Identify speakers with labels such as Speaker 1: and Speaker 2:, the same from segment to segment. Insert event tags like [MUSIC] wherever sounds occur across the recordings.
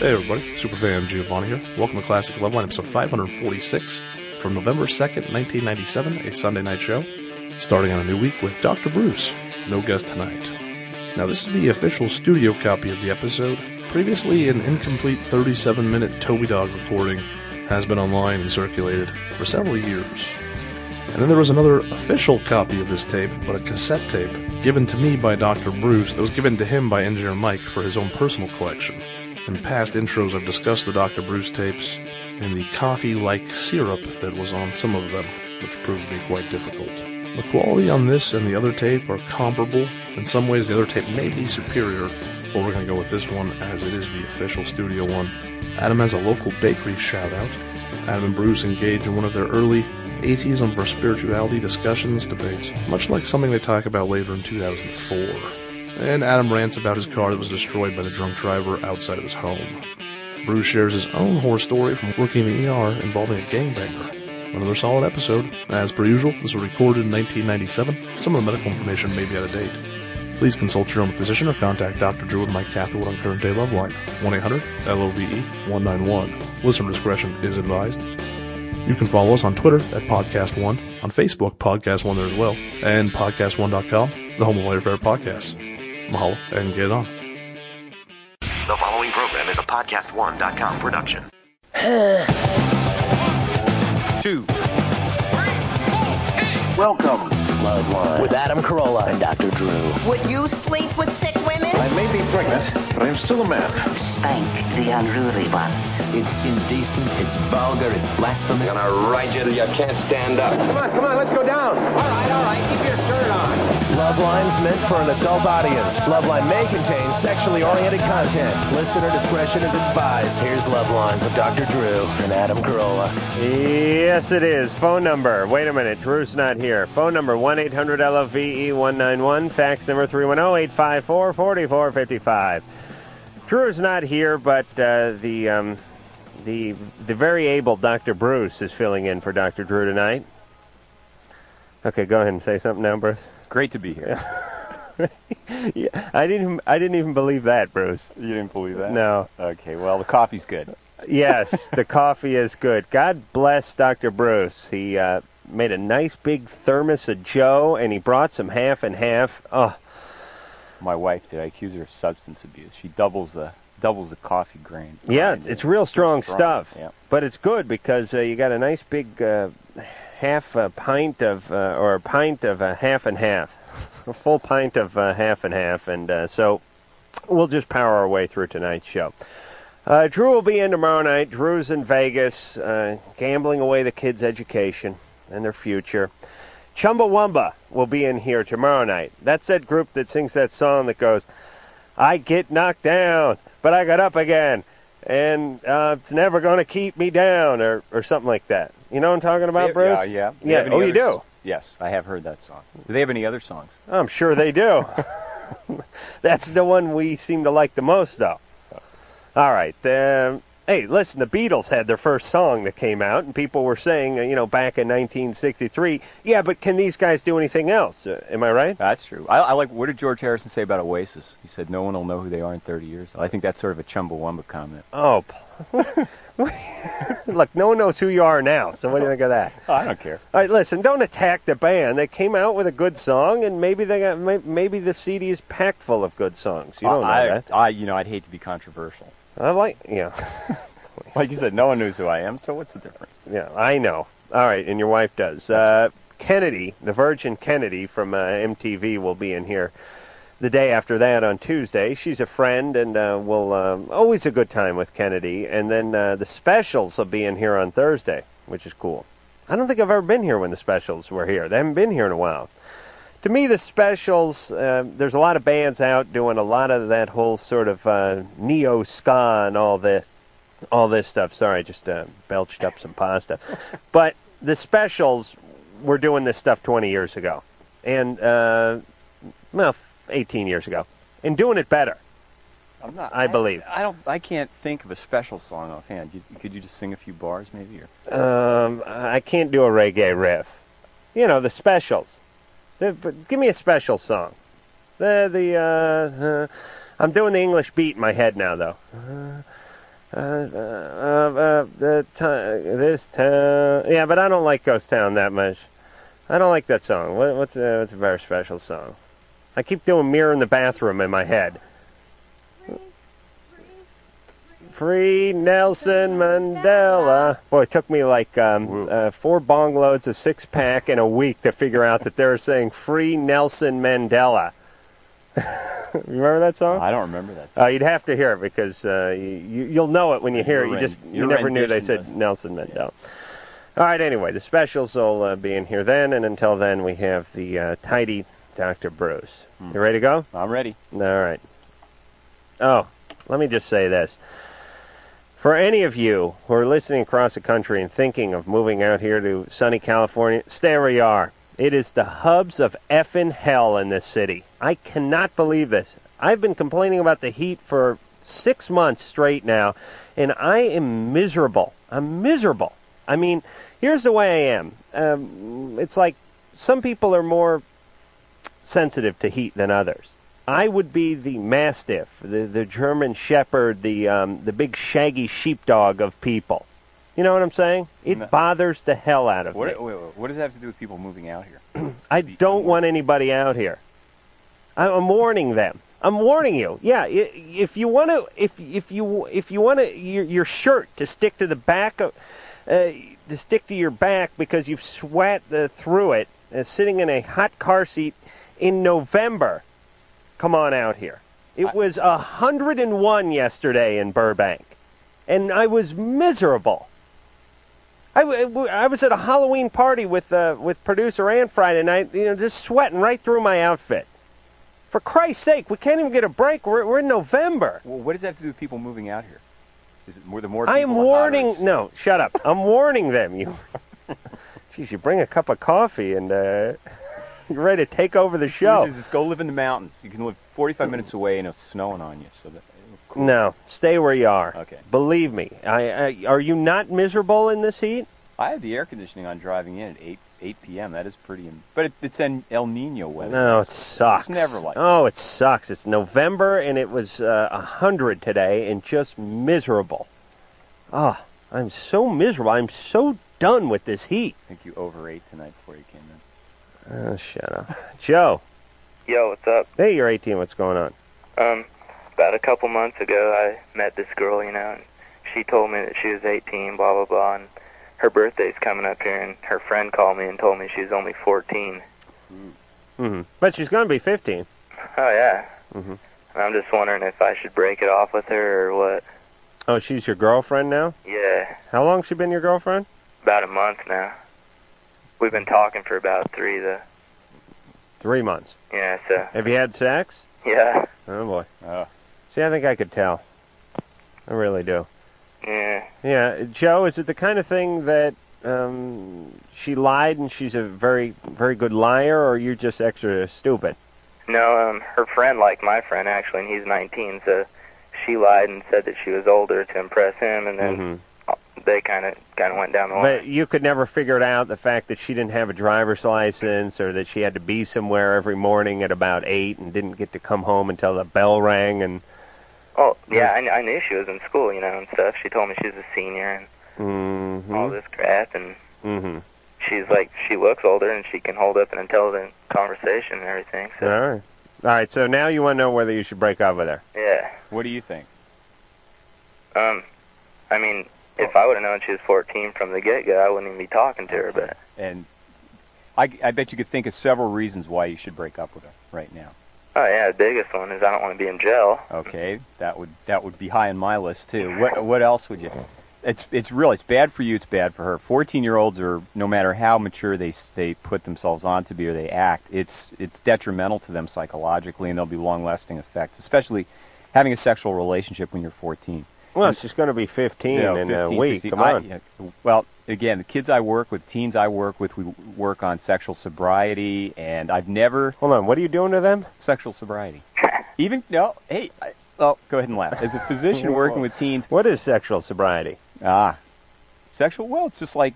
Speaker 1: Hey everybody, Superfan Giovanni here. Welcome to Classic Love Line, episode 546 from November 2nd, 1997, a Sunday night show, starting on a new week with Dr. Bruce. No guest tonight. Now, this is the official studio copy of the episode. Previously, an incomplete 37 minute Toby Dog recording has been online and circulated for several years. And then there was another official copy of this tape, but a cassette tape, given to me by Dr. Bruce that was given to him by engineer Mike for his own personal collection. In past intros, I've discussed the Dr. Bruce tapes and the coffee like syrup that was on some of them, which proved to be quite difficult. The quality on this and the other tape are comparable. In some ways, the other tape may be superior, but we're going to go with this one as it is the official studio one. Adam has a local bakery shout out. Adam and Bruce engage in one of their early atheism versus spirituality discussions debates, much like something they talk about later in 2004. And Adam rants about his car that was destroyed by the drunk driver outside of his home. Bruce shares his own horror story from working in the ER involving a gangbanger. Another solid episode. As per usual, this was recorded in 1997. Some of the medical information may be out of date. Please consult your own physician or contact Dr. Drew with Mike Catherwood on Current Day Love Line, 1 800 LOVE 191. Listener discretion is advised. You can follow us on Twitter at Podcast One, on Facebook, Podcast One there as well, and PodcastOne.com, the home of all your favorite podcasts. Mahalo and get on.
Speaker 2: The following program is a podcast1.com
Speaker 3: [SIGHS]
Speaker 2: production.
Speaker 4: Welcome, Love Line.
Speaker 5: with Adam Carolla and Dr. Drew.
Speaker 6: Would you sleep with sick women?
Speaker 4: I may be pregnant, but I'm still a man.
Speaker 7: spank the unruly ones.
Speaker 5: It's indecent, it's vulgar, it's blasphemous.
Speaker 4: ride you till you can't stand up. Come on, come on, let's go down. All right, all right, keep your shirt on.
Speaker 5: Loveline's meant for an adult audience. Loveline may contain sexually oriented content. Listener discretion is advised. Here's Loveline with Dr. Drew and Adam Carolla.
Speaker 3: Yes, it is. Phone number. Wait a minute. Drew's not here. Phone number 1 800 LOVE 191. Fax number 310 854 4455. Drew's not here, but uh, the, um, the, the very able Dr. Bruce is filling in for Dr. Drew tonight. Okay, go ahead and say something now, Bruce.
Speaker 8: Great to be here.
Speaker 3: [LAUGHS] Yeah, I didn't. I didn't even believe that, Bruce.
Speaker 8: You didn't believe that?
Speaker 3: No.
Speaker 8: Okay, well, the coffee's good.
Speaker 3: yes, the coffee is good. God bless Dr. Bruce. He uh, made a nice big thermos of Joe, and he brought some half and half. Oh,
Speaker 8: My wife did. I accuse her of substance abuse. She doubles the doubles the coffee grain.
Speaker 3: yeah,
Speaker 8: Grind
Speaker 3: it's,
Speaker 8: it.
Speaker 3: it's real strong, stuff.
Speaker 8: Yeah.
Speaker 3: But it's good because uh, you got a nice big uh, half a pint of, uh, or a pint of a half and half, [LAUGHS] a full pint of uh, half and half, and uh, so we'll just power our way through tonight's show. Uh, Drew will be in tomorrow night. Drew's in Vegas, uh, gambling away the kids' education and their future. Chumbawamba will be in here tomorrow night. That's that group that sings that song that goes, I get knocked down, but I got up again, and uh, it's never going to keep me down, or, or something like that. You know what I'm talking about,
Speaker 8: Yeah,
Speaker 3: Bruce?
Speaker 8: Yeah, yeah. Do they
Speaker 3: Yeah,
Speaker 8: have any
Speaker 3: oh, you
Speaker 8: others?
Speaker 3: do?
Speaker 8: Yes, I have heard that song. Do they have any other songs?
Speaker 3: I'm sure they do. [LAUGHS] That's the one we seem to like the most, though. All right. Um, hey, listen, the Beatles had their first song that came out, and people were saying, uh, you know, back in 1963, yeah, but can these guys do anything else? Uh, am I right?
Speaker 8: That's true. I, I like. What did George Harrison say about Oasis? He said no one will know who they are in 30 years. I think that's sort of a Chumbawamba comment.
Speaker 3: Oh, [LAUGHS] look, no one knows who you are now, so what do you think of that?
Speaker 8: Oh, I don't care.
Speaker 3: All right, listen. Don't attack the band. They came out with a good song, and maybe they got may- maybe the CD is packed full of good songs. You don't know
Speaker 8: Uh, I,
Speaker 3: that.
Speaker 8: I, I, you know, I'd hate to be controversial.
Speaker 3: I like, yeah,
Speaker 8: [LAUGHS] Like you said, no one knows who I am. So what's the difference?
Speaker 3: yeah. I know. All right, and your wife does. Uh, Kennedy, the Virgin Kennedy from uh, MTV, will be in here the day after that on Tuesday. She's a friend, and uh, we'll um, always a good time with Kennedy. And then uh, the specials will be in here on Thursday, which is cool. I don't think I've ever been here when the specials were here. They haven't been here in a while. To me, the specials, uh, there's a lot of bands out doing a lot of that whole sort of uh, neo ska and all this, all this stuff. Sorry, I just uh, belched up some pasta. But the specials were doing this stuff 20 years ago, and uh, well, 18 years ago, and doing it better.
Speaker 8: I'm not.
Speaker 3: I believe.
Speaker 8: I don't. I can't think of a special song offhand. You, could you just sing a few bars, maybe? Or
Speaker 3: Um, I can't do a reggae riff. You know the specials. The, but give me a special song. The the uh, uh, I'm doing the English beat in my head now though. Uh, Uh, uh, uh, the ti- this town. Yeah, but I don't like Ghost Town that much. I don't like that song. What, what's uh, what's a very special song? I keep doing "Mirror in the Bathroom" in my head. Free Nelson Mandela. Boy, it took me like um, uh, four bong loads, a six pack, and a week to figure out that they were saying "Free Nelson Mandela." [LAUGHS] you remember that song?
Speaker 8: I don't remember that.
Speaker 3: Uh, you'd have to hear it because uh, you, you- you'll know it when you hear it. You
Speaker 8: Your
Speaker 3: just
Speaker 8: rend-
Speaker 3: you
Speaker 8: your
Speaker 3: never knew they
Speaker 8: rendition
Speaker 3: said
Speaker 8: does.
Speaker 3: Nelson Mandela. All right. Anyway, the specials will uh, be in here then, and until then, we have the uh, tidy Dr. Bruce. You ready to go?
Speaker 8: Hmm. I'm ready.
Speaker 3: All right. Oh, let me just say this. For any of you who are listening across the country and thinking of moving out here to sunny California, stay where you are. It is the hubs of effing hell in this city. I cannot believe this. I've been complaining about the heat for six months straight now, and I am miserable. I'm miserable. I mean, here's the way I am. Um, it's like some people are more sensitive to heat than others. I would be the mastiff, the, the German shepherd, the um, the big shaggy sheepdog of people. You know what I'm saying? It
Speaker 8: No.
Speaker 3: bothers the hell out of
Speaker 8: What,
Speaker 3: me.
Speaker 8: wait, wait, what does that have to do with people moving out here?
Speaker 3: I don't want anybody out here. I- I'm warning them. I'm warning you. Yeah, i- if you want to, if if you if you want to, your, your shirt to stick to the back of, uh, to stick to your back because you've sweat uh, through it, uh, sitting in a hot car seat in November. Come on out here. It was a hundred and one yesterday in Burbank, and I was miserable. I, w- I was at a Halloween party with uh, with producer Ann Friday night, you know, just sweating right through my outfit. For Christ's sake, we can't even get a break. We're, we're in November.
Speaker 8: Well, what does that have to do with people moving out here? Is it more the more?
Speaker 3: I am
Speaker 8: people, the
Speaker 3: warning.
Speaker 8: hotter
Speaker 3: No, shut up. I'm warning them. You, [LAUGHS] jeez, you bring a cup of coffee and uh, [LAUGHS] you're ready to take over the
Speaker 8: it's-
Speaker 3: show.
Speaker 8: Losers, Just go live in the mountains. You can live 45 minutes away and it's snowing on you. So that,
Speaker 3: No, stay where you are.
Speaker 8: Okay.
Speaker 3: Believe me. I, I are you not miserable in this heat?
Speaker 8: I had the air conditioning on driving in at 8 8 p.m. That is pretty. im- But it, it's an El Nino weather.
Speaker 3: No, it sucks.
Speaker 8: never like that.
Speaker 3: Oh, it sucks. It's November and it was uh, 100 today and just miserable. Ah, I'm so miserable. I'm so done with this heat.
Speaker 8: I think you overate tonight before you came in.
Speaker 3: Oh, shut up. Joe,
Speaker 9: Yo, what's up?
Speaker 3: hey, you're 18. What's going on?
Speaker 9: Um, about a couple months ago, I met this girl, you know, and she told me that she was 18, blah, blah, blah, and her birthday's coming up here, and her friend called me and told me she was only 14.
Speaker 3: hmm But she's going to be 15.
Speaker 9: [LAUGHS] Oh, yeah.
Speaker 3: Mhm.
Speaker 9: And I'm just wondering if I should break it off with her or what.
Speaker 3: Oh, she's your girlfriend now?
Speaker 9: Yeah,
Speaker 3: How long she been your girlfriend?
Speaker 9: about a month now. We've been talking for about three, though.
Speaker 3: Three months.
Speaker 9: Yeah, so,
Speaker 3: Have you had sex?
Speaker 9: yeah,
Speaker 3: Oh, boy.
Speaker 8: Oh.
Speaker 3: See, I think I could tell. I really do.
Speaker 9: yeah.
Speaker 3: Yeah, Joe, is it the kind of thing that um, she lied and she's a very, very good liar, or you're just extra stupid?
Speaker 9: No, um, her friend liked my friend, actually, and he's 19, so she lied and said that she was older to impress him, and
Speaker 8: Mm-hmm.
Speaker 9: then... they kind of kind of went down the
Speaker 3: But
Speaker 9: line.
Speaker 3: you could never figure it out the fact that she didn't have a driver's license or that she had to be somewhere every morning at about 8 and didn't get to come home until the bell rang and.
Speaker 9: oh yeah, I, kn- I knew she was in school, you know, and stuff. She told me she's a senior and all
Speaker 3: Mm-hmm.
Speaker 9: this crap, and
Speaker 3: Mm-hmm.
Speaker 9: she's like she looks older and she can hold up an intelligent conversation and everything. So
Speaker 3: All right. All right, so now you want to know whether you should break up with her.
Speaker 9: yeah,
Speaker 8: What do you think?
Speaker 9: um, I mean, if I would have known she was 14 from the get go, I wouldn't even be talking to her. But
Speaker 8: And I, I bet you could think of several reasons why you should break up with her right now.
Speaker 9: oh yeah, the biggest one is I don't want to be in jail.
Speaker 8: Okay, that would that would be high on my list too. What what else would you? It's it's real. It's bad for you. It's bad for her. Fourteen year olds are no matter how mature they s- they put themselves on to be or they act. It's it's detrimental to them psychologically, and there'll be long lasting effects. Especially having a sexual relationship when you're fourteen.
Speaker 3: Well, she's going to be 15
Speaker 8: You know,
Speaker 3: in
Speaker 8: 15,
Speaker 3: a week.
Speaker 8: 16
Speaker 3: Come
Speaker 8: I-
Speaker 3: on.
Speaker 8: yeah, well, again, the kids I work with, teens I work with, we work on sexual sobriety, and I've never
Speaker 3: Hold on. What are you doing to them?
Speaker 8: sexual sobriety. Even no, hey, I, oh, go ahead and laugh. As a physician working with teens,
Speaker 3: What is sexual sobriety?
Speaker 8: Ah, sexual. Well, it's just like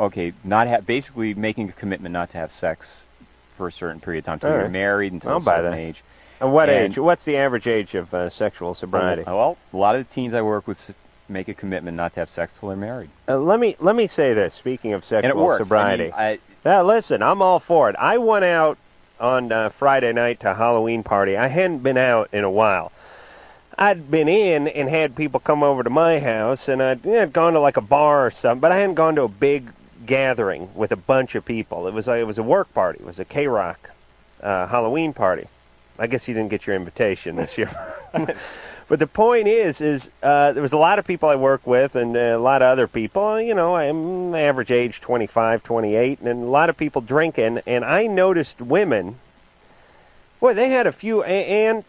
Speaker 8: okay, not ha- basically making a commitment not to have sex for a certain period of time until
Speaker 3: All
Speaker 8: you're
Speaker 3: right.
Speaker 8: married until
Speaker 3: I'll
Speaker 8: a
Speaker 3: buy
Speaker 8: certain
Speaker 3: that.
Speaker 8: age.
Speaker 3: At what
Speaker 8: And- Oh,
Speaker 3: age? What's the average age of uh, sexual sobriety?
Speaker 8: Well, a lot of the teens I work with s- make a commitment not to have sex till they're married,
Speaker 3: Uh, let me let me say this. Speaking of sexual
Speaker 8: and it works.
Speaker 3: sobriety,
Speaker 8: I mean,
Speaker 3: Now, listen, I'm all for it. I went out on uh, Friday night to a Halloween party. I hadn't been out in a while. I'd been in and had people come over to my house, and I'd, yeah, I'd gone to like a bar or something, but I hadn't gone to a big gathering with a bunch of people. It was like, it was a work party. It was a K Rock uh, Halloween party. I guess you didn't get your invitation this year. [LAUGHS] But the point is, is uh, there was a lot of people I work with and uh, a lot of other people. You know, I'm average age 25, 28, and a lot of people drinking. And I noticed women. Boy, they had a few. And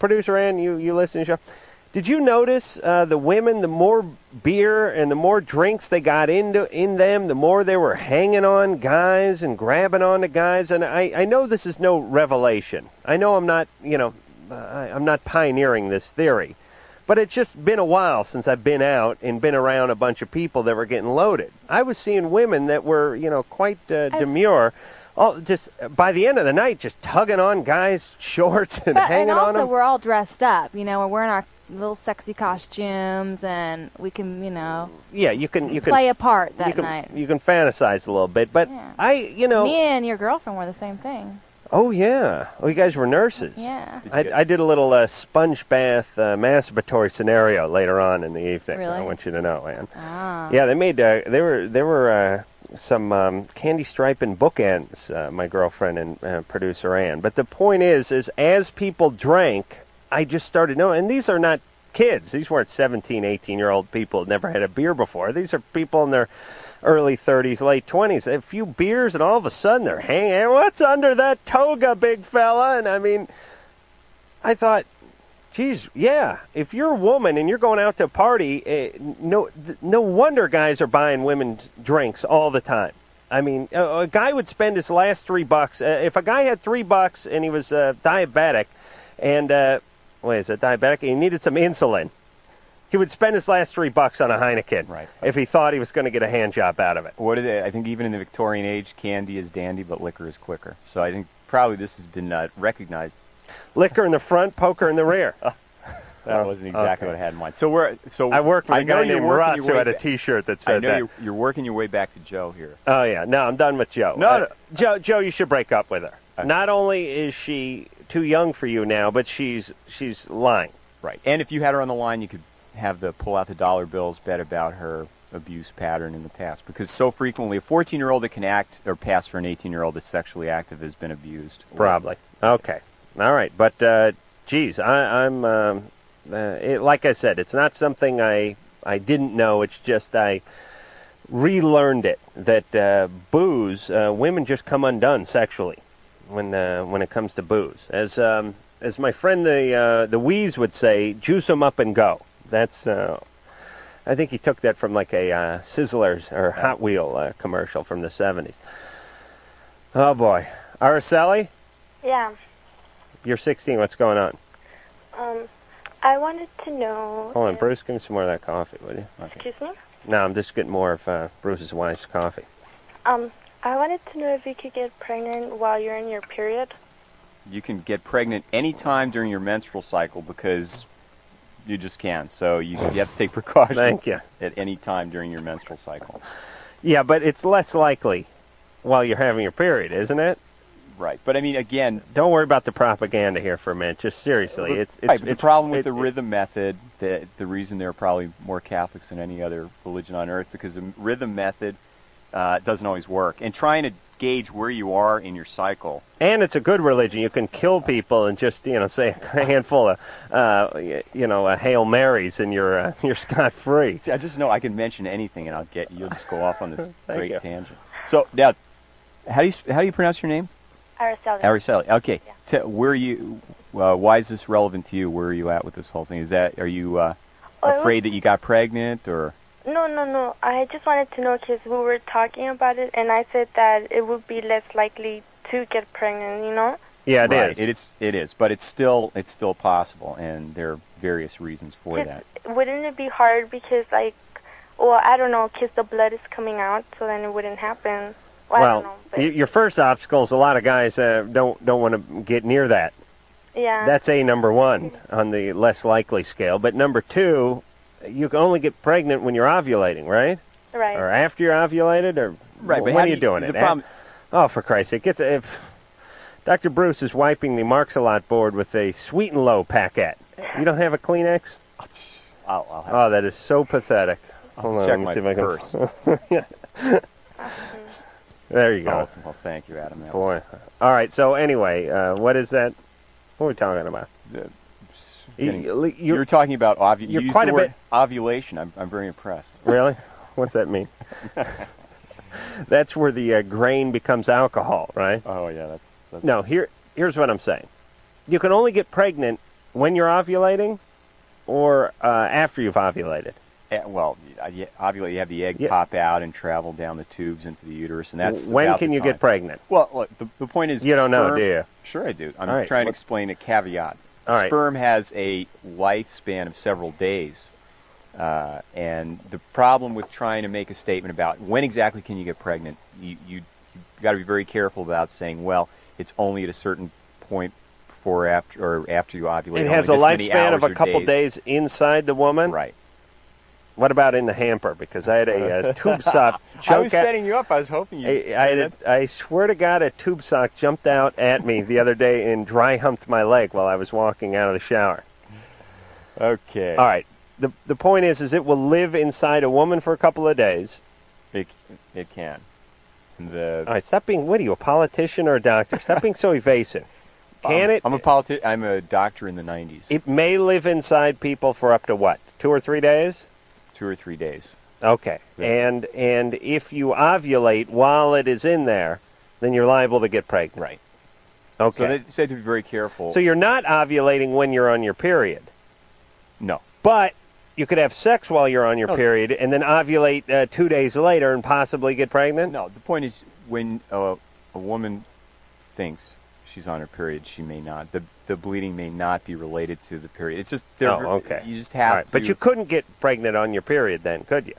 Speaker 3: producer Ann, you you listen to the show. Did you notice uh, the women? The more beer and the more drinks they got into in them, the more they were hanging on guys and grabbing on to guys. And I I know this is no revelation. I know I'm not you know I, I'm not pioneering this theory, but it's just been a while since I've been out and been around a bunch of people that were getting loaded. I was seeing women that were, you know, quite uh, demure. All, just uh, by the end of the night, just tugging on guys' [LAUGHS] shorts and
Speaker 10: But,
Speaker 3: hanging
Speaker 10: and
Speaker 3: on
Speaker 10: also,
Speaker 3: them.
Speaker 10: we're all dressed up. You know, we're wearing our little sexy costumes, and we can, you know,
Speaker 3: Yeah, you can you can
Speaker 10: play a part
Speaker 3: you
Speaker 10: that
Speaker 3: can,
Speaker 10: night.
Speaker 3: You can fantasize a little bit, but I, you know,
Speaker 10: Me and your girlfriend were the same thing.
Speaker 3: oh yeah, oh you guys were nurses.
Speaker 10: Yeah.
Speaker 8: Did you
Speaker 3: I,
Speaker 8: get-
Speaker 3: I did a little uh, sponge bath uh, masturbatory scenario later on in the evening.
Speaker 10: Really?
Speaker 3: I want you to know, Ann.
Speaker 10: Ah.
Speaker 3: Yeah, they made. Uh, they were. There were uh, some um, candy stripe and bookends. Uh, my girlfriend and uh, producer Ann. But the point is, is as people drank, I just started knowing. And these are not kids. These weren't 17, 18 year old people. who'd Never had a beer before. These are people in their early 30s, late 20s. They had A few beers, and all of a sudden they're hanging. What's under that toga, big fella? And I mean, I thought, Geez, yeah. If you're a woman and you're going out to a party, eh, no, th- no wonder guys are buying women drinks all the time. I mean, a, a guy would spend his last three bucks. Uh, if a guy had three bucks and he was uh, diabetic, and uh, wait, is it diabetic? And he needed some insulin. He would spend his last three bucks on a Heineken,
Speaker 8: Right.
Speaker 3: If he thought he was going to get a hand job out of it.
Speaker 8: what do they? I think even in the Victorian age, candy is dandy, but liquor is quicker. So I think probably this has been uh, recognized.
Speaker 3: Liquor in the front, poker in the rear.
Speaker 8: [LAUGHS] That
Speaker 3: Oh,
Speaker 8: wasn't exactly
Speaker 3: okay.
Speaker 8: what I had in mind. So we're so
Speaker 3: I worked with a
Speaker 8: know
Speaker 3: guy
Speaker 8: you're
Speaker 3: named
Speaker 8: working
Speaker 3: Russ
Speaker 8: your
Speaker 3: who
Speaker 8: way
Speaker 3: had a
Speaker 8: ba-
Speaker 3: T-shirt that said
Speaker 8: I know
Speaker 3: that.
Speaker 8: you're, you're working your way back to Joe here.
Speaker 3: Oh yeah, no, I'm done with Joe.
Speaker 8: No,
Speaker 3: Uh,
Speaker 8: no.
Speaker 3: Joe, Joe, you should break up with her.
Speaker 8: Okay.
Speaker 3: Not only is she too young for you now, but she's she's lying.
Speaker 8: Right. And if you had her on the line, you could have the pull out the dollar bills bet about her abuse pattern in the past because so frequently a 14-year-old that can act or pass for an 18-year-old that's sexually active has been abused.
Speaker 3: Probably. Okay. All right. But uh, geez, I, I'm um, uh, it, like I said, it's not something I I didn't know. It's just I relearned it that uh, booze, uh, women just come undone sexually when uh, when it comes to booze. As um, as my friend the uh, the Wheeze would say, juice 'em up and go. That's uh, I think he took that from like a uh, Sizzlers or Hot Wheel uh, commercial from the 70s. Oh boy, Araceli.
Speaker 11: Yeah.
Speaker 3: You're 16. What's going on?
Speaker 11: Um, I wanted to know.
Speaker 3: Hold on,
Speaker 11: if-
Speaker 3: Bruce. Give me some more of that coffee, would you?
Speaker 11: Excuse me.
Speaker 3: No, I'm just getting more of uh, Bruce's wife's coffee.
Speaker 11: Um, I wanted to know if you could get pregnant while you're in your period.
Speaker 8: You can get pregnant any time during your menstrual cycle because you just can. So you, you have to take [LAUGHS] precautions
Speaker 3: Thank you.
Speaker 8: at any time during your menstrual cycle.
Speaker 3: Yeah, but it's less likely while you're having your period, isn't it?
Speaker 8: Right. But I mean again,
Speaker 3: Don't worry about the propaganda here for a minute. Just seriously, it's it's,
Speaker 8: right, but
Speaker 3: it's
Speaker 8: the problem with
Speaker 3: it-
Speaker 8: the
Speaker 3: it-
Speaker 8: rhythm method, the, the reason there are probably more Catholics than any other religion on earth, because the rhythm method uh, doesn't always work. And trying to gauge where you are in your cycle,
Speaker 3: and it's a good religion. You can kill people and just you know say a [LAUGHS] handful of uh, y- you know uh, hail marys and you're uh, [LAUGHS] you're scot free.
Speaker 8: see, I just know I can mention anything and I'll get you'll just go off
Speaker 3: [LAUGHS]
Speaker 8: on this great
Speaker 3: you.
Speaker 8: tangent. So now, how do you sp- how do you pronounce your name?
Speaker 11: Araceli.
Speaker 8: Araceli. Okay, Te- where are you? Uh, why is this relevant to you? Where are you at with this whole thing? Is that are you uh,
Speaker 11: Oh, it was-
Speaker 8: afraid that you got pregnant or?
Speaker 11: No, no, no. I just wanted to know because we were talking about it, and I said that it would be less likely to get pregnant. You know.
Speaker 3: Yeah, it is.
Speaker 8: Right, It is. It is. But it's still it's still possible, and there are various reasons for that.
Speaker 11: Because Wouldn't it be hard because like, well, I don't know, because the blood is coming out, so then it wouldn't happen. Well, I don't know,
Speaker 3: Well,
Speaker 11: but
Speaker 3: y your first obstacle is a lot of guys uh, don't don't want to get near that.
Speaker 11: Yeah.
Speaker 3: That's a number one on the less likely scale. But number two, you can only get pregnant when you're ovulating, right?
Speaker 11: Right.
Speaker 3: Or after you're ovulated, or
Speaker 8: Right, but
Speaker 3: when
Speaker 8: how
Speaker 3: are
Speaker 8: do
Speaker 3: you
Speaker 8: you-
Speaker 3: doing
Speaker 8: the
Speaker 3: it?
Speaker 8: problem-
Speaker 3: Oh, for Christ's sake! It's if Dr. Bruce is wiping the Marks a Lot board with a Sweet and Low packet. You don't have a Kleenex?
Speaker 8: I'll, I'll have
Speaker 3: Oh, that is so pathetic. Hold on, let
Speaker 8: check
Speaker 3: me
Speaker 8: my
Speaker 3: see if I can.
Speaker 8: purse.
Speaker 3: [LAUGHS] There you go.
Speaker 8: Oh, well, thank you, Adam. That
Speaker 3: Boy. All right. So anyway, uh, what is that? What are we talking about?
Speaker 8: was-
Speaker 3: You-
Speaker 8: getting-
Speaker 3: you-
Speaker 8: you were talking about ovu- you
Speaker 3: you're
Speaker 8: used
Speaker 3: quite
Speaker 8: the
Speaker 3: a
Speaker 8: word
Speaker 3: bit-
Speaker 8: ovulation. I'm, I'm very
Speaker 3: [LAUGHS]
Speaker 8: impressed.
Speaker 3: Really? What's that mean? that's where the uh, grain becomes alcohol, right?
Speaker 8: Oh yeah, that's, that's
Speaker 3: No, here here's what I'm saying. You can only get pregnant when you're ovulating, or uh, after you've ovulated.
Speaker 8: Eh, well, y- yeah, ovulate. You have the egg
Speaker 3: Yeah.
Speaker 8: pop out and travel down the tubes into the uterus, and that's
Speaker 3: when
Speaker 8: about
Speaker 3: can
Speaker 8: the
Speaker 3: you
Speaker 8: time.
Speaker 3: get pregnant?
Speaker 8: Well, look, the, the point is
Speaker 3: You don't know,
Speaker 8: sperm-
Speaker 3: do you?
Speaker 8: Sure, I do. I'm
Speaker 3: All right,
Speaker 8: trying to
Speaker 3: let's-
Speaker 8: explain a caveat.
Speaker 3: All right.
Speaker 8: Sperm has a lifespan of several days, uh, and the problem with trying to make a statement about when exactly can you get pregnant, you you you've got to be very careful about saying, well, it's only at a certain point before or after or after you ovulate.
Speaker 3: It has a
Speaker 8: only this many
Speaker 3: lifespan of
Speaker 8: hours
Speaker 3: a
Speaker 8: or
Speaker 3: couple days. inside the woman.
Speaker 8: Right.
Speaker 3: What about in the hamper? Because I had a,
Speaker 8: [LAUGHS]
Speaker 3: uh tube sock.
Speaker 8: I was
Speaker 3: chunk out-
Speaker 8: setting you up. I was hoping you.
Speaker 3: I, I, had a- I swear to God, a tube sock jumped out at me the other day and dry humped my leg while I was walking out of the shower.
Speaker 8: okay.
Speaker 3: All right. The, the point is, is it will live inside a woman for a couple of days.
Speaker 8: It, it can. The
Speaker 3: All right, stop being. What are you, a politician or a doctor? Stop being so
Speaker 8: [LAUGHS]
Speaker 3: evasive. Can
Speaker 8: Um, I'm,
Speaker 3: it?
Speaker 8: I'm a politi- I'm a doctor in the 90s.
Speaker 3: It may live inside people for up to what, two or three days?
Speaker 8: two or three days.
Speaker 3: Okay.
Speaker 8: Yeah.
Speaker 3: And and if you ovulate while it is in there, then you're liable to get pregnant.
Speaker 8: Right. So
Speaker 3: Okay.
Speaker 8: they said to be very careful.
Speaker 3: So you're not ovulating when you're on your period.
Speaker 8: no.
Speaker 3: But you could have sex while you're on your
Speaker 8: No.
Speaker 3: period and then ovulate uh, two days later and possibly get pregnant?
Speaker 8: No, the point is when uh, a woman thinks she's on her period, she may not. The the bleeding may not be related to the period. It's just there.
Speaker 3: Oh, okay.
Speaker 8: You just have
Speaker 3: All right, But
Speaker 8: to-
Speaker 3: you couldn't get pregnant on your period then, could you?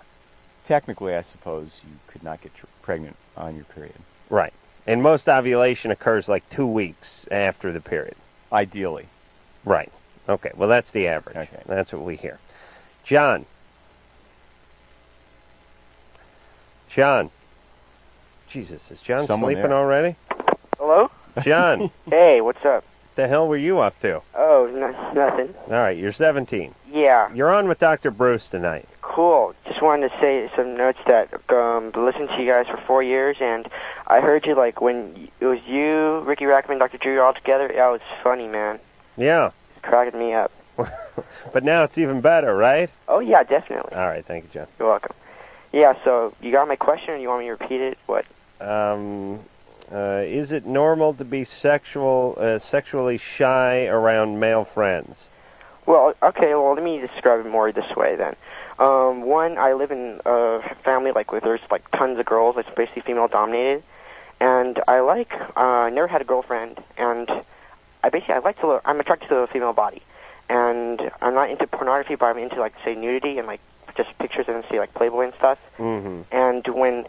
Speaker 8: technically, I suppose you could not get tr- pregnant on your period.
Speaker 3: Right. And most ovulation occurs like two weeks after the period.
Speaker 8: Ideally.
Speaker 3: Right. Okay. Well, that's the average.
Speaker 8: Okay.
Speaker 3: That's what we hear. John. John. Jesus, is John
Speaker 8: Someone
Speaker 3: sleeping
Speaker 8: there. [LAUGHS]
Speaker 3: already?
Speaker 12: Hello?
Speaker 3: John, what
Speaker 12: Hey, what's up?
Speaker 3: the hell were you up to?
Speaker 12: Oh, n- nothing.
Speaker 3: All right, you're 17.
Speaker 12: Yeah,
Speaker 3: You're on with Dr. Bruce tonight.
Speaker 12: cool. Just wanted to say some notes that um listened to you guys for four years, and I heard you like when y- it was you, Ricky Rackman, Dr. Drew all together. That was funny, man.
Speaker 3: Yeah.
Speaker 12: It cracked me up.
Speaker 3: But now it's even better, right?
Speaker 12: Oh yeah, definitely.
Speaker 3: All right, thank you, John.
Speaker 12: You're welcome. Yeah, so you got my question, or you want me to repeat it? What?
Speaker 3: Um, uh, is it normal to be sexual, uh, sexually shy around male friends?
Speaker 12: Well, okay, well, let me describe it more this way then. Um, one, I live in a family like where there's like tons of girls, it's basically female dominated, and I like uh, I never had a girlfriend, and I basically I like to look, I'm attracted to the female body, and I'm not into pornography, but I'm into like say nudity and like just pictures and see like Playboy and stuff.
Speaker 3: Mm-hmm.
Speaker 12: And when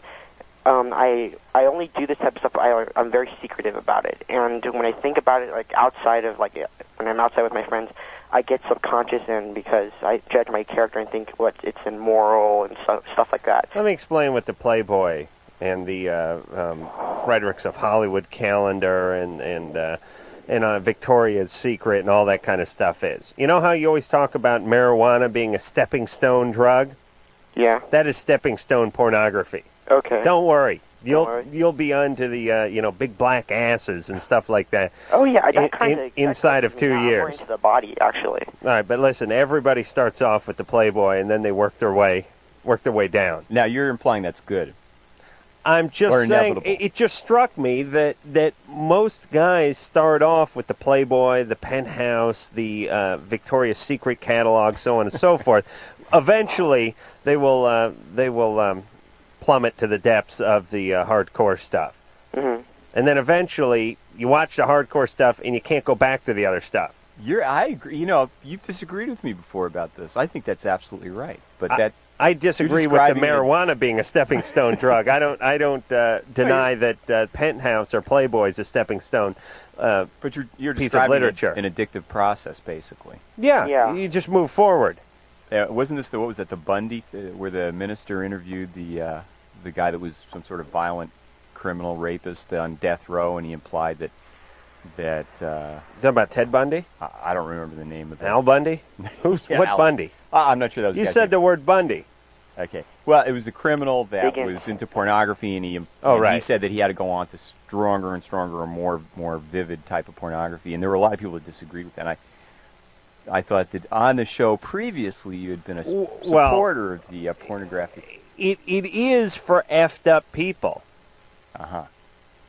Speaker 12: um, I I only do this type of stuff, I, I'm very secretive about it. And when I think about it, like outside of like when I'm outside with my friends, I get subconscious and because I judge my character and think what it's immoral and so, stuff like that.
Speaker 3: Let me explain what the Playboy and the uh, um, Fredericks of Hollywood calendar and and uh, and uh, Victoria's Secret and all that kind of stuff is. You know how you always talk about marijuana being a stepping stone drug?
Speaker 12: Yeah.
Speaker 3: That is stepping stone pornography.
Speaker 12: Okay.
Speaker 3: Don't worry. You'll
Speaker 12: worry.
Speaker 3: you'll be onto the uh, you know big black asses and stuff like that.
Speaker 12: Oh yeah,
Speaker 3: In-
Speaker 12: that kind
Speaker 3: in-
Speaker 12: of
Speaker 3: inside of two
Speaker 12: More
Speaker 3: years.
Speaker 12: into the body actually.
Speaker 3: All right, but listen, everybody starts off with the Playboy and then they work their way work their way down.
Speaker 8: Now you're implying that's good.
Speaker 3: I'm just
Speaker 8: Or
Speaker 3: saying
Speaker 8: inevitable.
Speaker 3: it, it just struck me that that most guys start off with the Playboy, the Penthouse, the uh, Victoria's Secret catalog, so on and so [LAUGHS] forth. Eventually, they will uh, they will um, plummet to the depths of the uh, hardcore stuff,
Speaker 12: hmm
Speaker 3: and then eventually you watch the hardcore stuff and you can't go back to the other stuff.
Speaker 8: You're. I agree. You know, you've disagreed with me before about this. I think that's absolutely right. But
Speaker 3: I-
Speaker 8: that
Speaker 3: I disagree with the
Speaker 8: describing it-
Speaker 3: marijuana being a stepping
Speaker 8: [LAUGHS]
Speaker 3: stone drug. I don't. I don't uh, deny that uh, Penthouse or Playboy is a stepping stone. uh,
Speaker 8: but you're, you're
Speaker 3: piece of
Speaker 8: describing
Speaker 3: literature.
Speaker 8: An addictive process, basically.
Speaker 3: Yeah, you just move forward.
Speaker 8: Uh, wasn't this the what was that the Bundy th- where the minister interviewed the uh, the guy that was some sort of violent criminal rapist on death row, and he implied that that uh,
Speaker 3: talking about Ted Bundy.
Speaker 8: I, I don't remember the name of that.
Speaker 3: Al Bundy. Who's
Speaker 8: [LAUGHS] Yeah,
Speaker 3: what
Speaker 8: Al-
Speaker 3: Bundy?
Speaker 8: I- I'm not sure that was. the
Speaker 3: You
Speaker 8: guy.
Speaker 3: said the word Bundy.
Speaker 8: Okay. Well, it was the criminal that
Speaker 3: Big
Speaker 8: was into pornography, and he
Speaker 3: Oh,
Speaker 8: and he
Speaker 3: right.
Speaker 8: said that he had to go on to stronger and stronger and more more vivid type of pornography, and there were a lot of people that disagreed with that. And I I thought that on the show previously you had been a s-
Speaker 3: W- well-
Speaker 8: supporter of the uh, pornographic.
Speaker 3: It it is for effed up people.
Speaker 8: Uh huh.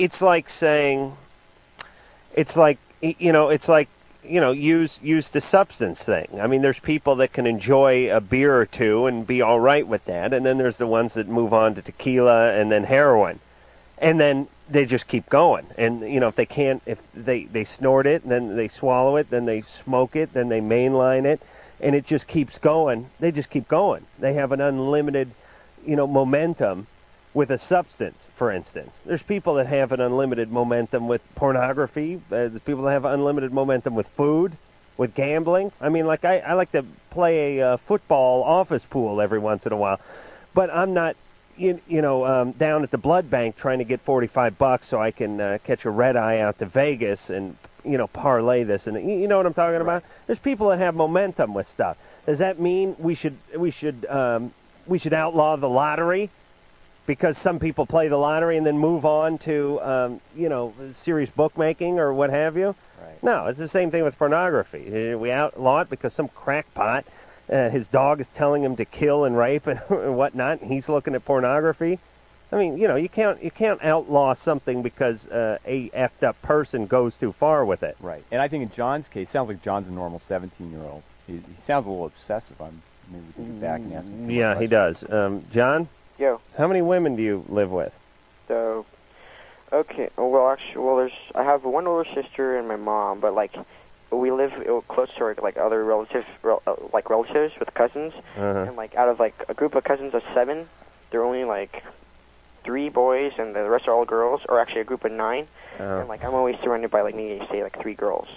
Speaker 3: It's like saying, it's like y- you know, it's like you know, use use the substance thing. I mean, there's people that can enjoy a beer or two and be all right with that, and then there's the ones that move on to tequila and then heroin, and then they just keep going. And you know, if they can't, if they they snort it, then they swallow it, then they smoke it, then they mainline it, and it just keeps going. They just keep going. They have an unlimited, you know, momentum with a substance, for instance. There's people that have an unlimited momentum with pornography. Uh, there's people that have unlimited momentum with food, with gambling. I mean, like I, I like to play a uh, football office pool every once in a while, but I'm not, you, you know, um, down at the blood bank trying to get 45 bucks so I can uh, catch a red eye out to Vegas and you know parlay this and you you know what I'm talking about. There's people that have momentum with stuff. Does that mean we should we should um, we should outlaw the lottery? because some people play the lottery and then move on to um, you know serious bookmaking or what have you. No, it's the same thing with pornography. Uh, We outlaw it because some crackpot, uh, his dog is telling him to kill and rape [LAUGHS] and whatnot. And he's looking at pornography. I mean, you know, you can't you can't outlaw something because uh, a effed up person goes too far with it.
Speaker 8: Right. And I think in John's case, sounds like John's a normal 17 year old. He, he sounds a little obsessive. I'm maybe we can get back and ask him.
Speaker 3: Yeah, he does. Um, John.
Speaker 12: Yo.
Speaker 3: How many women do you live with?
Speaker 12: So, okay. oh, Well, actually, well, there's I have one older sister and my mom, but like we live uh, close to our like other relatives, rel- uh, like relatives with cousins,
Speaker 3: Uh-huh.
Speaker 12: and like out of like a group of cousins of seven, there are only like three boys, and the rest are all girls, or actually a group of nine.
Speaker 3: Uh,
Speaker 12: And like I'm always surrounded by like maybe say like three girls.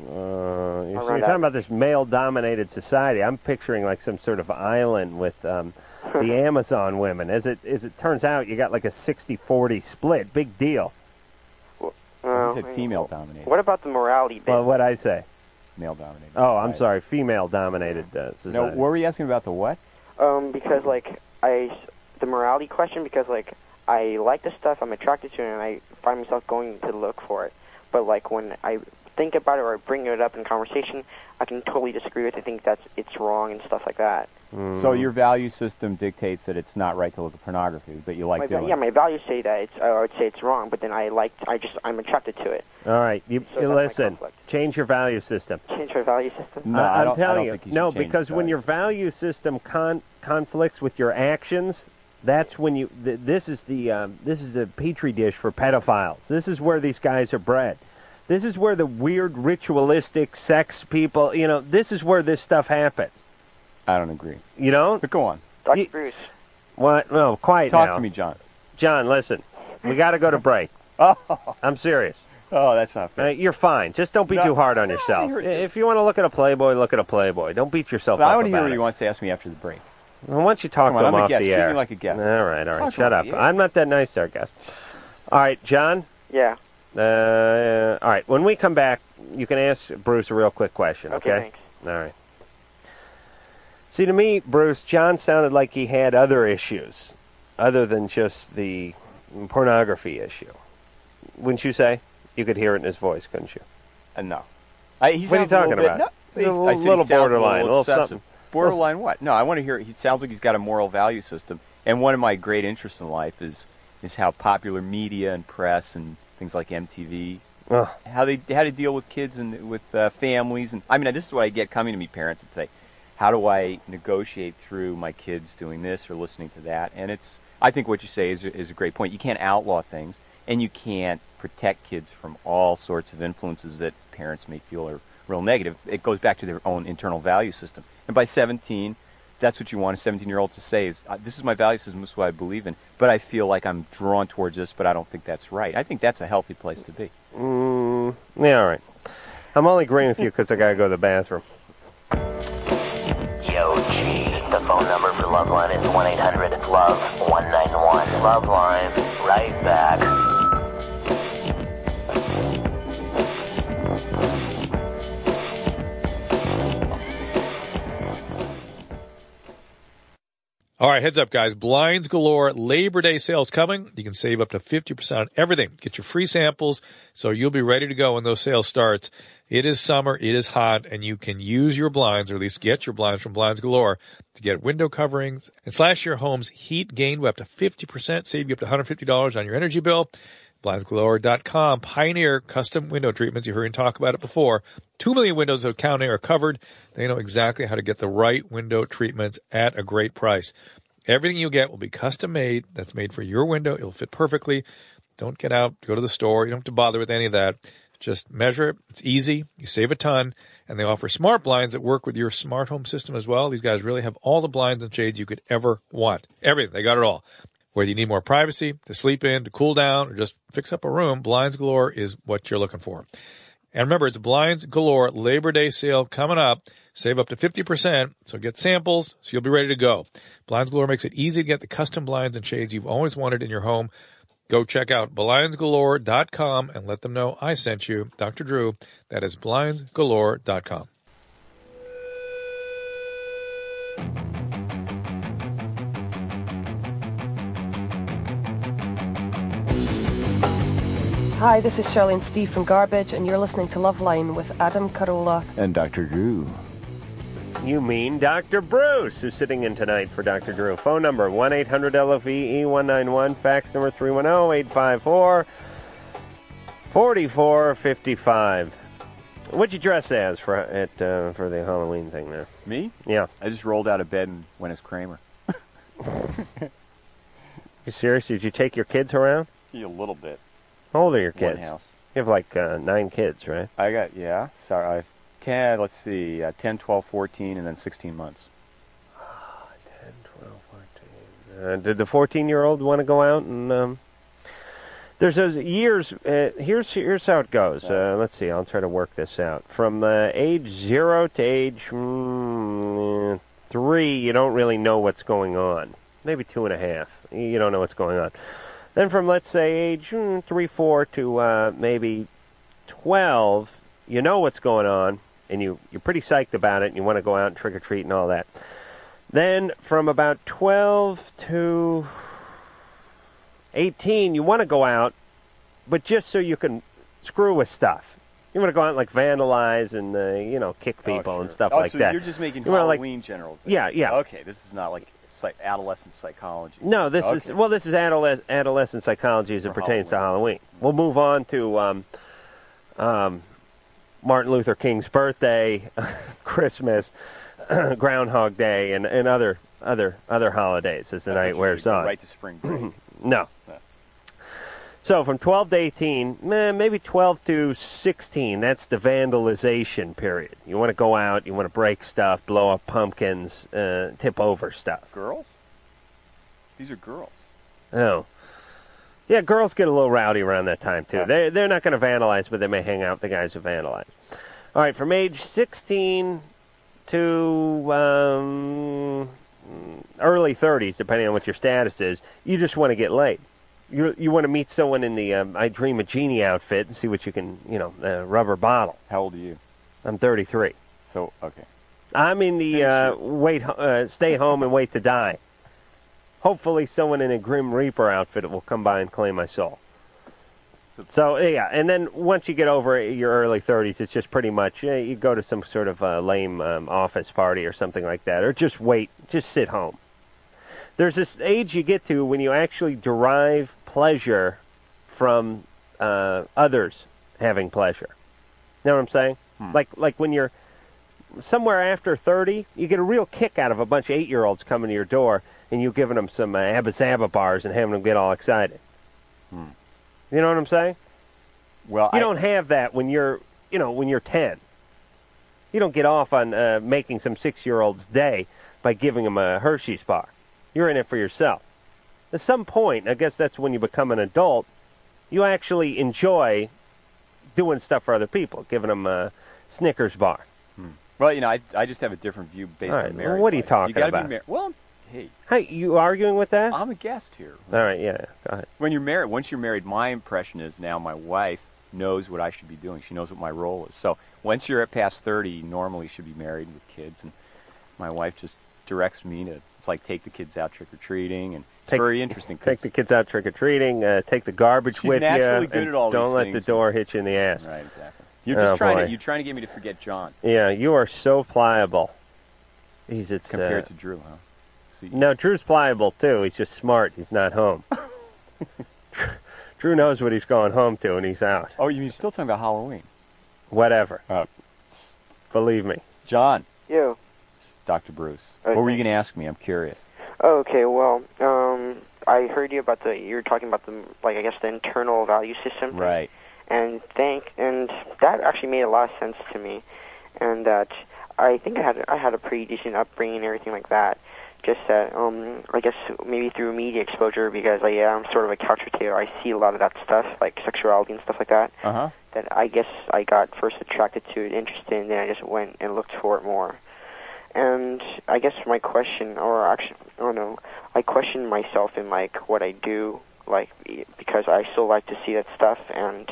Speaker 3: Uh, you're,
Speaker 12: Around
Speaker 3: you're
Speaker 12: that.
Speaker 3: talking about this male-dominated society. I'm picturing like some sort of island with um, the Amazon women. As it as it turns out, you got like a 60-40 split. Big deal.
Speaker 12: Uh,
Speaker 8: said female dominated.
Speaker 12: What about the morality bit?
Speaker 3: Well, what I say?
Speaker 8: Male dominated.
Speaker 3: Oh, I'm sorry, female-dominated uh, society.
Speaker 8: No, what were you asking about the what?
Speaker 12: Um, because like I, the morality question, because like I like the stuff I'm attracted to, and I find myself going to look for it. But like when I think about it or I bring it up in conversation, I can totally disagree with. it. I think that's it's wrong and stuff like that.
Speaker 8: So your value system dictates that it's not right to look at pornography, but you like
Speaker 12: my, va-
Speaker 8: doing
Speaker 12: yeah,
Speaker 8: it.
Speaker 12: my values say that it's. I would say it's wrong, but then I like. I just I'm attracted to it.
Speaker 3: All right, you,
Speaker 12: So
Speaker 3: you
Speaker 12: that's my
Speaker 3: listen. Change your value system.
Speaker 12: Change my value system.
Speaker 8: No, I
Speaker 3: I, am
Speaker 8: don't- I
Speaker 3: telling
Speaker 8: don't
Speaker 3: you,
Speaker 8: think you should
Speaker 3: no,
Speaker 8: change
Speaker 3: because when your value system con- conflicts with your actions, that's when you. Th- this is the um, this is a petri dish for pedophiles. This is where these guys are bred. This is where the weird ritualistic sex people. You know, this is where this stuff happens.
Speaker 8: I don't agree.
Speaker 3: You don't?
Speaker 8: But go on.
Speaker 12: Dr. Bruce.
Speaker 3: What? No, quiet
Speaker 8: Talk
Speaker 3: now.
Speaker 8: to me, John.
Speaker 3: John. Listen, we got to go to break.
Speaker 8: [LAUGHS] Oh,
Speaker 3: I'm serious.
Speaker 8: oh, that's not
Speaker 3: Uh,
Speaker 8: fair.
Speaker 3: you're fine. Just don't be
Speaker 8: No.
Speaker 3: too hard on yourself.
Speaker 8: you're-
Speaker 3: If you want to look at a Playboy, look at a Playboy. Don't beat yourself
Speaker 8: But I
Speaker 3: up
Speaker 8: want to hear
Speaker 3: about
Speaker 8: what
Speaker 3: it.
Speaker 8: he wants to ask me after the break.
Speaker 3: Well, why don't you talk
Speaker 8: Come on,
Speaker 3: to him
Speaker 8: I'm a
Speaker 3: off
Speaker 8: guest.
Speaker 3: the
Speaker 8: Treat me
Speaker 3: air?
Speaker 8: like a guest.
Speaker 3: All right, all right.
Speaker 8: Talk to
Speaker 3: Shut
Speaker 8: him
Speaker 3: up.
Speaker 8: off the air.
Speaker 3: I'm not that nice there, guest. All right, John.
Speaker 12: Yeah.
Speaker 3: Uh, all right. When we come back, you can ask Bruce a real quick question. Okay.
Speaker 12: Okay, thanks.
Speaker 3: All right. See, to me, Bruce, John sounded like he had other issues, other than just the pornography issue. Wouldn't you say? You could hear it in his voice, couldn't you?
Speaker 8: Uh, no. I, he
Speaker 3: What are you
Speaker 8: sounds
Speaker 3: talking
Speaker 8: a little bit-
Speaker 3: about?
Speaker 8: No,
Speaker 3: He's a
Speaker 8: he's-
Speaker 3: little-
Speaker 8: I said he
Speaker 3: little
Speaker 8: sounds
Speaker 3: borderline, a little
Speaker 8: obsessive.
Speaker 3: something.
Speaker 8: Borderline what? No, I want to hear. He sounds like he's got a moral value system. And one of my great interests in life is is how popular media and press and things like MTV,
Speaker 3: Ugh.
Speaker 8: how they how to deal with kids and with uh, families. And I mean, this is what I get coming to me, parents, and say, how do I negotiate through my kids doing this or listening to that? And it's I think what you say is is a great point. You can't outlaw things, and you can't protect kids from all sorts of influences that parents may feel are real negative. It goes back to their own internal value system. And by 17, that's what you want a 17 year old to say is uh, this is my value system this is what i believe in but i feel like i'm drawn towards this but i don't think that's right i think that's a healthy place to be
Speaker 3: Mm, yeah, all right. I'm only agreeing
Speaker 8: [LAUGHS]
Speaker 3: with you because I gotta go to the bathroom.
Speaker 7: Yo, G. The phone number for Loveline is 1 800 Love 191. Loveline, right back.
Speaker 13: All right, heads up, guys. Blinds Galore Labor Day sales coming. You can save up to 50% on everything. Get your free samples so you'll be ready to go when those sales starts. It is summer, it is hot, and you can use your blinds, or at least get your blinds from Blinds Galore to get window coverings and slash your home's heat gain by up to 50%, save you up to $150 on your energy bill. BlindsGlore.com. Pioneer custom window treatments. You've heard me talk about it before. Two million windows of county are covered. They know exactly how to get the right window treatments at a great price. Everything you get will be custom made. That's made for your window. It'll fit perfectly. Don't get out, go to the store. You don't have to bother with any of that. Just measure it. It's easy. You save a ton. And they offer smart blinds that work with your smart home system as well. These guys really have all the blinds and shades you could ever want. Everything. They got it all. Whether you need more privacy, to sleep in, to cool down, or just fix up a room, Blinds Galore is what you're looking for. And remember, it's Blinds Galore Labor Day sale coming up. Save up to 50%, so get samples so you'll be ready to go. Blinds Galore makes it easy to get the custom blinds and shades you've always wanted in your home. Go check out blindsgalore.com and let them know I sent you. Dr. Drew, that is blindsgalore.com.
Speaker 14: Hi, this is Charlene Steve from Garbage, and you're listening to Loveline with Adam Carolla.
Speaker 3: And Dr. Drew. You mean Dr. Bruce, who's sitting in tonight for Dr. Drew. Phone number 1 800 LFE 191, fax number 310 854 4455. What'd you dress as for, at, uh, for the Halloween thing there?
Speaker 8: Me?
Speaker 3: Yeah.
Speaker 8: I just rolled out of bed and went as Kramer. [LAUGHS]
Speaker 3: You serious? Did you take your kids around?
Speaker 8: a little bit.
Speaker 3: How old are your
Speaker 8: One
Speaker 3: kids?
Speaker 8: house.
Speaker 3: You have like uh, nine kids, right?
Speaker 8: I got, yeah, sorry. I've 10, let's see, uh, 10, 12, 14, and then 16 months.
Speaker 3: Uh, did the 14 year old want to go out and um, there's those years uh, here's here's how it goes uh, let's see i'll try to work this out from uh, age zero to age mm, three you don't really know what's going on maybe two and a half you don't know what's going on then from let's say age mm, three four to uh, maybe 12 you know what's going on and you you're pretty psyched about it and you want to go out and trick or treat and all that then from about 12 to 18, you want to go out, but just so you can screw with stuff. You want to go out and like vandalize and uh, you know kick people and stuff
Speaker 8: oh,
Speaker 3: like
Speaker 8: so
Speaker 3: that.
Speaker 8: you're just making
Speaker 3: You wanna, like-
Speaker 8: Halloween generals.
Speaker 3: Yeah, yeah.
Speaker 8: Okay, this is not like psych- adolescent psychology.
Speaker 3: no, this
Speaker 8: Okay.
Speaker 3: is well, this is adoles- adolescent psychology as it pertains to Halloween. We'll move on to um, um, Martin Luther King's birthday, [LAUGHS] Christmas, [CLEARS THROAT] Groundhog Day, and, and other other other holidays as the night wears on.
Speaker 8: Right to spring break.
Speaker 3: [CLEARS THROAT] No. So from 12 to 18, meh, maybe 12 to 16, that's the vandalization period. You want to go out, you want to break stuff, blow up pumpkins, uh, tip over stuff.
Speaker 8: girls? These are girls.
Speaker 3: Oh. Yeah, girls get a little rowdy around that time, too. They, they're not going to vandalize, but they may hang out with the guys who vandalize. All right, from age 16 to um, early 30s, depending on what your status is, you just want to get laid. You, you want to meet someone in the um, I Dream a Genie outfit and see what you can, you know, uh, rubber bottle.
Speaker 8: How old are you?
Speaker 3: I'm 33.
Speaker 8: So, okay.
Speaker 3: I'm in the uh, wait, uh, stay home and wait to die. Hopefully, someone in a Grim Reaper outfit will come by and claim my soul. So yeah, and then once you get over your early 30s, it's just pretty much eh, you go to some sort of uh, lame um, office party or something like that, or just wait, just sit home. There's this age you get to when you actually derive pleasure from uh, others having pleasure. You know what I'm saying? Like like when you're somewhere after 30, you get a real kick out of a bunch of eight year olds coming to your door and you giving them some uh, Abba Saba bars and having them get all excited. You know what I'm saying?
Speaker 8: Well,
Speaker 3: you don't have that when you're, you know, when you're 10. You don't get off on uh, making some six year old's day by giving them a Hershey's bar. You're in it for yourself. At some point, I guess that's when you become an adult, you actually enjoy doing stuff for other people, giving them a Snickers bar.
Speaker 8: Well, you know, I, I just have a different view based
Speaker 3: All right,
Speaker 8: on
Speaker 3: well,
Speaker 8: marriage.
Speaker 3: what are you
Speaker 8: life.
Speaker 3: talking
Speaker 8: you gotta
Speaker 3: about?
Speaker 8: Be mar- well, hey,
Speaker 3: Hey, you arguing with that?
Speaker 8: I'm a guest here.
Speaker 3: All right, yeah, go ahead.
Speaker 8: When you're married, once you're married, my impression is now my wife knows what I should be doing. She knows what my role is. So once you're at past 30, you normally should be married with kids, and my wife just directs me to. It's like take the kids out trick or treating, and it's very interesting. 'cause
Speaker 3: Take the kids out trick or treating. Uh, take the garbage
Speaker 8: She's
Speaker 3: with you.
Speaker 8: naturally good
Speaker 3: and
Speaker 8: at all these
Speaker 3: don't let
Speaker 8: things.
Speaker 3: the door hit you in the ass.
Speaker 8: Right, exactly. You're just
Speaker 3: Oh,
Speaker 8: trying
Speaker 3: boy.
Speaker 8: to you're trying to get me to forget John
Speaker 3: Yeah, you are so pliable. He's it's
Speaker 8: compared
Speaker 3: uh,
Speaker 8: to Drew, huh?
Speaker 3: No, Drew's pliable too. He's just smart. He's not
Speaker 8: [LAUGHS]
Speaker 3: home. [LAUGHS] Drew knows what he's going home to, and he's out.
Speaker 8: Oh, you mean you're still talking about Halloween? Oh.
Speaker 3: Whatever. Believe me,
Speaker 8: John,
Speaker 12: Yeah.
Speaker 8: Dr. Bruce. What were you going to ask me? I'm curious.
Speaker 12: Okay, well, um, I heard you about the you were talking about the like I guess the internal value system.
Speaker 8: Right.
Speaker 12: And thank and that actually made a lot of sense to me, and that I think I had I had a pretty decent upbringing and everything like that. Just that um, I guess maybe through media exposure because like, yeah, I'm sort of a couch potato. I see a lot of that stuff like sexuality and stuff like that.
Speaker 8: Uh
Speaker 3: uh-huh.
Speaker 8: huh.
Speaker 12: That I guess I got first attracted to it, interested, and then I just went and looked for it more. And I guess my question, or actually, I don't know, I question myself in like what I do, like be- because I still like to see that stuff, and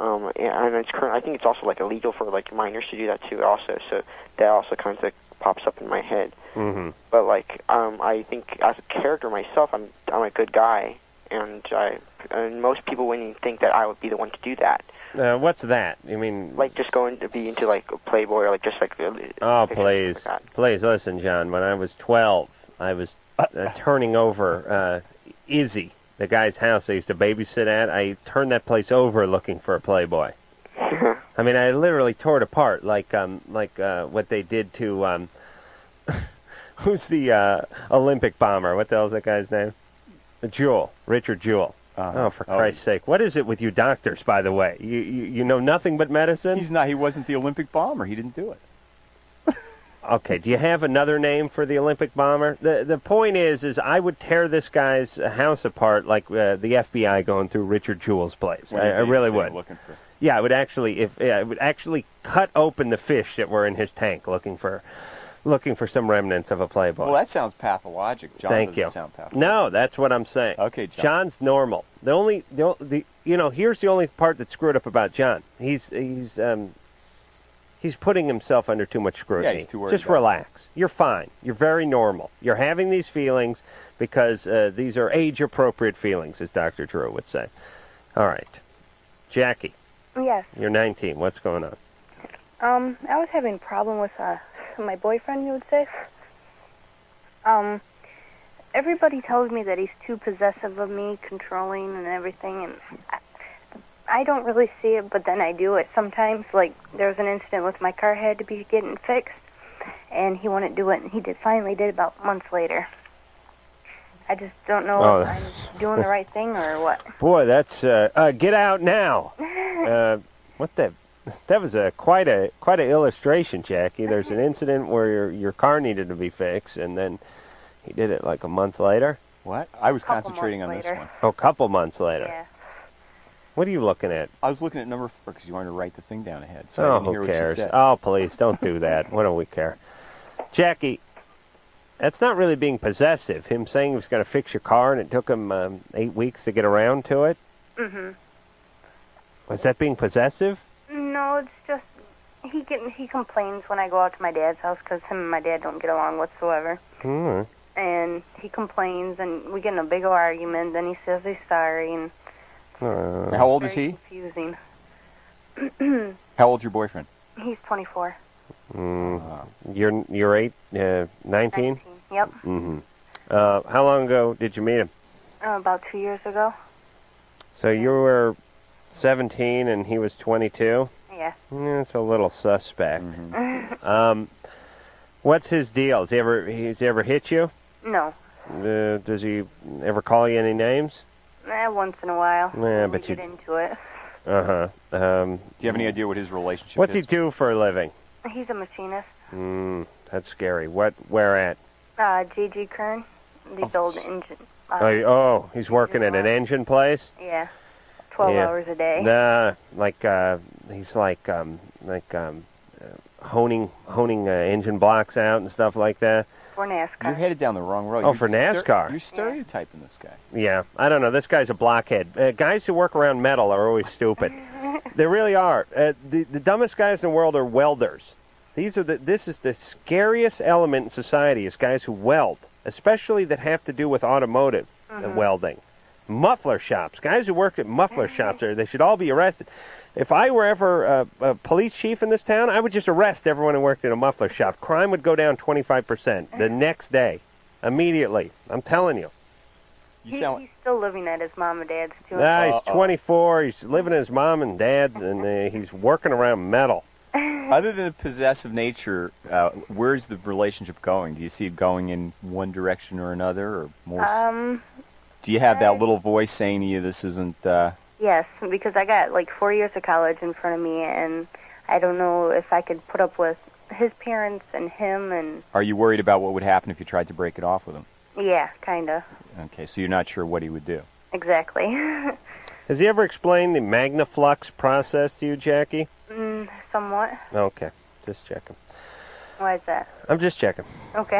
Speaker 12: um, and- and it's current. I think it's also like illegal for like minors to do that too, also. So that also kind of pops up in my head.
Speaker 3: Mm-hmm.
Speaker 12: But like, um, I think as a character myself, I'm I'm a good guy, and I and most people wouldn't think that I would be the one to do that.
Speaker 3: Uh, what's that? I mean,
Speaker 12: Like just going to be into like a Playboy or like just like the-
Speaker 3: oh please, please listen, John. When I was twelve, I was uh, turning over uh, Izzy, the guy's house I used to babysit at. I turned that place over looking for a Playboy. I mean, I literally tore it apart, like um, like uh, what they did to um, [LAUGHS] who's the uh, Olympic bomber? What the hell's that guy's name? Jewel, Richard Jewel. Oh, for
Speaker 8: Oh.
Speaker 3: Christ's sake! What is it with you doctors, by the way? You you, you know nothing but medicine.
Speaker 8: He's not. He wasn't the Olympic bomber. He didn't do it.
Speaker 3: [LAUGHS] Okay, do you have another name for the Olympic bomber? The the point is, is I would tear this guy's house apart like uh, the FBI going through Richard Jewell's place. I,
Speaker 8: When you're
Speaker 3: I really
Speaker 8: babysitting,
Speaker 3: would.
Speaker 8: Looking for.
Speaker 3: Yeah, I would actually if yeah, I would actually cut open the fish that were in his tank looking for looking for some remnants of a Playboy.
Speaker 8: Well, that sounds pathologic. John
Speaker 3: Thank
Speaker 8: doesn't
Speaker 3: you.
Speaker 8: sound pathologic.
Speaker 3: No, that's what I'm saying.
Speaker 8: Okay, John.
Speaker 3: John's normal. The only the, o- the you know here's the only part that's screwed up about John. He's he's um he's putting himself under too much scrutiny.
Speaker 8: Yeah, he's too worried
Speaker 3: Just
Speaker 8: about it.
Speaker 3: relax. You're fine. You're very normal. You're having these feelings because uh, these are age appropriate feelings, as Dr. Drew would say. All right, Jackie,
Speaker 15: Yes.
Speaker 3: you're 19. What's going on?
Speaker 15: Um, I was having a problem with uh, my boyfriend, you would say. Um, everybody tells me that he's too possessive of me, controlling and everything, and I, I don't really see it, but then I do it sometimes. Like, there was an incident with my car had to be getting fixed, and he wouldn't do it, and he did finally did about months later. I just don't know
Speaker 3: Oh,
Speaker 15: if I'm doing
Speaker 3: [LAUGHS]
Speaker 15: the right thing or what.
Speaker 3: Boy, that's uh, uh, get out now. Uh, what the? That was a quite a quite an illustration, Jackie. There's an incident where your your car needed to be fixed, and then he did it like a month later.
Speaker 8: What? I was
Speaker 15: Couple
Speaker 8: concentrating on
Speaker 15: months
Speaker 8: this
Speaker 15: later.
Speaker 8: one.
Speaker 3: Oh, a couple months later.
Speaker 15: Yeah.
Speaker 3: What are you looking at?
Speaker 8: I was looking at number four because you wanted to write the thing down ahead. So I
Speaker 3: oh,
Speaker 8: didn't hear
Speaker 3: who cares?
Speaker 8: What you said.
Speaker 3: Oh, please don't do that. what do we care? Jackie, that's not really being possessive. Him saying he was going to fix your car, and it took him um, eight weeks to get around to it.
Speaker 15: Mm-hmm.
Speaker 3: Was that being possessive?
Speaker 15: No, it's just he get, he complains when I go out to my dad's house 'cause him and my dad don't get along whatsoever,
Speaker 3: Hmm.
Speaker 15: and he complains and we get in a big old argument. Then he says he's sorry and
Speaker 3: Uh,
Speaker 8: How old is
Speaker 15: very
Speaker 8: he?
Speaker 15: Confusing. [CLEARS THROAT]
Speaker 8: How old's your boyfriend? Uh,
Speaker 15: he's 24.
Speaker 3: Mm, you're you're eight, uh, nineteen.
Speaker 15: Yep,
Speaker 3: Mm-hmm. Uh, how long ago did you meet him?
Speaker 15: uh, about two years ago.
Speaker 3: So you were seventeen and he was twenty-two.
Speaker 15: Yeah.
Speaker 3: It's a little suspect.
Speaker 15: Mm-hmm.
Speaker 3: Um, what's his deal? Has he ever he's ever hit you?
Speaker 15: no,
Speaker 3: Uh, does he ever call you any names?
Speaker 15: eh, once in a while.
Speaker 3: Yeah,
Speaker 15: when
Speaker 3: but
Speaker 15: we
Speaker 3: you-
Speaker 15: get into it.
Speaker 3: Uh huh. Um,
Speaker 8: Do you have any idea what his relationship
Speaker 3: what's he
Speaker 8: is?
Speaker 3: do for a living?
Speaker 15: He's a machinist.
Speaker 3: Mm, That's scary. What? Where at?
Speaker 15: Uh, G.G. Kern, the old engine. Uh,
Speaker 3: oh, you- oh, he's working at an engine place.
Speaker 15: Yeah, 12
Speaker 3: Yeah.
Speaker 15: hours a day.
Speaker 3: Nah, like uh, he's like um, like um, uh, honing honing uh, engine blocks out and stuff like that.
Speaker 15: For NASCAR.
Speaker 8: You're headed down the wrong road.
Speaker 3: Oh,
Speaker 8: You're
Speaker 3: for
Speaker 8: ster-
Speaker 3: NASCAR.
Speaker 8: you're stereotyping this
Speaker 15: [LAUGHS]
Speaker 8: guy.
Speaker 3: Yeah, I don't know. This guy's a blockhead. Uh, guys who work around metal are always stupid. they really are. Uh, the, the dumbest guys in the world are welders. These are the, this is the scariest element in society is guys who weld, especially that have to do with automotive uh,
Speaker 16: Mhm.
Speaker 3: welding. Muffler shops. Guys who work at muffler shops are they should all be arrested. If I were ever a, a police chief in this town, I would just arrest everyone who worked in a muffler shop. Crime would go down 25% the next day, immediately. I'm telling you.
Speaker 15: He, he's still living at his mom and dad's, too.
Speaker 3: Nah, he's 24. He's living at his mom and dad's, and uh, he's working around metal.
Speaker 8: Other than the possessive nature, uh, where's the relationship going? Do you see it going in one direction or another, or more?
Speaker 15: Um,
Speaker 8: do you have
Speaker 15: uh,
Speaker 8: that little voice saying to you, "This isn't"? Uh,
Speaker 15: yes, because I got like four years of college in front of me, and I don't know if I could put up with his parents and him, and
Speaker 8: are you worried about what would happen if you tried to break it off with him?
Speaker 15: yeah, kind of.
Speaker 8: Okay, so you're not sure what he would do.
Speaker 15: Exactly. [LAUGHS]
Speaker 3: Has he ever explained the magnaflux process to you, Jackie?
Speaker 15: mm, somewhat.
Speaker 3: Okay, just checking.
Speaker 15: Why is that?
Speaker 3: I'm just checking.
Speaker 15: Okay.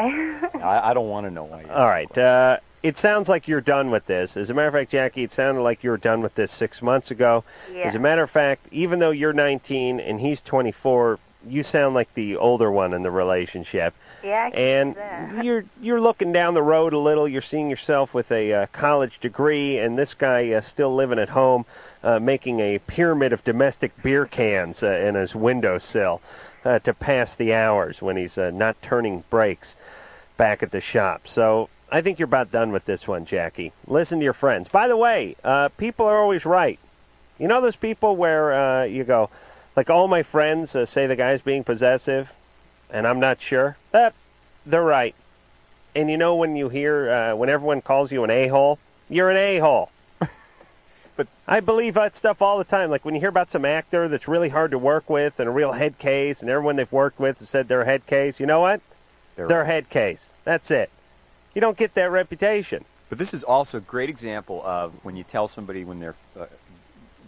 Speaker 8: [LAUGHS]
Speaker 15: [LAUGHS]
Speaker 8: I, I don't want to know why.
Speaker 3: All right. Uh, it sounds like you're done with this. As a matter of fact, Jackie, it sounded like you were done with this six months ago.
Speaker 15: Yeah.
Speaker 3: As a matter of fact, even though you're 19 and he's 24, you sound like the older one in the relationship.
Speaker 15: yeah, I can
Speaker 3: and you're you're looking down the road a little. You're seeing yourself with a uh, college degree, and this guy uh, still living at home, uh, making a pyramid of domestic beer cans uh, in his windowsill uh, to pass the hours when he's uh, not turning breaks back at the shop. So I think you're about done with this one, Jackie. Listen to your friends. By the way, uh, people are always right. You know those people where uh, you go, like all my friends uh, say the guy's being possessive, and I'm not sure. Uh, they're right. And you know when you hear uh, when everyone calls you an a-hole, you're an a-hole. but I believe that stuff all the time. Like when you hear about some actor that's really hard to work with and a real head case, and everyone they've worked with has said they're a head case. You know what?
Speaker 8: They're-
Speaker 3: they're a head case. That's it. You don't get that reputation.
Speaker 8: But this is also a great example of when you tell somebody when they're a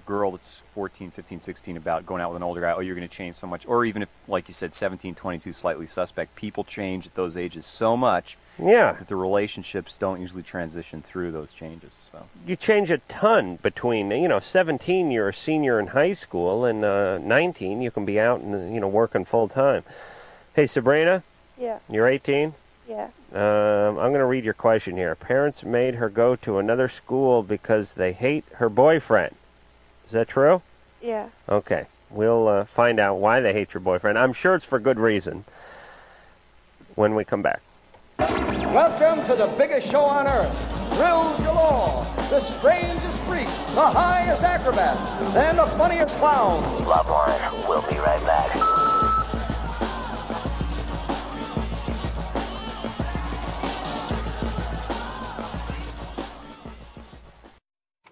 Speaker 8: girl that's 14, 15, 16 about going out with an older guy, oh, you're going to change so much. Or even if, like you said, 17, 22, slightly suspect, people change at those ages so much
Speaker 3: Yeah.
Speaker 8: that the relationships don't usually transition through those changes. So
Speaker 3: you change a ton between you know 17 you're a senior in high school and uh, 19 you can be out and you know working full time hey sabrina
Speaker 11: Yeah.
Speaker 3: you're 18
Speaker 11: Yeah.
Speaker 3: um, i'm going to read your question here parents made her go to another school because they hate her boyfriend is that true
Speaker 11: Yeah.
Speaker 3: okay we'll uh, find out why they hate your boyfriend i'm sure it's for good reason when we come back
Speaker 4: Welcome to the biggest show on earth. Thrills galore. The strangest freaks, the highest acrobats, and the funniest clowns.
Speaker 7: Loveline, we'll be right back.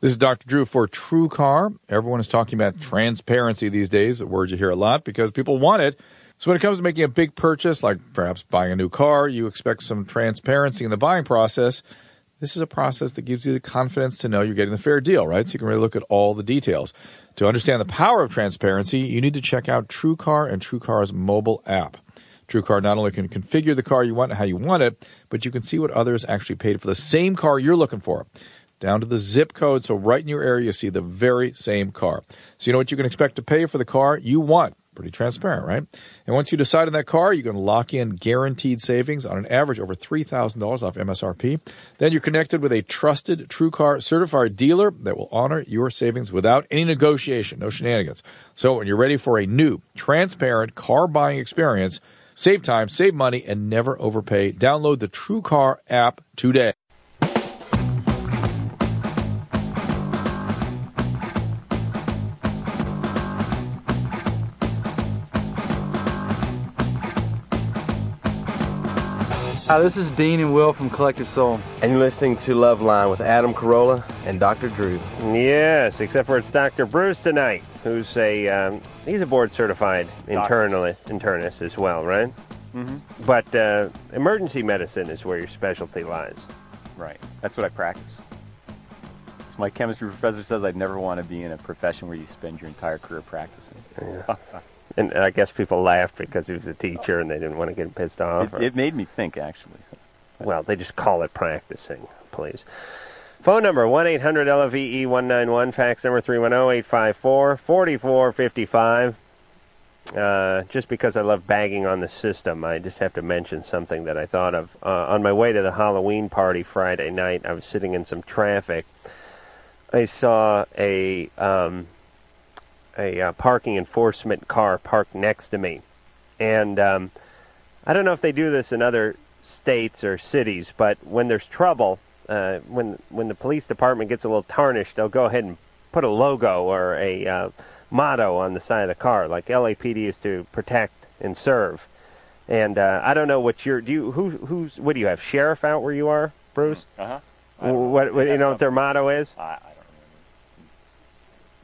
Speaker 13: This is Dr. Drew for True Car. Everyone is talking about transparency these days, a word you hear a lot because people want it. So when it comes to making a big purchase, like perhaps buying a new car, you expect some transparency in the buying process. This is a process that gives you the confidence to know you're getting the fair deal, right? So you can really look at all the details. To understand the power of transparency, you need to check out True Car and True Car's mobile app. TrueCar not only can configure the car you want and how you want it, but you can see what others actually paid for the same car you're looking for, down to the zip code. So right in your area, you see the very same car. So you know what you can expect to pay for the car you want. Pretty transparent, right? And once you decide on that car, you can lock in guaranteed savings on an average over $3,000 off MSRP. Then you're connected with a trusted TrueCar certified dealer that will honor your savings without any negotiation, no shenanigans. So when you're ready for a new, transparent car buying experience, Save time, save money, and never overpay. Download the TrueCar app today.
Speaker 17: Hi, this is Dean and Will from Collective Soul.
Speaker 5: And you're listening to Love Line with Adam Carolla and Dr. Drew.
Speaker 3: Yes, except for it's Dr. Bruce tonight, who's a um, he's a board certified
Speaker 5: Doctor. Mm-hmm.
Speaker 3: internalist, internist as well, right? But uh, emergency medicine is where your specialty lies.
Speaker 8: Right. That's what I practice. So my chemistry professor says I'd never want to be in a profession where you spend your entire career practicing.
Speaker 3: And I guess people laughed because he was a teacher and they didn't want to get him pissed off.
Speaker 8: It- it made me think, actually.
Speaker 3: Well, they just call it practicing, please. Phone number 1 800 LVE 191, fax number 310 854 4455. Uh, just because I love bagging on the system, I just have to mention something that I thought of. Uh, on my way to the Halloween party Friday night, I was sitting in some traffic. I saw a um, a uh, parking enforcement car parked next to me, and um, I don't know if they do this in other states or cities, but when there's trouble, uh, when when the police department gets a little tarnished, they'll go ahead and put a logo or a uh, motto on the side of the car, like LAPD is to protect and serve. And uh, I don't know what your do you who who's what do you have sheriff out where you are, Bruce?
Speaker 8: Uh-huh.
Speaker 3: What, what you know what their motto is?
Speaker 8: I, I don't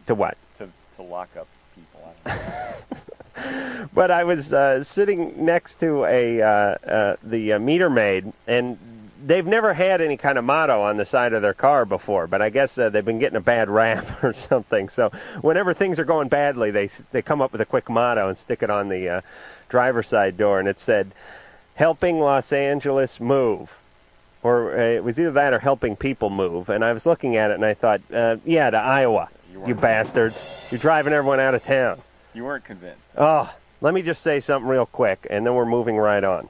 Speaker 3: To what?
Speaker 8: [LAUGHS] to to lock up people. I don't know.
Speaker 3: [LAUGHS] but I was uh, sitting next to a uh, uh, the uh, meter maid, and they've never had any kind of motto on the side of their car before. But I guess uh, they've been getting a bad [LAUGHS] rap or something. So whenever things are going badly, they they come up with a quick motto and stick it on the uh, driver's side door, and it said, "Helping Los Angeles move." Or uh, it was either that or helping people move. And I was looking at it and I thought, uh, yeah, to Iowa, you bastards. You're driving everyone out of town.
Speaker 8: you weren't convinced.
Speaker 3: Oh, let me just say something real quick, and then we're moving right on.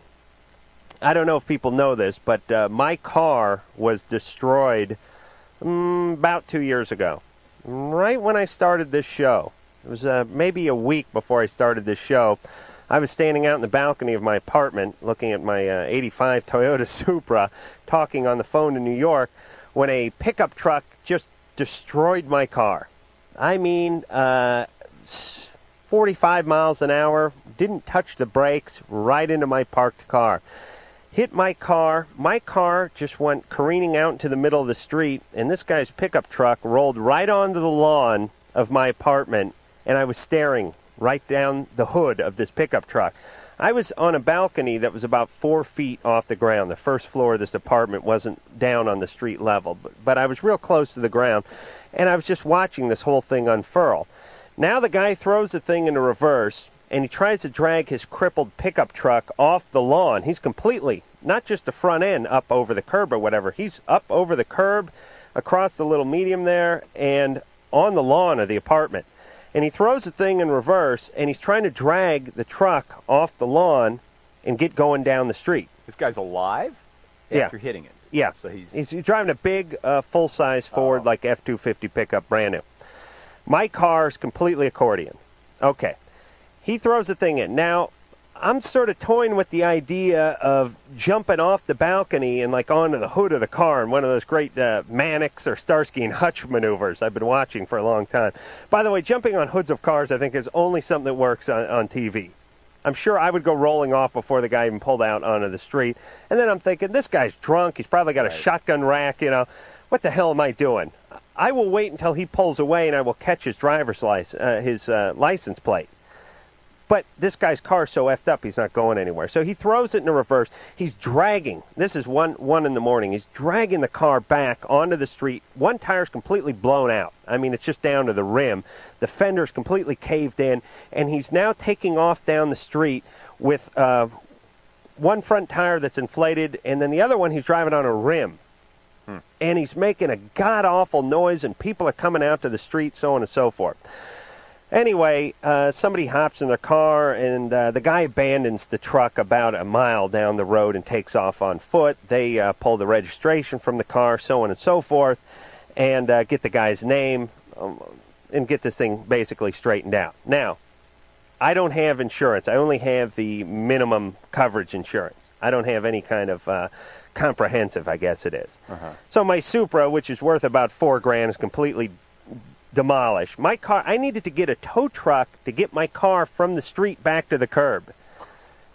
Speaker 3: I don't know if people know this, but uh, my car was destroyed mm, about two years ago, right when I started this show. It was uh, maybe a week before I started this show. I was standing out in the balcony of my apartment, looking at my uh, '85 Toyota [LAUGHS] Supra, talking on the phone in New York, when a pickup truck just destroyed my car. I mean, uh, 45 miles an hour, didn't touch the brakes, right into my parked car. Hit my car. My car just went careening out into the middle of the street, and this guy's pickup truck rolled right onto the lawn of my apartment, and I was staring right down the hood of this pickup truck. I was on a balcony that was about four feet off the ground. The first floor of this apartment wasn't down on the street level, but, but I was real close to the ground, and I was just watching this whole thing unfurl. Now the guy throws the thing into reverse and he tries to drag his crippled pickup truck off the lawn. He's completely, not just the front end up over the curb or whatever, he's up over the curb, across the little medium there, and on the lawn of the apartment. And he throws the thing in reverse and he's trying to drag the truck off the lawn and get going down the street.
Speaker 8: This guy's alive
Speaker 3: Yeah.
Speaker 8: after hitting it.
Speaker 3: Yeah. So he's he's, driving a big uh, full size
Speaker 8: Oh.
Speaker 3: Ford like F two fifty pickup, brand new. My car's completely accordion. Okay. He throws the thing in. Now I'm sort of toying with the idea of jumping off the balcony and like onto the hood of the car in one of those great uh, Mannix or Starsky and Hutch maneuvers I've been watching for a long time. By the way, jumping on hoods of cars I think is only something that works on, on TV. I'm sure I would go rolling off before the guy even pulled out onto the street. And then I'm thinking, this guy's drunk. He's probably got a shotgun rack, you know. What the hell am I doing? I will wait until he pulls away and I will catch his driver's license, uh, his uh, license plate. But this guy's car's so effed up, he's not going anywhere. So he throws it into reverse. He's dragging. This is one one in the morning. He's dragging the car back onto the street. One tire's completely blown out. I mean, it's just down to the rim. The fender's completely caved in, and he's now taking off down the street with uh, one front tire that's inflated, and then the other one he's driving on a rim and he's making a god awful noise, and people are coming out to the street, so on and so forth. Anyway, uh, somebody hops in their car, and uh, the guy abandons the truck about a mile down the road and takes off on foot. They uh, pull the registration from the car, so on and so forth, and uh, get the guy's name um, and get this thing basically straightened out. Now, I don't have insurance. I only have the minimum coverage insurance. I don't have any kind of uh, comprehensive, I guess it is.
Speaker 8: Uh-huh.
Speaker 3: So my Supra, which is worth about four grand, is completely demolished. My car, I needed to get a tow truck to get my car from the street back to the curb.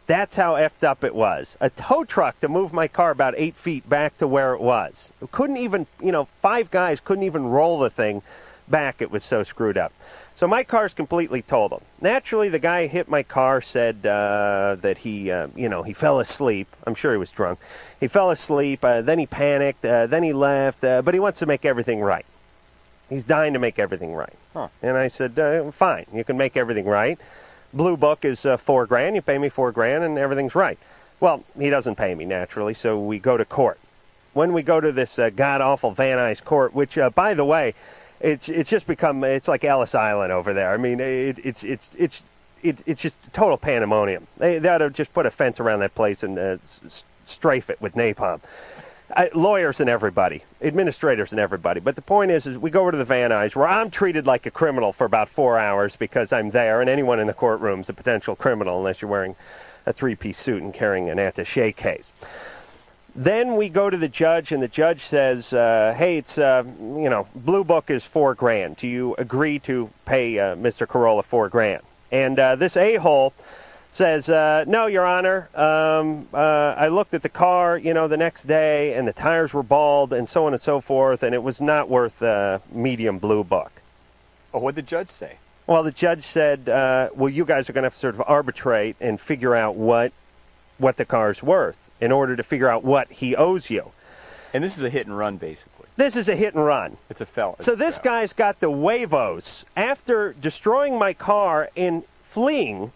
Speaker 3: That's how effed up it was. A tow truck to move my car about eight feet back to where it was. Couldn't even, you know, five guys couldn't even roll the thing back it was so screwed up. So my car's completely totaled. Naturally, the guy hit my car said uh, that he, uh, you know, he fell asleep. I'm sure he was drunk. He fell asleep. Uh, then he panicked. Uh, then he left. Uh, but he wants to make everything right. He's dying to make everything right. And I said, uh, fine, you can make everything right. Blue Book is uh, four grand. You pay me four grand, and everything's right. Well, he doesn't pay me naturally, so we go to court. When we go to this uh, god awful Van Nuys court, which, uh, by the way, it's it's just become it's like Ellis Island over there. I mean, it, it's it's it's it, it's just total pandemonium. They, they ought to just put a fence around that place and uh, s- s- strafe it with napalm. I, lawyers and everybody, administrators and everybody. But the point is, is we go over to the Van Nuys where I'm treated like a criminal for about four hours because I'm there, and anyone in the courtroom's a potential criminal unless you're wearing a three-piece suit and carrying an attaché case then we go to the judge, and the judge says, uh, "Hey, it's uh, you know, Blue Book is four grand. Do you agree to pay uh, Mr. Corolla four grand?" And uh, this a-hole says, uh, "No, Your Honor. Um, uh, I looked at the car, you know, the next day, and the tires were bald, and so on and so forth, and it was not worth uh, medium Blue Book."
Speaker 8: Oh, what'd the judge say?
Speaker 3: Well, the judge said, uh, "Well, you guys are going to have to sort of arbitrate and figure out what what the car's worth in order to figure out what he owes you."
Speaker 8: And this is a hit and run, basically.
Speaker 3: This is a hit and run.
Speaker 8: It's a fell.
Speaker 3: So this guy's got the huevos after destroying my car and fleeing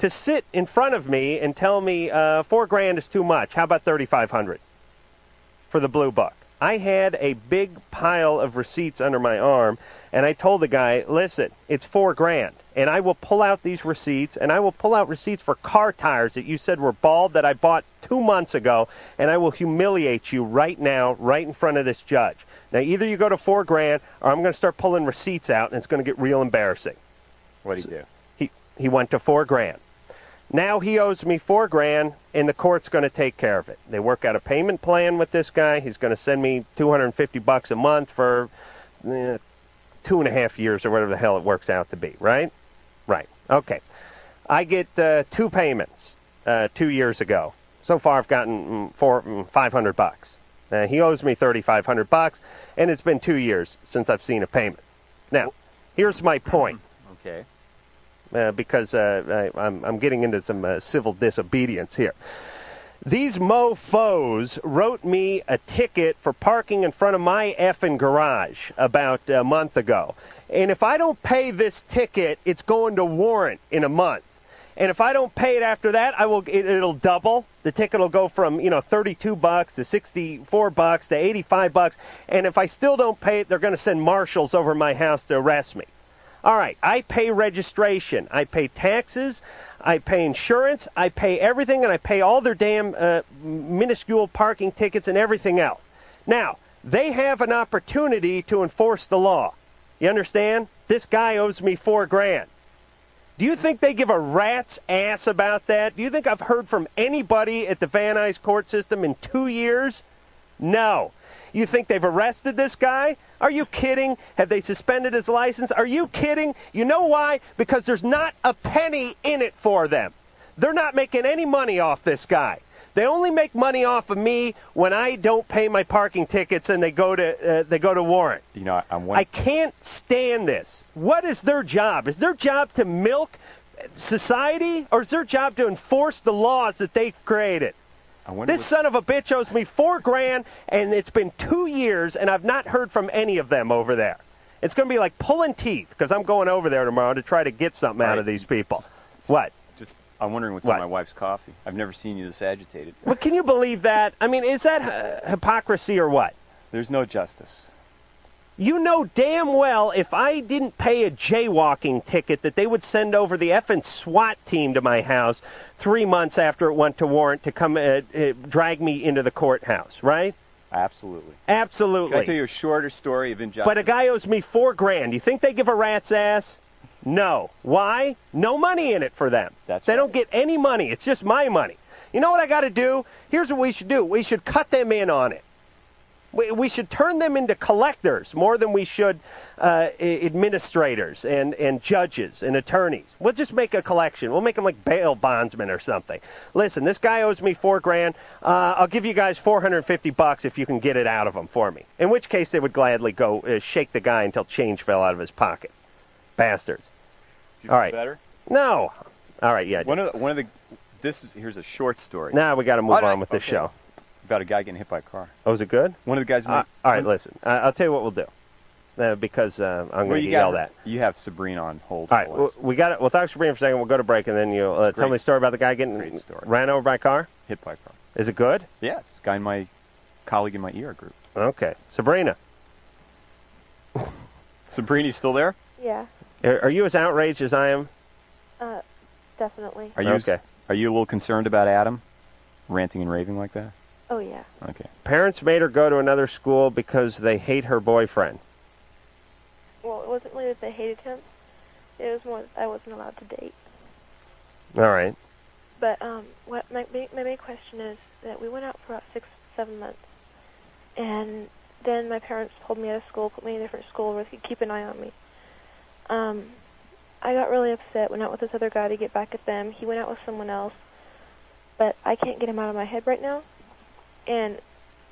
Speaker 3: to sit in front of me and tell me uh, four grand is too much. How about thirty five hundred for the blue buck? I had a big pile of receipts under my arm, and I told the guy, "Listen, it's four grand, and I will pull out these receipts, and I will pull out receipts for car tires that you said were bald that I bought two months ago, and I will humiliate you right now, right in front of this judge." Now, either you go to four grand, or I'm going to start pulling receipts out, and it's going to get real embarrassing.
Speaker 8: What'd he do?
Speaker 3: He he went to four grand. Now he owes me four grand, and the court's going to take care of it. They work out a payment plan with this guy. He's going to send me 250 bucks a month for eh, two and a half years or whatever the hell it works out to be. Right? Right. Okay. I get uh, two payments uh, two years ago. So far, I've gotten mm, four, mm, 500 bucks. Uh, he owes me 3,500 bucks, and it's been two years since I've seen a payment. Now, here's my point
Speaker 8: Okay.
Speaker 3: uh, because uh, I, I'm, I'm getting into some uh, civil disobedience here. These mofos wrote me a ticket for parking in front of my effing garage about a month ago. And if I don't pay this ticket, it's going to warrant in a month. And if I don't pay it after that, I will. It, it'll double. The ticket will go from you know 32 bucks to 64 bucks to 85 bucks. And if I still don't pay it, they're going to send marshals over my house to arrest me. All right, I pay registration, I pay taxes, I pay insurance, I pay everything, and I pay all their damn uh, minuscule parking tickets and everything else. Now, they have an opportunity to enforce the law. You understand? This guy owes me four grand. Do you think they give a rat's ass about that? Do you think I've heard from anybody at the Van Nuys court system in two years? No. You think they've arrested this guy? Are you kidding? Have they suspended his license? Are you kidding? You know why? Because there's not a penny in it for them. They're not making any money off this guy. They only make money off of me when I don't pay my parking tickets and they go to uh, they go to warrant.
Speaker 8: You know, I- I'm
Speaker 3: I can't stand this. What is their job? Is their job to milk society, or is their job to enforce the laws that they've created? This son of a bitch owes me four grand, and it's been two years, and I've not heard from any of them over there. It's going to be like pulling teeth because I'm going over there tomorrow to try to get something out of these people. What?
Speaker 8: Just I'm wondering what's in my wife's coffee. I've never seen you this agitated.
Speaker 3: But can you believe that? I mean, is that uh, hypocrisy or what?
Speaker 8: There's no justice.
Speaker 3: You know damn well if I didn't pay a jaywalking ticket that they would send over the effing SWAT team to my house three months after it went to warrant to come uh, uh, drag me into the courthouse, right?
Speaker 8: Absolutely. Can I tell
Speaker 3: Absolutely.
Speaker 8: you a shorter story of injustice?
Speaker 3: But a guy owes me four grand. You think they give a rat's ass? No. Why? No money in it for them. they don't get any money. It's just my money. You know what I got to do? Here's what we should do. We should cut them in on it. We, we should turn them into collectors more than we should uh, a- administrators and, and judges and attorneys. We'll just make a collection. We'll make them like bail bondsmen or something. Listen, this guy owes me four grand. Uh, I'll give you guys 450 bucks if you can get it out of him for me. In which case, they would gladly go uh, shake the guy until change fell out of his pockets. Bastards. All right.
Speaker 8: Better.
Speaker 3: No. All right. Yeah.
Speaker 8: One of the, one of the this is here's a short story.
Speaker 3: Now we got to move
Speaker 8: Oh, no,
Speaker 3: on with this
Speaker 8: okay.
Speaker 3: show.
Speaker 8: about a guy getting hit by a car.
Speaker 3: Oh, is it good?
Speaker 8: One of the guys.
Speaker 3: Uh, all right, listen. Uh, I'll tell you what we'll do. Uh, because uh, I'm
Speaker 8: Well,
Speaker 3: going to
Speaker 8: you
Speaker 3: yell
Speaker 8: got-
Speaker 3: that.
Speaker 8: You have Sabrina on hold.
Speaker 3: All right,
Speaker 8: for
Speaker 3: w-
Speaker 8: us.
Speaker 3: we got it. We'll talk to Sabrina for a second. We'll go to break, and then you uh, tell
Speaker 8: Great
Speaker 3: me a story about the guy getting ran over by a car.
Speaker 8: hit by a car.
Speaker 3: Is it good?
Speaker 8: Yeah, this guy in my colleague in my ER group.
Speaker 3: Okay, Sabrina,
Speaker 8: [LAUGHS] Sabrina, you still there?
Speaker 16: Yeah,
Speaker 3: are, are you as outraged as I am?
Speaker 16: uh, definitely.
Speaker 8: Are you Are you a little concerned about Adam ranting and raving like that?
Speaker 16: Oh yeah.
Speaker 8: Okay.
Speaker 3: Parents made her go to another school because they hate her boyfriend.
Speaker 16: Well, it wasn't really that they hated him. It was more that I wasn't allowed to date.
Speaker 3: All right.
Speaker 16: But um, what my big, my big question is that we went out for about six, seven months, and then my parents pulled me out of school, put me in a different school where they could keep an eye on me. Um, I got really upset. Went out with this other guy to get back at them. He went out with someone else, but I can't get him out of my head right now. And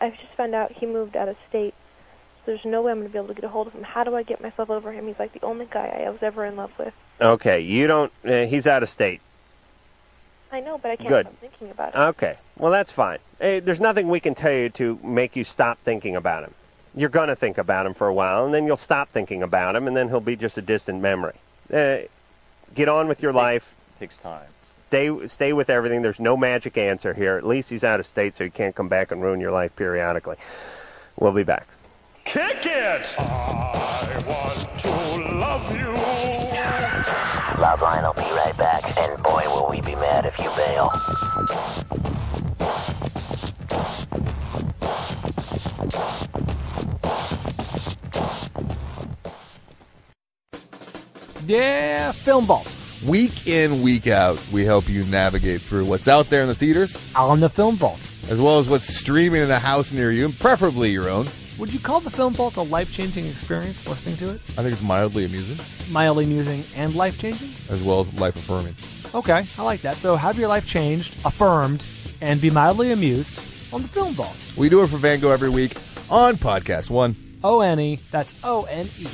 Speaker 16: I've just found out he moved out of state. So there's no way I'm going to be able to get a hold of him. How do I get myself over him? He's like the only guy I was ever in love with.
Speaker 3: Okay, you don't. Uh, he's out of state.
Speaker 16: I know, but I can't
Speaker 3: Good.
Speaker 16: stop thinking about it.
Speaker 3: Okay. Well, that's fine. Eh, there's nothing we can tell you to make you stop thinking about him. You're going to think about him for a while, and then you'll stop thinking about him, and then he'll be just a distant memory. Uh, get on with your life.
Speaker 8: takes time.
Speaker 3: Stay, stay with everything. There's no magic answer here. At least he's out of state, so he can't come back and ruin your life periodically. We'll be back.
Speaker 18: Kick it! I want to love you.
Speaker 7: Loveline will be right back, and boy, will we be mad if you bail.
Speaker 19: Yeah, Film Vault.
Speaker 20: Week in, week out, we help you navigate through what's out there in the theaters
Speaker 19: on the Film Vault,
Speaker 20: as well as what's streaming in a house near you, and preferably your own.
Speaker 19: Would you call the Film Vault a life changing experience listening to it?
Speaker 20: I think it's mildly amusing,
Speaker 19: Mildly amusing and life changing?
Speaker 20: as well as life affirming.
Speaker 19: Okay, I like that. So have your life changed, affirmed, and be mildly amused on the Film Vault.
Speaker 20: We do it for Van Gogh every week on Podcast One.
Speaker 19: O N E, that's O N E.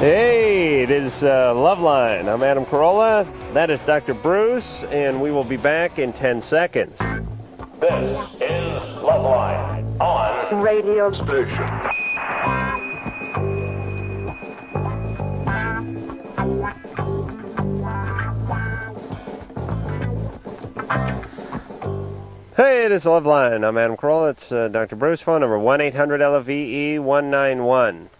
Speaker 3: Hey, it is uh, Loveline. I'm Adam Carolla. That is Dr. Bruce, and we will be back in 10 seconds.
Speaker 18: This is Loveline on radio station.
Speaker 3: Hey, it is Loveline. I'm Adam Carolla. It's uh, Dr. Bruce. Phone number 1 800 LVE 191.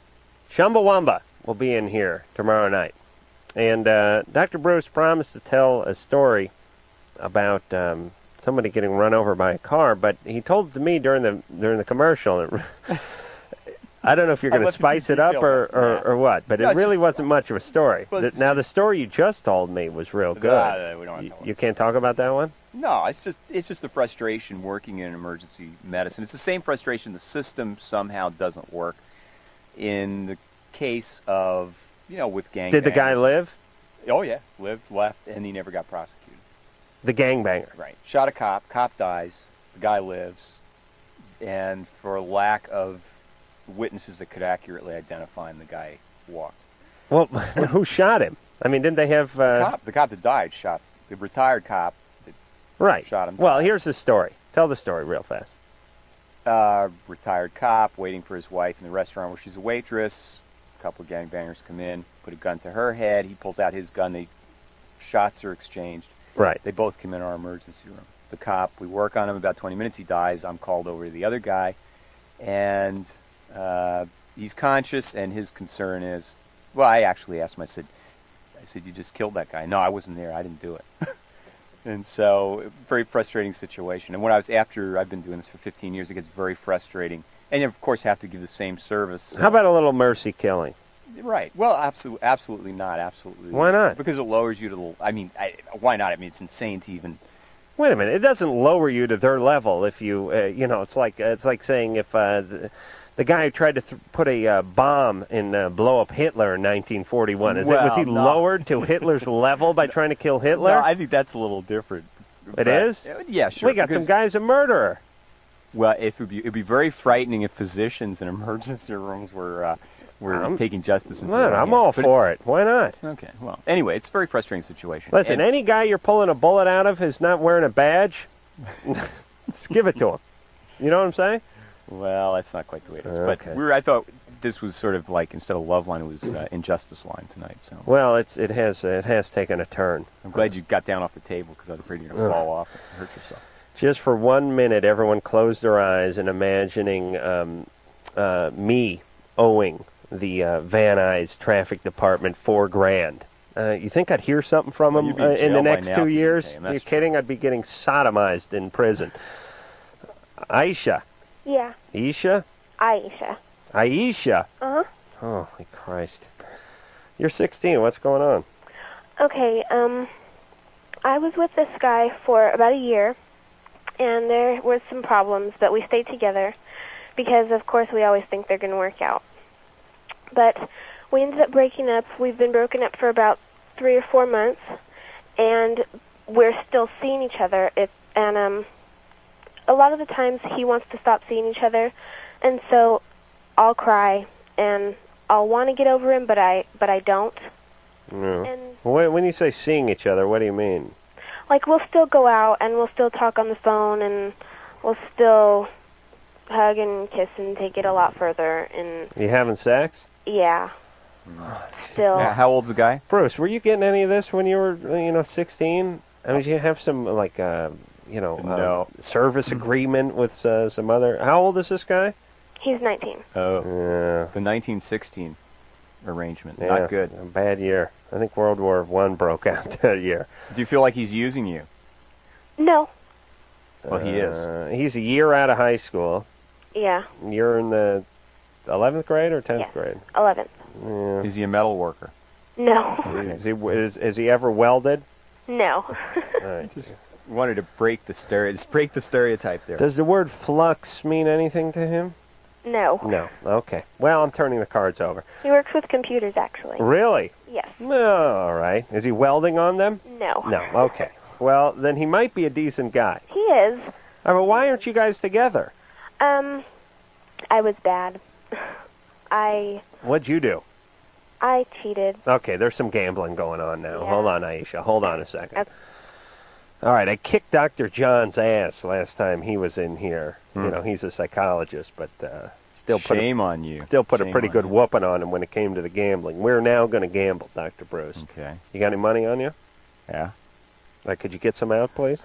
Speaker 3: Chumbawamba will be in here tomorrow night. And uh, Dr. Bruce promised to tell a story about um, somebody getting run over by a car, but he told it to me during the during the commercial. [LAUGHS] and it- I don't know if you're
Speaker 8: I
Speaker 3: going to
Speaker 8: left it
Speaker 3: spice
Speaker 8: in
Speaker 3: it up
Speaker 8: detail,
Speaker 3: or,
Speaker 8: but
Speaker 3: or,
Speaker 8: nah.
Speaker 3: or what, but
Speaker 8: No,
Speaker 3: it
Speaker 8: it's
Speaker 3: really wasn't much of a story.
Speaker 8: Well,
Speaker 3: Th-
Speaker 8: it's
Speaker 3: now, the story you just told me was real good.
Speaker 8: Nah, we don't have
Speaker 3: you, you can't talk about that one?
Speaker 8: No, it's just it's just the frustration working in emergency medicine. It's the same frustration the system somehow doesn't work. In the case of you know with gang.
Speaker 3: Did the guy live?
Speaker 8: Oh yeah, lived, left, and he never got prosecuted.
Speaker 3: The gangbanger.
Speaker 8: Right. Shot a cop. Cop dies. The guy lives, and for lack of witnesses that could accurately identify him, the guy walked.
Speaker 3: Well, [LAUGHS] who shot him? I mean, didn't they have. Uh,
Speaker 8: cop, the cop that died shot the retired cop that
Speaker 3: Right.
Speaker 8: shot him.
Speaker 3: Well, here's the story. Tell the story real fast.
Speaker 8: uh, retired cop waiting for his wife in the restaurant where she's a waitress. A couple of gangbangers come in, put a gun to her head. He pulls out his gun. They shots are exchanged.
Speaker 3: Right.
Speaker 8: They both come in our emergency room. The cop, we work on him about 20 minutes. He dies. I'm called over to the other guy, and uh, he's conscious. And his concern is, well, I actually asked him. I said, I said, you just killed that guy. No, I wasn't there. I didn't do it. [LAUGHS] And so, very frustrating situation. And when I was after, I've been doing this for 15 years, it gets very frustrating. And you, of course, have to give the same service.
Speaker 3: How about a little mercy killing?
Speaker 8: Right. Well, absolutely, absolutely not. Absolutely.
Speaker 3: Why not?
Speaker 8: Because it lowers you to the. I mean, I, why not? I mean, it's insane to even.
Speaker 3: Wait a minute. It doesn't lower you to their level if you, uh, you know, it's like it's like saying if uh, the, the guy who tried to th- put a uh, bomb and uh, blow up Hitler in 1941 is it was he
Speaker 8: Well, no.
Speaker 3: lowered to
Speaker 8: [LAUGHS]
Speaker 3: Hitler's level by trying to kill Hitler?
Speaker 8: No, I think that's a little different.
Speaker 3: It
Speaker 8: It
Speaker 3: is?
Speaker 8: is. Yeah, sure.
Speaker 3: We got some
Speaker 8: because-
Speaker 3: guys a murderer.
Speaker 8: Well, if it'd be, it'd be very frightening if physicians in [LAUGHS] emergency rooms were uh, were
Speaker 3: I'm-
Speaker 8: taking justice into
Speaker 3: No,
Speaker 8: their own
Speaker 3: I'm
Speaker 8: hands.
Speaker 3: all
Speaker 8: But
Speaker 3: for it.
Speaker 8: it's-
Speaker 3: Why not?
Speaker 8: Okay. Well, anyway, it's a very frustrating situation.
Speaker 3: Listen, eh?
Speaker 8: And-
Speaker 3: any guy you're pulling a bullet out of who's not wearing a badge, [LAUGHS] just give it to him. You know what I'm saying?
Speaker 8: Well, that's not quite the way it is.
Speaker 3: Okay.
Speaker 8: But we were, I thought this was sort of like instead of love line, it was uh, injustice line tonight. So
Speaker 3: Well, it's it has it has taken a turn.
Speaker 8: I'm glad you got down off the table because I was afraid you were going
Speaker 3: Ugh.
Speaker 8: to fall off and hurt yourself.
Speaker 3: Just for one minute, everyone closed their eyes and imagining um, uh, me owing the uh, Van Nuys Traffic Department four grand. Uh, you think I'd hear something from
Speaker 8: Well,
Speaker 3: them
Speaker 8: you'd be
Speaker 3: uh,
Speaker 8: in
Speaker 3: in the
Speaker 8: jail by
Speaker 3: next
Speaker 8: now
Speaker 3: two
Speaker 8: if you didn't
Speaker 3: years?
Speaker 8: pay 'em,
Speaker 3: You're
Speaker 8: that's
Speaker 3: kidding? I'd be getting sodomized in prison. Aisha,
Speaker 16: Yeah,
Speaker 3: Isha,
Speaker 16: Aisha.
Speaker 3: Aisha.
Speaker 21: Uh-huh.
Speaker 16: Uh huh.
Speaker 3: Holy Christ! You're 16. What's going on?
Speaker 16: Okay, um, I was with this guy for about a year, and there were some problems, but we stayed together because, of course, we always think they're going to work out. But we ended up breaking up. We've been broken up for about three or four months, and we're still seeing each other. It, and um, a lot of the times he wants to stop seeing each other, and so I'll cry and I'll want to get over him, but I but I don't.
Speaker 3: No.
Speaker 16: And-
Speaker 3: When, when you say seeing each other, what do you mean?
Speaker 16: like we'll still go out and we'll still talk on the phone and we'll still hug and kiss and take it a lot further and
Speaker 3: You having sex?
Speaker 16: yeah still
Speaker 8: Yeah, how old's the guy?
Speaker 3: Bruce, were you getting any of this when you were, you know, 16? I mean, did you have some, like, uh, you know, uh,
Speaker 8: No. Mm-hmm.
Speaker 3: service agreement with uh, some other. How old is this guy?
Speaker 16: he's 19
Speaker 3: Yeah.
Speaker 8: Oh, the 1916 arrangement.
Speaker 3: Yeah,
Speaker 8: Not good.
Speaker 3: A bad year. I think World War One broke [LAUGHS] out that year.
Speaker 8: Do you feel like he's using you?
Speaker 16: no
Speaker 8: Well, he is.
Speaker 3: Uh, he's a year out of high school.
Speaker 16: yeah
Speaker 3: You're in the 11th grade or 10th
Speaker 16: Yeah.
Speaker 3: grade?
Speaker 16: 11
Speaker 3: Yeah.
Speaker 8: Is he a metal worker?
Speaker 16: no [LAUGHS]
Speaker 3: Is he, is, is he ever welded?
Speaker 16: no [LAUGHS]
Speaker 3: All right.
Speaker 8: Wanted to break the stereo, just break the stereotype there.
Speaker 3: Does the word flux mean anything to him?
Speaker 16: no
Speaker 3: No. Okay. Well, I'm turning the cards over.
Speaker 16: he works with computers actually
Speaker 3: Really?
Speaker 16: yes
Speaker 3: No, all right. Is he welding on them?
Speaker 16: no
Speaker 3: No. Okay. Well, then he might be a decent guy.
Speaker 16: he is
Speaker 3: I mean, why aren't you guys together?
Speaker 16: um i was bad [LAUGHS] i
Speaker 3: What'd you do?
Speaker 16: i cheated
Speaker 3: Okay, there's some gambling going on now.
Speaker 16: Yeah.
Speaker 3: Hold on, Aisha. Hold on a second.
Speaker 16: Okay.
Speaker 3: All right, I kicked Dr. John's ass last time he was in here. You
Speaker 8: Hmm.
Speaker 3: know, he's a psychologist, but uh, still put
Speaker 8: Shame
Speaker 3: a,
Speaker 8: on you.
Speaker 3: still put a
Speaker 8: Shame
Speaker 3: pretty
Speaker 8: on
Speaker 3: good
Speaker 8: you.
Speaker 3: whooping on him when it came to the gambling. We're now going to gamble, Dr. Bruce.
Speaker 8: Okay.
Speaker 3: You got any money on you?
Speaker 8: Yeah.
Speaker 3: Like, could you get some out, please?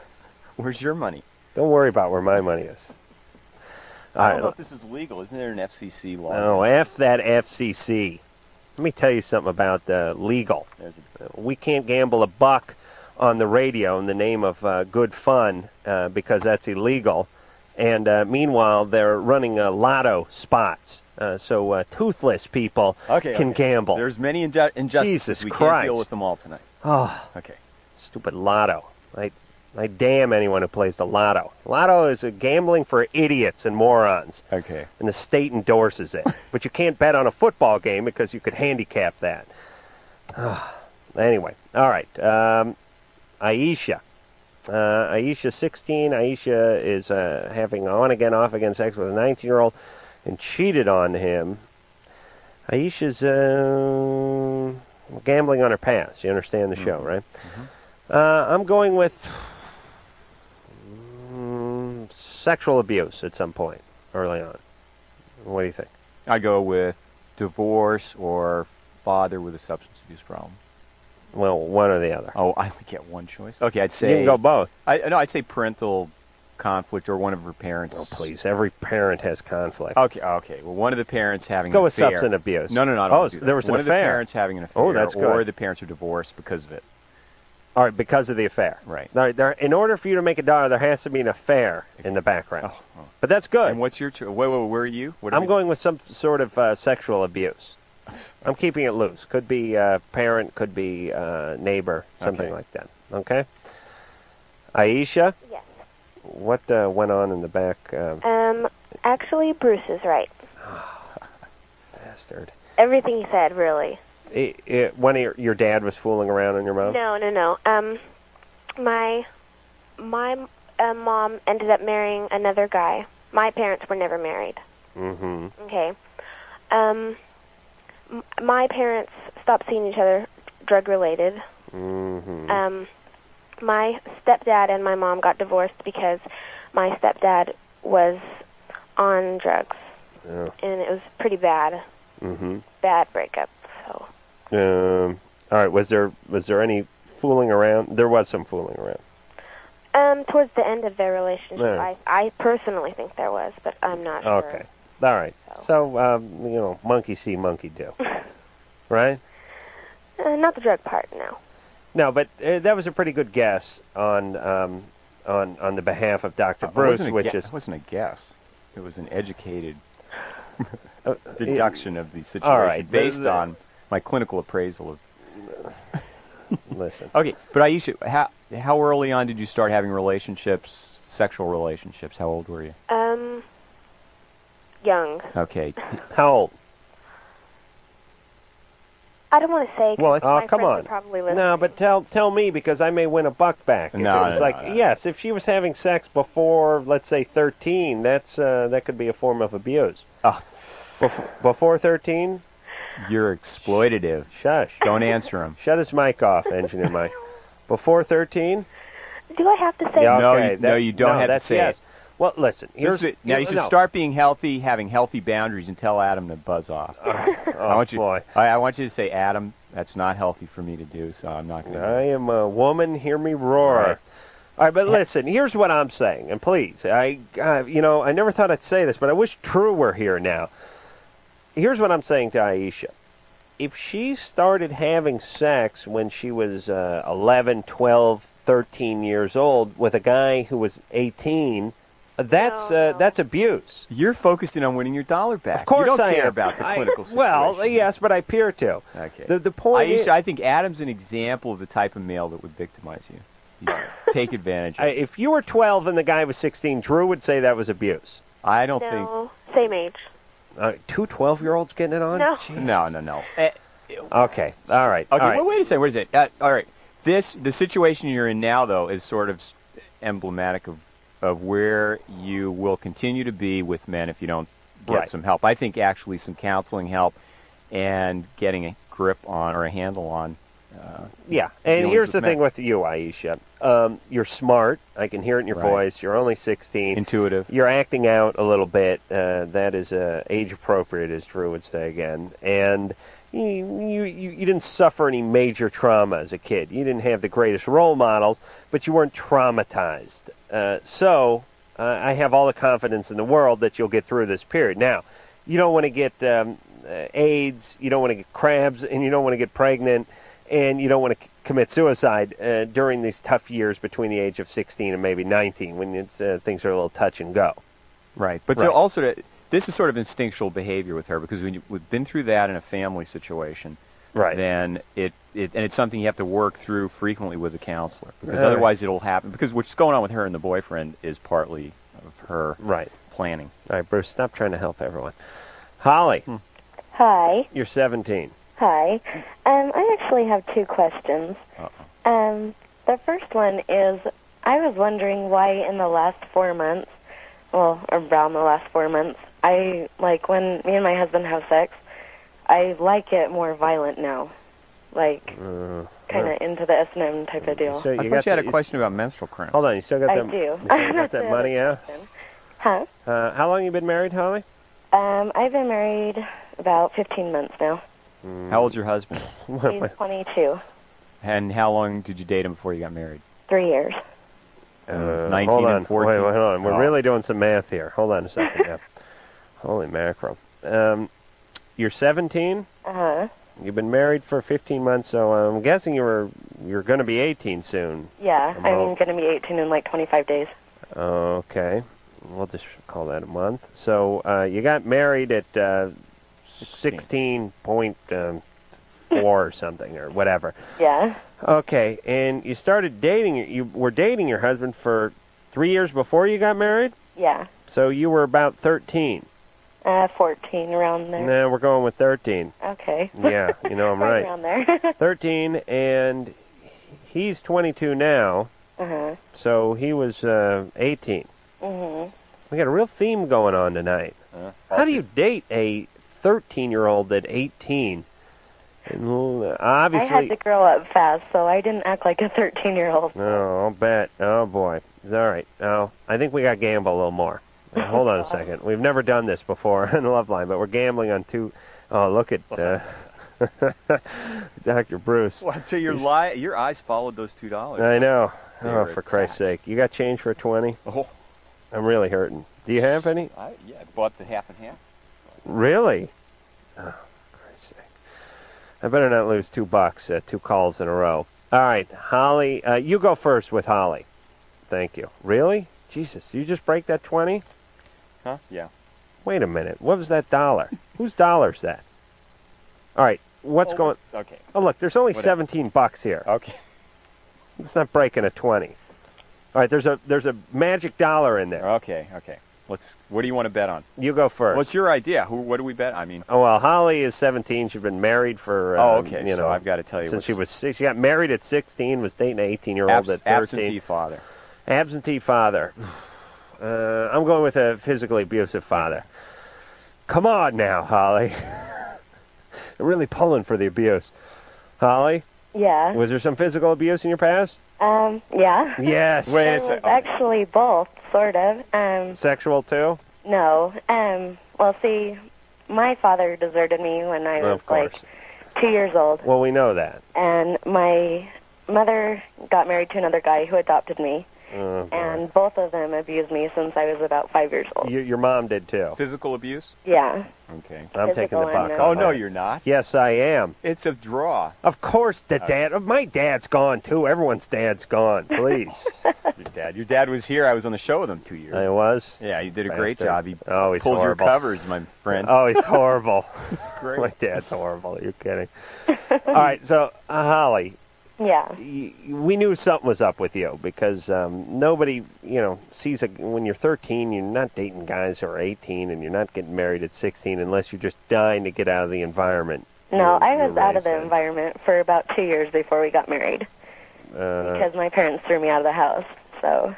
Speaker 8: Where's your money?
Speaker 3: Don't worry about where my money is. All
Speaker 8: I don't know
Speaker 3: right.
Speaker 8: if this is legal. Isn't there an FCC law?
Speaker 3: Oh, F that FCC. Let me tell you something about uh, legal.
Speaker 8: There's
Speaker 3: We can't gamble a buck on the radio in the name of uh, good fun uh, because that's illegal. And uh, meanwhile, they're running uh, lotto spots. Uh, so uh, toothless people
Speaker 8: a, okay.
Speaker 3: can
Speaker 8: okay.
Speaker 3: gamble.
Speaker 8: There's many inju- injustices.
Speaker 3: Jesus
Speaker 8: we
Speaker 3: Christ.
Speaker 8: can't deal with them all tonight.
Speaker 3: Oh, [SIGHS]
Speaker 8: Okay.
Speaker 3: stupid lotto. I, I damn anyone who plays the lotto. Lotto is a gambling for idiots and morons.
Speaker 8: Okay.
Speaker 3: and the state endorses it. but you can't bet on a football game because you could handicap that. [SIGHS] anyway, all right. Um, Aisha. Uh, Aisha 16. Aisha is uh, having on again, off again sex with a 19 year old and cheated on him. Aisha's uh, gambling on her past. You understand the
Speaker 8: Mm-hmm.
Speaker 3: show, right? Uh, I'm going with mm, sexual abuse at some point early on. What do you think?
Speaker 8: I go with divorce or father with a substance abuse problem.
Speaker 3: Well, one or the other.
Speaker 8: Oh, I only get one choice. Okay, I'd
Speaker 3: you
Speaker 8: say
Speaker 3: can go both.
Speaker 8: I no, I'd say parental conflict or one of her parents.
Speaker 3: Oh, please. Every parent has conflict.
Speaker 8: Okay, okay. Well, one of the parents having
Speaker 3: Go
Speaker 8: an
Speaker 3: with
Speaker 8: affair.
Speaker 3: substance abuse.
Speaker 8: No, no, no. I don't
Speaker 3: Oh,
Speaker 8: wanna do
Speaker 3: there
Speaker 8: that.
Speaker 3: was an
Speaker 8: one of the
Speaker 3: affair.
Speaker 8: parents having an affair,
Speaker 3: Oh, that's good.
Speaker 8: or the parents are divorced because of it.
Speaker 3: All right, because of the affair.
Speaker 8: Right.
Speaker 3: All right. There, in order for you to make a dollar, there has to be an affair in the background.
Speaker 8: Oh.
Speaker 3: But that's good.
Speaker 8: And what's your? Cho- wait, wait, where are you? What are
Speaker 3: I'm
Speaker 8: we-
Speaker 3: going with some sort of uh, sexual abuse. I'm keeping it loose. Could be uh, parent, could be uh, neighbor, something
Speaker 8: Okay.
Speaker 3: like that. Okay. Aisha,
Speaker 21: Yes.
Speaker 3: what uh, went on in the back? Um,
Speaker 21: Um, actually, Bruce is right.
Speaker 3: bastard.
Speaker 21: Everything he said, really.
Speaker 3: I i when your, your dad was fooling around on your mom.
Speaker 21: No, no, no. Um, my my uh, mom ended up marrying another guy. My parents were never married.
Speaker 18: Hmm.
Speaker 3: Mm-hmm.
Speaker 21: Okay. Um, m- my parents stopped seeing each other, drug related.
Speaker 18: Hmm.
Speaker 3: Mm-hmm.
Speaker 21: Um, my stepdad and my mom got divorced because my stepdad was on drugs, and it was pretty bad,
Speaker 3: Oh, Mm-hmm.
Speaker 21: bad breakup. So
Speaker 3: Um, all right. Was there was there any fooling around? There was some fooling around.
Speaker 21: Um, towards the end of their relationship,
Speaker 3: Yeah.
Speaker 21: I I personally think there was, but I'm not sure.
Speaker 3: Okay. All right. So um, you know, monkey see, monkey
Speaker 21: [LAUGHS]
Speaker 3: do, right?
Speaker 21: Uh, not the drug part, no.
Speaker 3: No, but uh, that was a pretty good guess on um, on on the behalf of Doctor
Speaker 8: It
Speaker 3: Bruce,
Speaker 8: wasn't a
Speaker 3: which
Speaker 8: gue-
Speaker 3: is
Speaker 8: it wasn't a guess. It was an educated
Speaker 3: [LAUGHS]
Speaker 8: [LAUGHS]
Speaker 3: Uh,
Speaker 8: deduction of the situation
Speaker 3: all right,
Speaker 8: based
Speaker 3: the- the-
Speaker 8: on my clinical appraisal of.
Speaker 3: [LAUGHS] Listen.
Speaker 8: Okay, but Aisha, how how early on did you start having relationships, sexual relationships? How old were you?
Speaker 21: Um, young.
Speaker 8: Okay.
Speaker 3: How old?
Speaker 21: I don't want to say. 'cause
Speaker 3: Well, it's,
Speaker 21: my
Speaker 3: oh, come
Speaker 21: friends
Speaker 3: on.
Speaker 21: Are probably listening.
Speaker 3: No, but tell tell me because I may win a buck back. If
Speaker 8: No,
Speaker 3: it was
Speaker 8: no,
Speaker 3: like
Speaker 8: no, no.
Speaker 3: yes, if she was having sex before, let's say thirteen, that's uh, that could be a form of abuse.
Speaker 8: Ah.
Speaker 3: Bef- before thirteen,
Speaker 8: You're exploitative.
Speaker 3: Shush.
Speaker 8: Don't answer him.
Speaker 3: shut his mic off, engineer Mike. Before thirteen,
Speaker 21: Do I have to say?
Speaker 3: yeah,
Speaker 8: No,
Speaker 3: okay,
Speaker 8: you-
Speaker 3: that-
Speaker 8: no, you don't have to
Speaker 3: that's
Speaker 8: say
Speaker 3: yes.
Speaker 8: it.
Speaker 3: Well, listen.
Speaker 8: This
Speaker 3: Here's
Speaker 8: is- now you should
Speaker 3: no.
Speaker 8: start being healthy, having healthy boundaries, and tell Adam to buzz off. I
Speaker 3: Oh,
Speaker 8: want you. I, I want you to say, Adam, that's not healthy for me to do, so I'm not going to.
Speaker 3: I am a woman. Hear me roar. All right, but listen. Here's what I'm saying, and please, I, uh, you know, I never thought I'd say this, but I wish True were here now. Here's what I'm saying to Aisha. If she started having sex when she was uh, 11, 12, 13 years old with a guy who was 18, that's uh, that's abuse.
Speaker 8: You're focusing on winning your dollar back.
Speaker 3: Of course,
Speaker 8: you don't
Speaker 3: I
Speaker 8: care
Speaker 3: am.
Speaker 8: about the
Speaker 3: I-
Speaker 8: clinical situation.
Speaker 3: [LAUGHS] Well, yes, but I appear to.
Speaker 8: Okay.
Speaker 3: The, the point
Speaker 8: Aisha,
Speaker 3: is,
Speaker 8: I think Adam's an example of the type of male that would victimize you. He'd
Speaker 3: [LAUGHS]
Speaker 8: take advantage. Of
Speaker 3: I, if you were 12 and the guy was 16, Drew would say that was abuse.
Speaker 8: I don't
Speaker 21: no, same age.
Speaker 3: Uh, two 12 year olds getting it on?
Speaker 21: No.
Speaker 3: Jeez.
Speaker 8: think. No, no, no.
Speaker 3: Okay. All right.
Speaker 8: Okay.
Speaker 3: all right.
Speaker 8: Well, wait a second. What is it? Uh, all right. This the situation you're in now, though, is sort of s- emblematic of of where you will continue to be with men if you don't get
Speaker 3: Right.
Speaker 8: some help. I think actually some counseling help and getting a grip on or a handle on. Uh,
Speaker 3: Yeah. And
Speaker 8: dealings
Speaker 3: here's the
Speaker 8: with men.
Speaker 3: thing with you, Aisha. Um, you're smart. I can hear it in your
Speaker 8: Right.
Speaker 3: voice. You're only 16.
Speaker 8: Intuitive.
Speaker 3: You're acting out a little bit. Uh, that is uh, age appropriate, as Drew would say again. And you, you, you you didn't suffer any major trauma as a kid. You didn't have the greatest role models, but you weren't traumatized. Uh, so uh, I have all the confidence in the world that you'll get through this period. Now, you don't want to get um, uh, AIDS, you don't want to get crabs, and you don't want to get pregnant, and you don't want to c- commit suicide uh, during these tough years between the age of 16 and maybe 19 when it's, uh, things are a little touch and go.
Speaker 8: Right. But
Speaker 3: Right.
Speaker 8: To also, to, this is sort of instinctual behavior with her because when you, we've been through that in a family situation,
Speaker 3: right?
Speaker 8: Then it, it and it's something you have to work through frequently with a counselor because
Speaker 3: Right.
Speaker 8: otherwise it'll happen. Because what's going on with her and the boyfriend is partly of her
Speaker 3: right
Speaker 8: planning. Hmm.
Speaker 3: All right, Bruce, stop trying to help everyone. Holly,
Speaker 22: Hi.
Speaker 3: you're 17.
Speaker 22: Hi. Um, I actually have two questions. Um, the first one is I was wondering why in the last four months, well, around the last four months, I, like, when me and my husband have sex, I like it more violent now. Like,
Speaker 3: Uh,
Speaker 22: kind of into the S&M type of deal.
Speaker 3: So
Speaker 8: I
Speaker 3: you
Speaker 8: thought
Speaker 3: got
Speaker 8: you had
Speaker 3: the-
Speaker 8: a question about menstrual cramps.
Speaker 3: Hold on, you still got
Speaker 22: I
Speaker 3: that?
Speaker 22: do.
Speaker 3: You still got that money
Speaker 22: [LAUGHS]
Speaker 3: out?
Speaker 22: Huh?
Speaker 3: Uh, how long you been married, Holly?
Speaker 22: Um, I've been married about 15 months
Speaker 3: [LAUGHS]
Speaker 22: now.
Speaker 3: Mm.
Speaker 8: How old's your husband?
Speaker 22: He's 22.
Speaker 8: and how long did you date him before you got married?
Speaker 22: Three years.
Speaker 3: Uh,
Speaker 8: 19
Speaker 3: hold on.
Speaker 8: and 14.
Speaker 3: Wait, wait, hold on. We're
Speaker 8: Oh.
Speaker 3: really doing some math here. Hold on a second. yeah. Holy mackerel. Um, you're 17.
Speaker 22: Uh-huh.
Speaker 3: You've been married for 15 months, so I'm guessing you were you're going to be 18 soon.
Speaker 22: Yeah,
Speaker 3: I'm
Speaker 22: I'm going to be 18 in like 25 days.
Speaker 3: Okay, we'll just call that a month. So uh, you got married at uh, sixteen point um, four or something or whatever.
Speaker 22: Yeah.
Speaker 3: Okay, and you started dating. You were dating your husband for three years before you got married.
Speaker 22: Yeah.
Speaker 3: So you were about thirteen.
Speaker 22: Uh, 14 around there.
Speaker 3: No, we're going with
Speaker 22: [LAUGHS]
Speaker 3: thirteen.
Speaker 22: Okay.
Speaker 3: Yeah, you know I'm
Speaker 22: [LAUGHS] Right
Speaker 3: right.
Speaker 22: around there.
Speaker 3: thirteen, and he's twenty-two now.
Speaker 22: Uh-huh.
Speaker 3: So he was uh, eighteen.
Speaker 22: Mhm.
Speaker 3: We got a real theme going on tonight. How do you date a 13 year old at 18? And, uh, obviously.
Speaker 22: I had to grow up fast, so I didn't act like a 13 year old.
Speaker 3: Oh, I'll bet. Oh, boy. All right. Oh, I think we got to gamble a little more. Uh, Hold on a second. We've never done this before [LAUGHS] in Loveline, but we're gambling on two oh look at uh, [LAUGHS] Dr. Bruce.
Speaker 8: Until Oh. your li- your eyes followed those two dollars.
Speaker 3: I know.
Speaker 8: They
Speaker 3: oh,
Speaker 8: were
Speaker 3: for Christ's sake. You got change for a 20?
Speaker 8: Oh.
Speaker 3: I'm really hurting. Do you have any?
Speaker 8: I, yeah, I bought the half and half.
Speaker 3: Really? Oh, Christ's sake. I better not lose two bucks, uh, two calls in a row. All right, Holly, uh, you go first with Holly. Thank you. Really? Jesus, you just break that 20?
Speaker 8: Huh? Yeah.
Speaker 3: Wait a minute. What was that dollar? [LAUGHS] Whose dollar's that? All right, what's
Speaker 8: Oh,
Speaker 3: going
Speaker 8: what's- okay.
Speaker 3: Oh, look, there's only
Speaker 8: Whatever.
Speaker 3: 17 bucks here.
Speaker 8: Okay.
Speaker 3: It's not breaking a 20. All right, there's a there's a magic dollar in there.
Speaker 8: Okay, okay. Let's What do you want to bet on?
Speaker 3: You go first.
Speaker 8: What's your idea? Who? What do we bet? I mean,
Speaker 3: Oh well, Holly is 17. She's been married for.
Speaker 8: Oh,
Speaker 3: um,
Speaker 8: okay,
Speaker 3: You
Speaker 8: so
Speaker 3: know,
Speaker 8: I've gotta tell you
Speaker 3: Since
Speaker 8: what's-
Speaker 3: she was six, she got married at 16. Was dating an 18-year-old
Speaker 8: Abs-
Speaker 3: at 13.
Speaker 8: absentee father.
Speaker 3: Absentee father. [SIGHS] Uh, I'm going with a physically abusive father. Come on now, Holly. [LAUGHS] They're really pulling for the abuse. Holly,
Speaker 22: Yeah.
Speaker 3: was there some physical abuse in your
Speaker 22: [LAUGHS]
Speaker 3: past?
Speaker 22: Um, yeah.
Speaker 3: Yes.
Speaker 22: It was actually both, sort of. Um,
Speaker 3: Sexual too?
Speaker 22: no. Um, well, see, my father deserted me when I was
Speaker 3: of course.
Speaker 22: like two years old,
Speaker 3: Well, we know that.
Speaker 22: and my mother got married to another guy who adopted me,
Speaker 3: Uh,
Speaker 22: and both of them abused me since I was about five years old.
Speaker 3: you, your mom did too.
Speaker 8: Physical abuse?
Speaker 22: Yeah.
Speaker 8: Okay.
Speaker 3: I'm taking the
Speaker 22: Physical
Speaker 3: buck. on
Speaker 22: and
Speaker 8: Oh no,
Speaker 3: that.
Speaker 8: you're not.
Speaker 3: Yes, I am.
Speaker 8: It's a draw.
Speaker 3: Of course, the
Speaker 8: Okay.
Speaker 3: dad. My dad's gone too. Everyone's dad's gone.
Speaker 8: [LAUGHS]
Speaker 3: Please.
Speaker 8: Your dad. Your dad was here. I was on the show with him two years.
Speaker 3: I was.
Speaker 8: Yeah, you did a great
Speaker 3: Bastard.
Speaker 8: job. He
Speaker 3: Oh, he's
Speaker 8: pulled
Speaker 3: horrible.
Speaker 8: your covers, my friend.
Speaker 3: Oh, he's
Speaker 8: [LAUGHS]
Speaker 3: horrible.
Speaker 8: It's great.
Speaker 3: My dad's horrible. You're kidding. All right, so uh, Holly,
Speaker 22: Yeah.
Speaker 3: y- we knew something was up with you because um, nobody, you know, sees a, when you're 13, you're not dating guys who are 18, and you're not getting married at 16 unless you're just dying to get out of the environment.
Speaker 22: No, I
Speaker 3: Oh, you're
Speaker 22: was out of the
Speaker 3: raised
Speaker 22: environment for about two years before we got married
Speaker 3: Uh,
Speaker 22: because my parents threw me out of the house. So,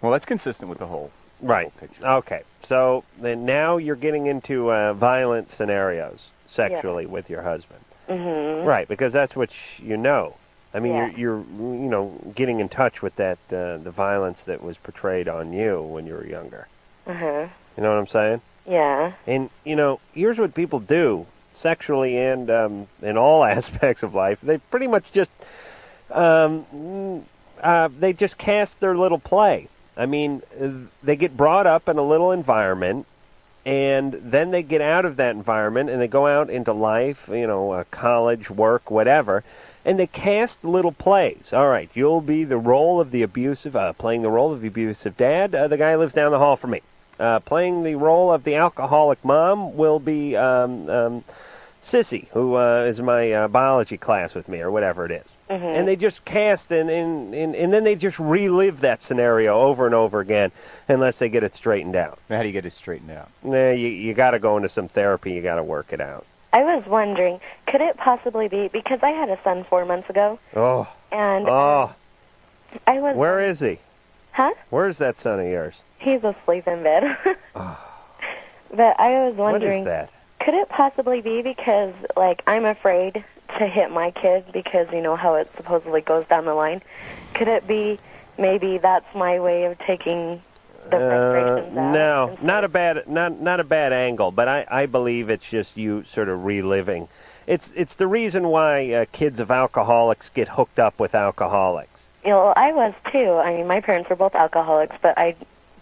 Speaker 8: Well, that's consistent with the whole.
Speaker 3: Right. Okay. So then now you're getting into uh, violent scenarios sexually with your husband.
Speaker 22: hmm
Speaker 3: Right, because that's what sh- you know. I mean,
Speaker 22: Yeah.
Speaker 3: you're, you're you know getting in touch with that uh, the violence that was portrayed on you when you were younger.
Speaker 22: Uh-huh.
Speaker 3: You know what I'm saying?
Speaker 22: Yeah.
Speaker 3: And you know, here's what people do sexually and um, in all [LAUGHS] aspects of life. They pretty much just um, mm, uh, they just cast their little play. I mean, uh, they get brought up in a little environment, and then they get out of that environment and they go out into life, you know, uh, college, work, whatever, and they cast little plays. All right, you'll be the role of the abusive, uh, playing the role of the abusive dad. Uh, the guy who lives down the hall from me. Uh, playing the role of the alcoholic mom will be um, um, Sissy, who uh, is my uh, biology class with me, or whatever it is. And they just cast and, and, and, and then they just relive that scenario over and over again unless they get it straightened out.
Speaker 8: How do you get it straightened out?
Speaker 3: Nah, you, you got to go into some therapy. You got to work it out.
Speaker 22: I was wondering, could it possibly be because I had a son four months ago,
Speaker 3: Oh,
Speaker 22: and uh,
Speaker 3: oh,
Speaker 22: I was
Speaker 3: where is he?
Speaker 22: huh?
Speaker 3: Where's that son of yours?
Speaker 22: He's asleep in bed. [LAUGHS] but I was
Speaker 3: Ah. What
Speaker 22: wondering,
Speaker 3: is that?
Speaker 22: could it possibly be because like I'm afraid to hit my kid because you know how it supposedly goes down the line? Could it be maybe that's my way of taking the
Speaker 3: Uh,
Speaker 22: frustrations out?
Speaker 3: no, not a bad, not not a bad angle, but I I believe it's just you sort of reliving. It's it's the reason why uh, kids of alcoholics get hooked up with alcoholics.
Speaker 22: You know, I was too. I mean, my parents were both alcoholics, but I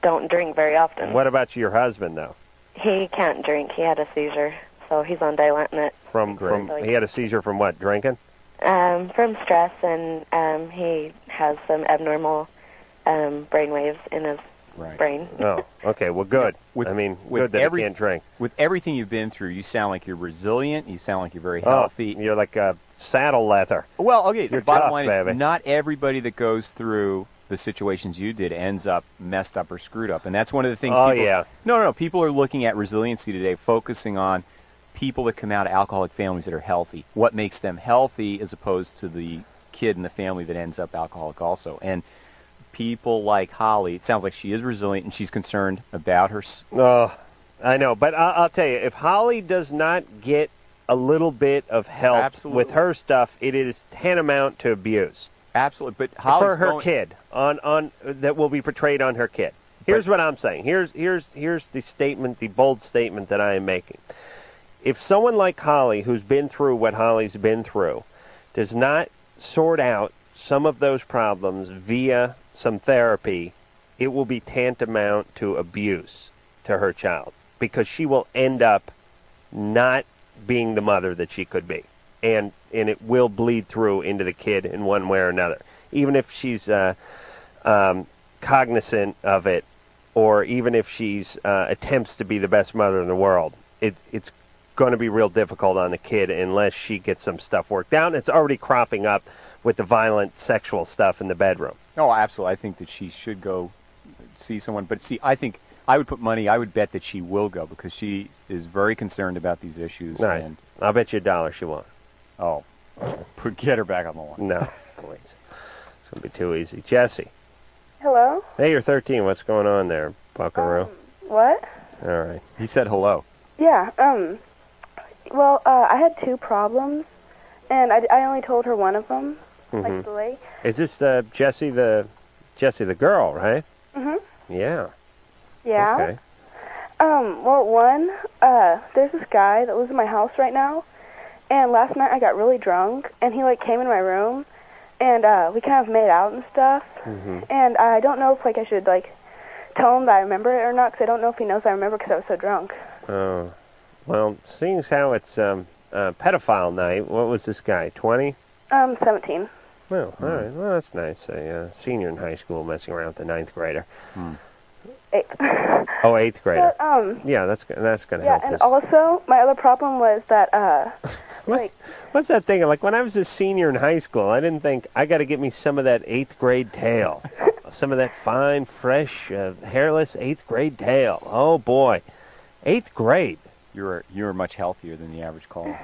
Speaker 22: don't drink very often.
Speaker 3: What about your husband though?
Speaker 22: He can't drink. He had a seizure, so he's on Dilantin.
Speaker 3: From from he had a seizure from what drinking?
Speaker 22: um, from stress, and um, he has some abnormal um, brain waves in his
Speaker 8: Right.
Speaker 22: brain.
Speaker 3: Oh, okay. Well,
Speaker 8: [LAUGHS]
Speaker 3: good. I mean, good that he can't drink.
Speaker 8: With everything you've been through, you sound like you're resilient. You sound like you're very
Speaker 3: Oh,
Speaker 8: healthy.
Speaker 3: you're like a saddle leather.
Speaker 8: Well, okay.
Speaker 3: You're
Speaker 8: the bottom
Speaker 3: tough,
Speaker 8: line
Speaker 3: baby.
Speaker 8: is not everybody that goes through the situations you did ends up messed up or screwed up, and that's one of the things.
Speaker 3: Oh,
Speaker 8: people,
Speaker 3: yeah.
Speaker 8: No, no. People are looking at resiliency today, focusing on people that come out of alcoholic families that are healthy. What makes them healthy, as opposed to the kid in the family that ends up alcoholic also, and. People like Holly, it sounds like she is resilient and she's concerned about her s-
Speaker 3: Oh, I know. But I, I'll tell you, if Holly does not get a little bit of help with her stuff, it is tantamount to abuse.
Speaker 8: Absolutely, but Holly's
Speaker 3: for her
Speaker 8: going-
Speaker 3: kid on on that will be portrayed on her kid. Here's what I'm saying. Here's here's here's the statement, the bold statement that I am making. If someone like Holly, who's been through what Holly's been through, does not sort out some of those problems via some therapy, it will be tantamount to abuse to her child because she will end up not being the mother that she could be, and and it will bleed through into the kid in one way or another, even if she's uh, um, cognizant of it, or even if she's uh, attempts to be the best mother in the world. It, it's going to be real difficult on the kid unless she gets some stuff worked out. It's already cropping up with the violent sexual stuff in the bedroom.
Speaker 8: No, Oh, absolutely. I think that she should go see someone. But see, I think I would put money. I would bet that she will go because she is very concerned about these issues.
Speaker 3: Right.
Speaker 8: And
Speaker 3: I'll bet you a dollar she won't.
Speaker 8: Oh, put get her back on the line. [LAUGHS]
Speaker 3: No, please. It's going to be too easy. Jesse.
Speaker 23: Hello?
Speaker 3: Hey, you're 13. What's going on there,
Speaker 23: Um,
Speaker 3: Buckaroo?
Speaker 23: What?
Speaker 3: All right.
Speaker 8: He said hello.
Speaker 23: Yeah, um, well, uh, I had two problems, and I, I only told her one of them, like
Speaker 3: Mhm.
Speaker 23: the late.
Speaker 3: Is this uh, Jesse the Jesse the girl, right?
Speaker 23: hmm
Speaker 3: Yeah.
Speaker 23: Yeah.
Speaker 3: Okay.
Speaker 23: Um, well, one, uh, there's this guy that lives in my house right now, and last night I got really drunk, and he, like, came in my room, and, uh, we kind of made out and stuff,
Speaker 3: Mm-hmm.
Speaker 9: [LAUGHS]
Speaker 23: and I don't know if, like, I should, like, tell him that I remember it or not, because I don't know if he knows I remember because I was so drunk.
Speaker 3: Oh. Well, seeing as how it's um, uh, pedophile night, what was this guy? Twenty?
Speaker 23: Um, 17.
Speaker 3: Well, all right. Well, that's nice. A uh, senior in high school messing around with a ninth grader.
Speaker 23: Eight. [LAUGHS]
Speaker 3: Oh, eighth grader.
Speaker 23: But, um,
Speaker 3: yeah, that's go- that's gonna
Speaker 23: Yeah,
Speaker 3: help.
Speaker 23: and
Speaker 3: us.
Speaker 23: also my other problem was that uh, like
Speaker 3: What's that thing? Like when I was a senior in high school, I didn't think I got to get me some of that eighth grade
Speaker 23: [LAUGHS]
Speaker 3: tail, some of that fine, fresh, uh, hairless eighth grade tail. Oh boy, eighth grade.
Speaker 8: You were you were much healthier than the average caller.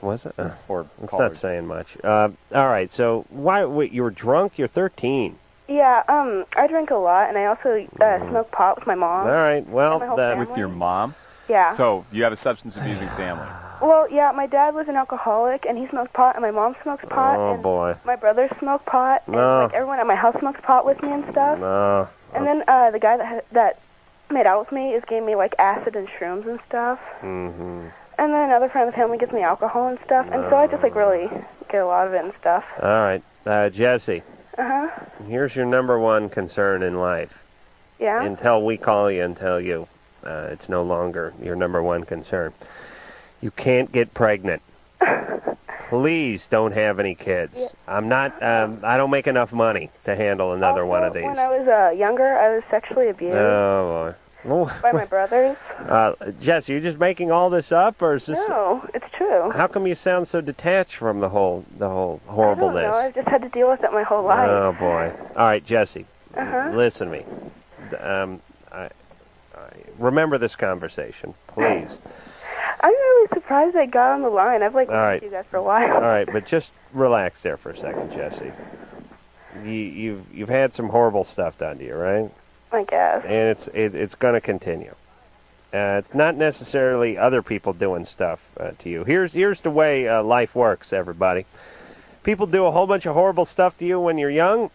Speaker 3: Was it? Uh,
Speaker 8: Or
Speaker 3: it's
Speaker 8: caller.
Speaker 3: not saying much. Uh, all right. So why? Wait, you were drunk. You're 13.
Speaker 23: yeah, um, I drink a lot, and I also
Speaker 3: Mm-hmm.
Speaker 23: uh, smoke pot with my mom.
Speaker 3: all right. Well,
Speaker 23: My whole
Speaker 3: that,
Speaker 23: family? With your
Speaker 8: mom.
Speaker 23: Yeah.
Speaker 8: So you have a substance abusing family.
Speaker 23: Well, yeah, my dad was an alcoholic, and he smoked pot, and my mom smokes pot,
Speaker 3: Oh
Speaker 23: and
Speaker 3: boy.
Speaker 23: my brother smoked pot, and
Speaker 3: No.
Speaker 23: like everyone at my house smokes pot with me and stuff.
Speaker 3: No.
Speaker 23: And then uh, the guy that had- that made out with me is gave me like acid and shrooms and stuff.
Speaker 3: hmm
Speaker 23: And then another friend of the family gives me alcohol and stuff, and so I just like really get a lot of it and stuff.
Speaker 3: All right, uh, Jesse.
Speaker 23: Uh huh.
Speaker 3: Here's your number one concern in life.
Speaker 23: Yeah.
Speaker 3: Until we call you and tell you uh, it's no longer your number one concern. You can't get [LAUGHS] pregnant. Please don't have any kids. I'm not. Um, I don't make enough money to handle another Oh, one of these.
Speaker 23: When I was uh, younger, I was sexually abused
Speaker 3: Oh boy. Oh,
Speaker 23: by my brothers.
Speaker 3: [LAUGHS] Uh, Jesse, you just making all this up, or is this?
Speaker 23: No, it's true.
Speaker 3: How come you sound so detached from the whole the whole horribleness?
Speaker 23: No, I've just had to deal with it my whole life.
Speaker 3: Oh boy! All right, Jesse,
Speaker 23: Uh-huh.
Speaker 3: listen to me. Um, I, I remember this conversation,
Speaker 1: [LAUGHS]
Speaker 3: please.
Speaker 23: I'm really surprised [LAUGHS] I got on the line. I've like
Speaker 3: All
Speaker 23: listened
Speaker 3: right.
Speaker 23: to you guys for a
Speaker 3: All
Speaker 23: while.
Speaker 1: [LAUGHS]
Speaker 3: right, but just relax there for a second, Jesse. You, you've you've had some horrible stuff done to you, right?
Speaker 23: I guess.
Speaker 3: And it's it, it's going to continue. Uh, it's not necessarily other people doing stuff uh, to you. Here's here's the way uh, life works, everybody. People do a whole bunch of horrible stuff to you when you're young.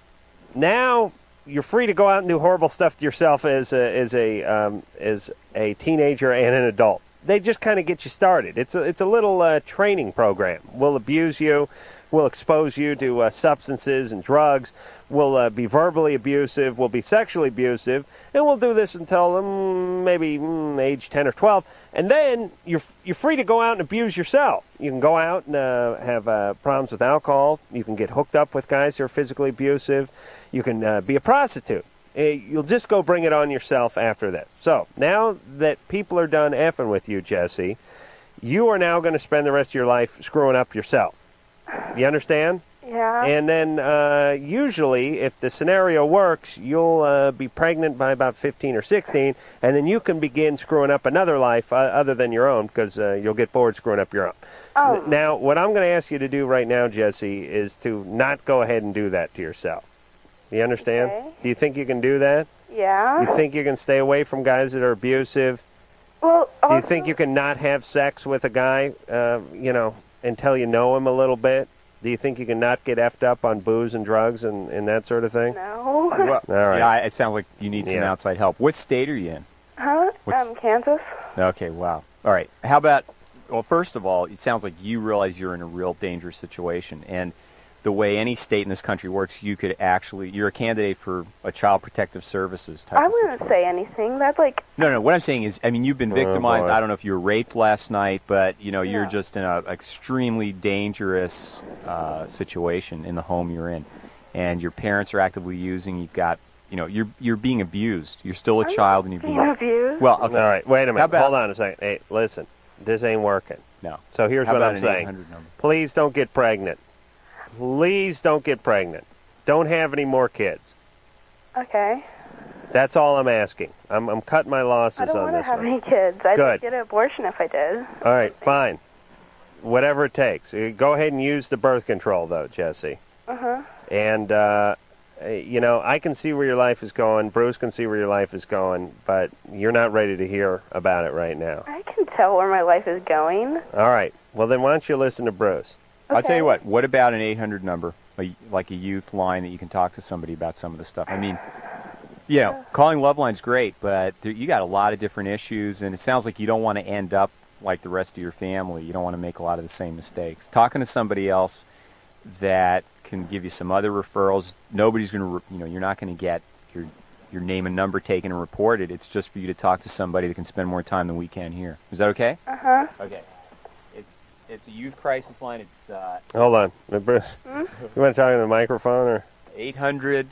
Speaker 3: Now you're free to go out and do horrible stuff to yourself as a as a um, as a teenager and an adult. They just kind of get you started. It's a it's a little uh, training program. We'll abuse you. We'll expose you to uh, substances and drugs. We'll uh, be verbally abusive. We'll be sexually abusive, and we'll do this until mm, maybe mm, age 10 or 12. And then you're you're free to go out and abuse yourself. You can go out and uh, have uh, problems with alcohol. You can get hooked up with guys who are physically abusive. You can uh, be a prostitute. Uh, You'll just go bring it on yourself after that. So now that people are done effing with you, Jesse, you are now going to spend the rest of your life screwing up yourself. You understand?
Speaker 11: Yeah.
Speaker 3: And then uh, usually, if the scenario works, you'll uh, be pregnant by about 15 or 16, and then you can begin screwing up another life uh, other than your own because uh, you'll get bored screwing up your own.
Speaker 11: Oh.
Speaker 3: N- Now, what I'm going to ask you to do right now, Jesse, is to not go ahead and do that to yourself. You understand?
Speaker 1: Okay.
Speaker 3: Do you think you can do that?
Speaker 1: Yeah.
Speaker 3: You think you can stay away from guys that are abusive?
Speaker 1: Well,
Speaker 3: Do you think you can not have sex with a guy, uh, you know, until you know him a little bit? Do you think you can not get effed up on booze and drugs and, and that sort of thing?
Speaker 1: No.
Speaker 3: [LAUGHS] All right.
Speaker 8: Yeah, I- it sounds like you need some
Speaker 3: Yeah.
Speaker 8: outside help. What state are you in?
Speaker 1: [LAUGHS] Huh?
Speaker 8: What's-
Speaker 1: um, Kansas.
Speaker 8: Okay, wow. All right. How about well, first of all, it sounds like you realize you're in a real dangerous situation and the way any state in this country works, you could actually you're a candidate for a child protective services type
Speaker 1: I
Speaker 8: of
Speaker 1: wouldn't say anything. That's like
Speaker 8: No, no, what I'm saying is I mean you've been
Speaker 3: Oh,
Speaker 8: victimized.
Speaker 3: boy.
Speaker 8: I don't know if you were raped last night, but you know, you're
Speaker 1: Yeah.
Speaker 8: just in an extremely dangerous uh, situation in the home you're in. And your parents are actively using, you've got you know, you're you're being abused. You're still a child and you're being
Speaker 3: being abused.
Speaker 8: Well, okay.
Speaker 3: All right, wait a minute.
Speaker 8: How about-
Speaker 3: Hold on a second. Hey, listen, this ain't working.
Speaker 8: No.
Speaker 3: So here's
Speaker 8: How
Speaker 3: what
Speaker 8: about
Speaker 3: I'm
Speaker 8: an
Speaker 3: saying.
Speaker 8: 800 number?
Speaker 3: Please don't get pregnant. Please don't get pregnant. Don't have any more kids.
Speaker 1: okay.
Speaker 3: That's all I'm asking. I'm, I'm cutting my losses
Speaker 1: I don't
Speaker 3: on
Speaker 1: want to
Speaker 3: this
Speaker 1: have
Speaker 3: one.
Speaker 1: any kids. I'd
Speaker 3: Good.
Speaker 1: get an abortion if I did.
Speaker 3: All right, fine. Whatever it takes. Uh, Go ahead and use the birth control, though, Jesse.
Speaker 1: Uh huh.
Speaker 3: And, uh, uh, you know, I can see where your life is going. Bruce can see where your life is going, but you're not ready to hear about it right now.
Speaker 1: I can tell where my life is going.
Speaker 3: All right. Well, then why don't you listen to Bruce?
Speaker 8: I'll tell
Speaker 1: Okay.
Speaker 8: you what. What about an 800 number, a, like a youth line that you can talk to somebody about some of the stuff? I mean, you know, calling Loveline's great, but there, you got a lot of different issues, and it sounds like you don't want to end up like the rest of your family. You don't want to make a lot of the same mistakes. Talking to somebody else that can give you some other referrals. Nobody's going to, you know, you're not going to get your your name and number taken and reported. It's just for you to talk to somebody that can spend more time than we can here. Is that okay?
Speaker 1: Uh huh.
Speaker 8: Okay. It's it's a youth crisis line. It's uh,
Speaker 3: Hold on. Uh, Bruce,
Speaker 1: Hmm?
Speaker 3: you want to talk in the microphone? or?
Speaker 8: 800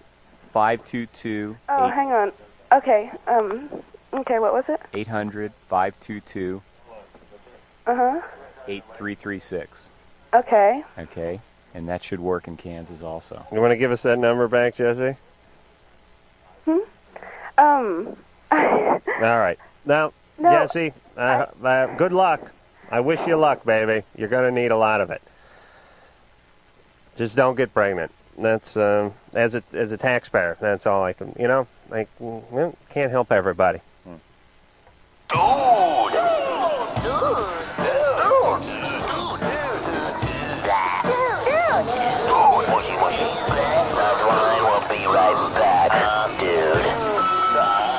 Speaker 8: 522
Speaker 1: Oh, hang on. Okay. Um. Okay. What was it?
Speaker 8: 800 522
Speaker 1: Uh huh.
Speaker 8: 8336.
Speaker 1: Okay.
Speaker 8: Okay? And that should work in Kansas also.
Speaker 3: You want to give us that number back, Jesse?
Speaker 1: Um.
Speaker 3: [LAUGHS] All right. Now,
Speaker 1: No,
Speaker 3: Jesse, uh, uh, good luck. I wish you luck, baby. You're going to need a lot of it. Just don't get pregnant. That's um, as a as a taxpayer. That's all I can. You know, like mm, well, can't help everybody.
Speaker 7: Bloodline will be right back. Um, dude.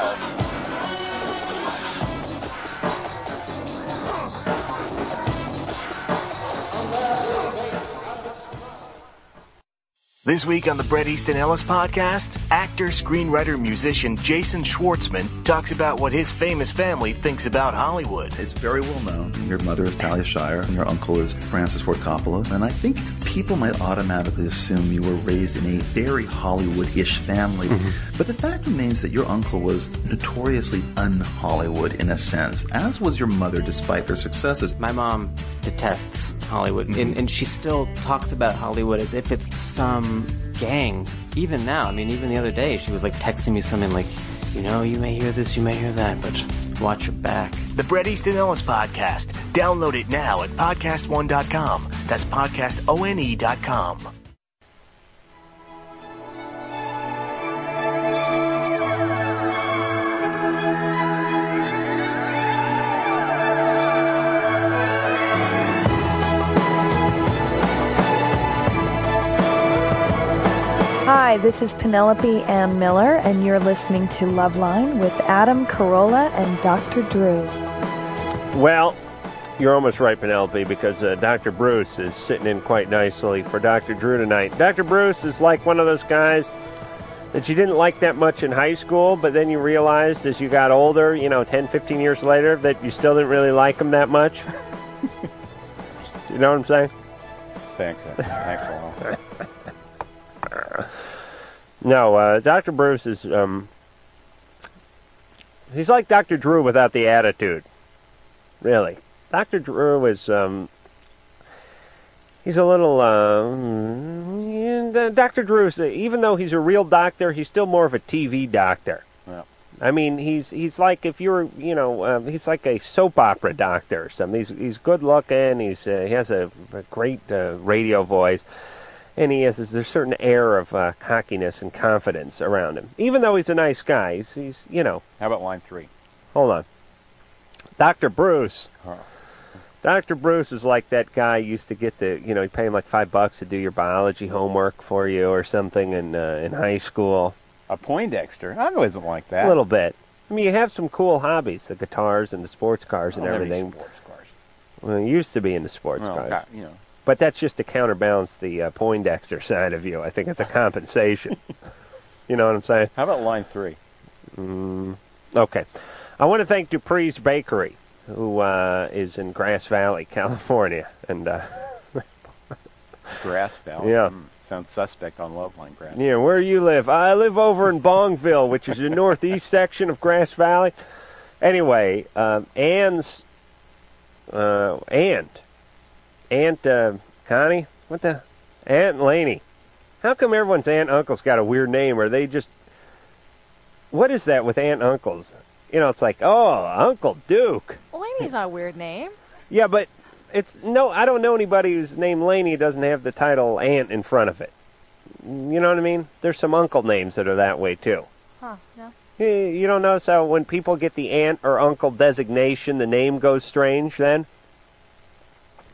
Speaker 2: This week on the Brett Easton Ellis podcast, actor, screenwriter, musician Jason Schwartzman talks about what his famous family thinks about Hollywood. It's very well known.
Speaker 6: Your mother is Talia Shire, and your uncle is Francis Ford Coppola. And I think people might automatically assume you were raised in a very Hollywood-ish family. But the fact remains that your uncle was notoriously un-Hollywood in a sense, as was your mother despite their successes.
Speaker 24: My mom detests Hollywood, and, and she still talks about Hollywood as if it's some gang. Even now, I mean, even the other day, she was like texting me something like, you know, you may hear this, you may hear that, but watch your back.
Speaker 2: The Brett Easton Ellis podcast. Download it now at podcast1.com. That's E podcastone.com.
Speaker 25: Hi, this is Penelope Ann Miller, and you're listening to Loveline with Adam Carolla and Dr. Drew.
Speaker 3: Well, You're almost right, Penelope, because uh, Dr. Bruce is sitting in quite nicely for Dr. Drew tonight. Dr. Bruce is like one of those guys that you didn't like that much in high school, but then you realized as you got older, you know, 10, 15 years later, that you still didn't really like him that much. you know what I'm saying?
Speaker 8: Thanks. uh, Thanks a lot. [LAUGHS]
Speaker 3: No, uh, Dr. Bruce is. Um, he's like Dr. Drew without the attitude. Really. Dr. Drew is. Um, he's a little. uh, Um, and, uh, Dr. Drew's, uh, even though he's a real doctor, he's still more of a TV doctor.
Speaker 8: Well,
Speaker 3: I mean, he's he's like if you're you know um, he's like a soap opera doctor or something. He's he's good looking. He's uh, he has a, a great uh, radio voice, and he has there's a certain air of uh, cockiness and confidence around him. Even though he's a nice guy, he's, he's you know.
Speaker 8: How about line three?
Speaker 3: Hold on, Doctor Bruce.
Speaker 8: Huh.
Speaker 3: Dr. Bruce is like that guy you used to get the, you know, you pay him like five bucks to do your biology homework for you or something in uh, in high school.
Speaker 8: A Poindexter? I wasn't like that.
Speaker 3: A little bit. I mean, you have some cool hobbies, the guitars and the sports cars and
Speaker 8: I'll never be
Speaker 3: everything.
Speaker 8: sports cars.
Speaker 3: Well, you used to be into sports
Speaker 8: Well,
Speaker 3: cars.
Speaker 8: got- you know.
Speaker 3: But that's just to counterbalance the uh, Poindexter side of you. I think it's
Speaker 8: [LAUGHS]
Speaker 3: a compensation. you know what I'm saying?
Speaker 8: How about line three?
Speaker 3: Mm, okay. I want to thank Dupree's Bakery, who uh, is in Grass Valley, [LAUGHS] California. And uh,
Speaker 8: Grass Valley.
Speaker 3: Yeah.
Speaker 8: Hmm. Sounds suspect on Loveline Grass.
Speaker 3: Yeah, where you live? I live over in Bongville, which is the northeast section of Grass Valley. Anyway, um, Ann's uh, aunt, Aunt uh, Connie, what the Aunt Laney? How come everyone's aunt uncle's got a weird name? Are they just what is that with aunt uncles? You know, it's like oh, Uncle Duke.
Speaker 9: Laney's not a weird name.
Speaker 3: Yeah, but it's no. I don't know anybody whose name Laney doesn't have the title aunt in front of it. You know what I mean? There's some uncle names that are that way too.
Speaker 9: Huh, no.
Speaker 3: You- You don't notice how when people get the aunt or uncle designation, the name goes strange then?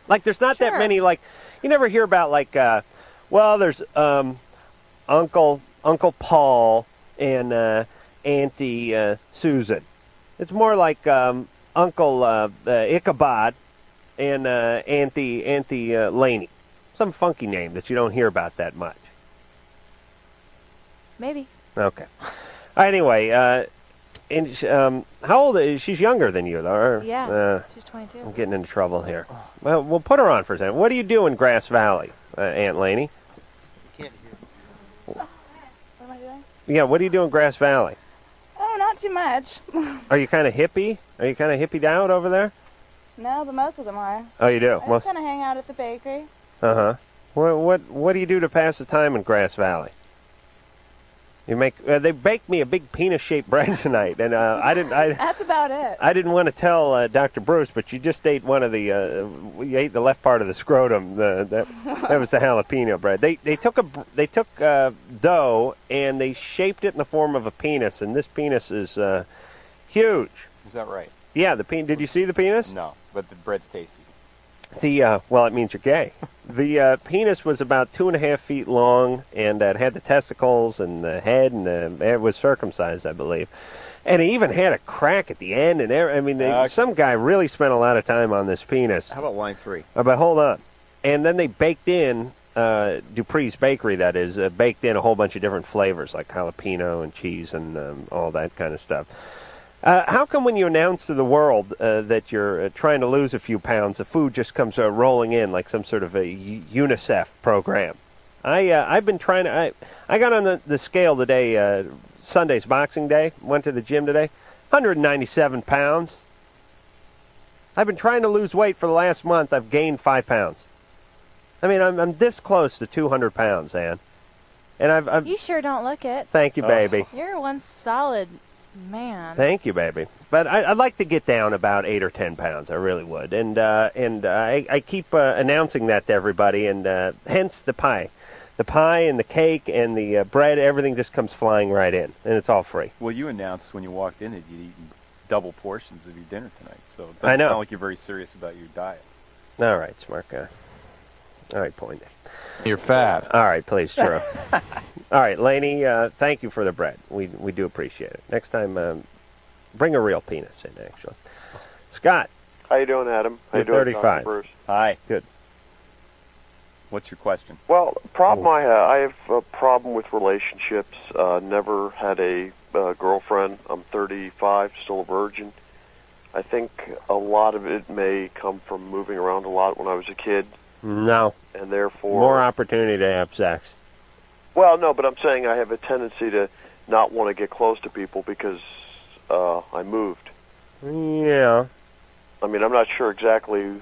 Speaker 3: Like, there's not that many, like, you never hear about, like, uh, well, there's, um, Uncle, Uncle Paul and, uh, Auntie, uh, Susan. It's more like, um, Uncle, uh, uh Ichabod and, uh, Auntie, Auntie, uh, Laney. Some funky name that you don't hear about that much.
Speaker 9: Maybe.
Speaker 3: Okay. Anyway, uh, and sh- um, how old is she's younger than you though? or-
Speaker 9: Yeah,
Speaker 3: Uh,
Speaker 9: she's 22.
Speaker 3: I'm getting into trouble here. Well, we'll put her on for a second. What do you do in Grass Valley, uh, Aunt Laney?
Speaker 9: What am I doing?
Speaker 3: Yeah, what do you do in Grass Valley?
Speaker 9: Oh, not too much. [LAUGHS]
Speaker 3: Are you kind of hippie? Are you kind of hippied out over there?
Speaker 9: no, but most of them are.
Speaker 3: Oh, you do.
Speaker 9: I
Speaker 3: Well,
Speaker 9: just kind of hang out at the bakery.
Speaker 3: uh huh. What what what do you do to pass the time in Grass Valley? You make uh, they baked me a big penis-shaped bread [LAUGHS] tonight, and uh, I didn't. I,
Speaker 9: That's about it.
Speaker 3: I didn't want to tell uh, Dr. Bruce, but you just ate one of the uh, you ate the left part of the scrotum. The, that that was the jalapeno bread. They they took a br- they took uh, dough and they shaped it in the form of a penis, and this penis is uh, huge.
Speaker 8: Is that right?
Speaker 3: Yeah, the penis. Did you see the penis?
Speaker 8: No, but the bread's tasty.
Speaker 3: The uh, well, it means you're
Speaker 8: [LAUGHS]
Speaker 3: gay. the uh, penis was about two and a half feet long, and uh, it had the testicles and the head, and the, it was circumcised, I believe. And it even had a crack at the end, and every, I mean, they,
Speaker 8: Okay.
Speaker 3: some guy really spent a lot of time on this penis.
Speaker 8: Uh, How about line three?
Speaker 3: Uh, but hold on, and then they baked in uh, Dupree's Bakery. That is uh, baked in a whole bunch of different flavors, like jalapeno and cheese and um, all that kind of stuff. Uh, how come when you announce to the world uh, that you're uh, trying to lose a few pounds, the food just comes uh, rolling in like some sort of a U- UNICEF program? I uh, I've been trying to. I I got on the, the scale today. Uh, Sunday's Boxing Day. Went to the gym today. 197 pounds. I've been trying to lose weight for the last month. I've gained five pounds. I mean, I'm I'm this close to 200 pounds, Ann. And I've, I've
Speaker 9: You sure don't look it.
Speaker 3: thank you, baby.
Speaker 9: You're one solid man.
Speaker 3: Thank you, baby. But I, I'd like to get down about eight or ten pounds. I really would, and uh, and uh, I, I keep uh, announcing that to everybody, and uh, hence the pie, the pie and the cake and the uh, bread. Everything just comes flying right in, and it's all free.
Speaker 8: Well, you announced when you walked in that you'd eaten double portions of your dinner tonight, so it doesn't
Speaker 3: I know.
Speaker 8: sound like you're very serious about your diet.
Speaker 3: All right, smart guy. All right, point.
Speaker 17: You're fat.
Speaker 3: All right, please, True. all right, Laney. Uh, thank you for the bread. We we do appreciate it. Next time, um, bring a real penis in. Actually, Scott.
Speaker 10: How you doing, Adam? How
Speaker 3: You're
Speaker 10: you doing, Dr.
Speaker 3: 35.
Speaker 10: Bruce?
Speaker 8: Hi. Good. What's your question?
Speaker 10: Well, problem I have, I have a problem with relationships. Uh, never had a uh, girlfriend. I'm 35, still a virgin. I think a lot of it may come from moving around a lot when I was a kid,
Speaker 3: No.
Speaker 10: and therefore
Speaker 3: More opportunity to have sex.
Speaker 10: Well, no, but I'm saying I have a tendency to not want to get close to people because uh, I moved.
Speaker 3: Yeah.
Speaker 10: I mean, I'm not sure exactly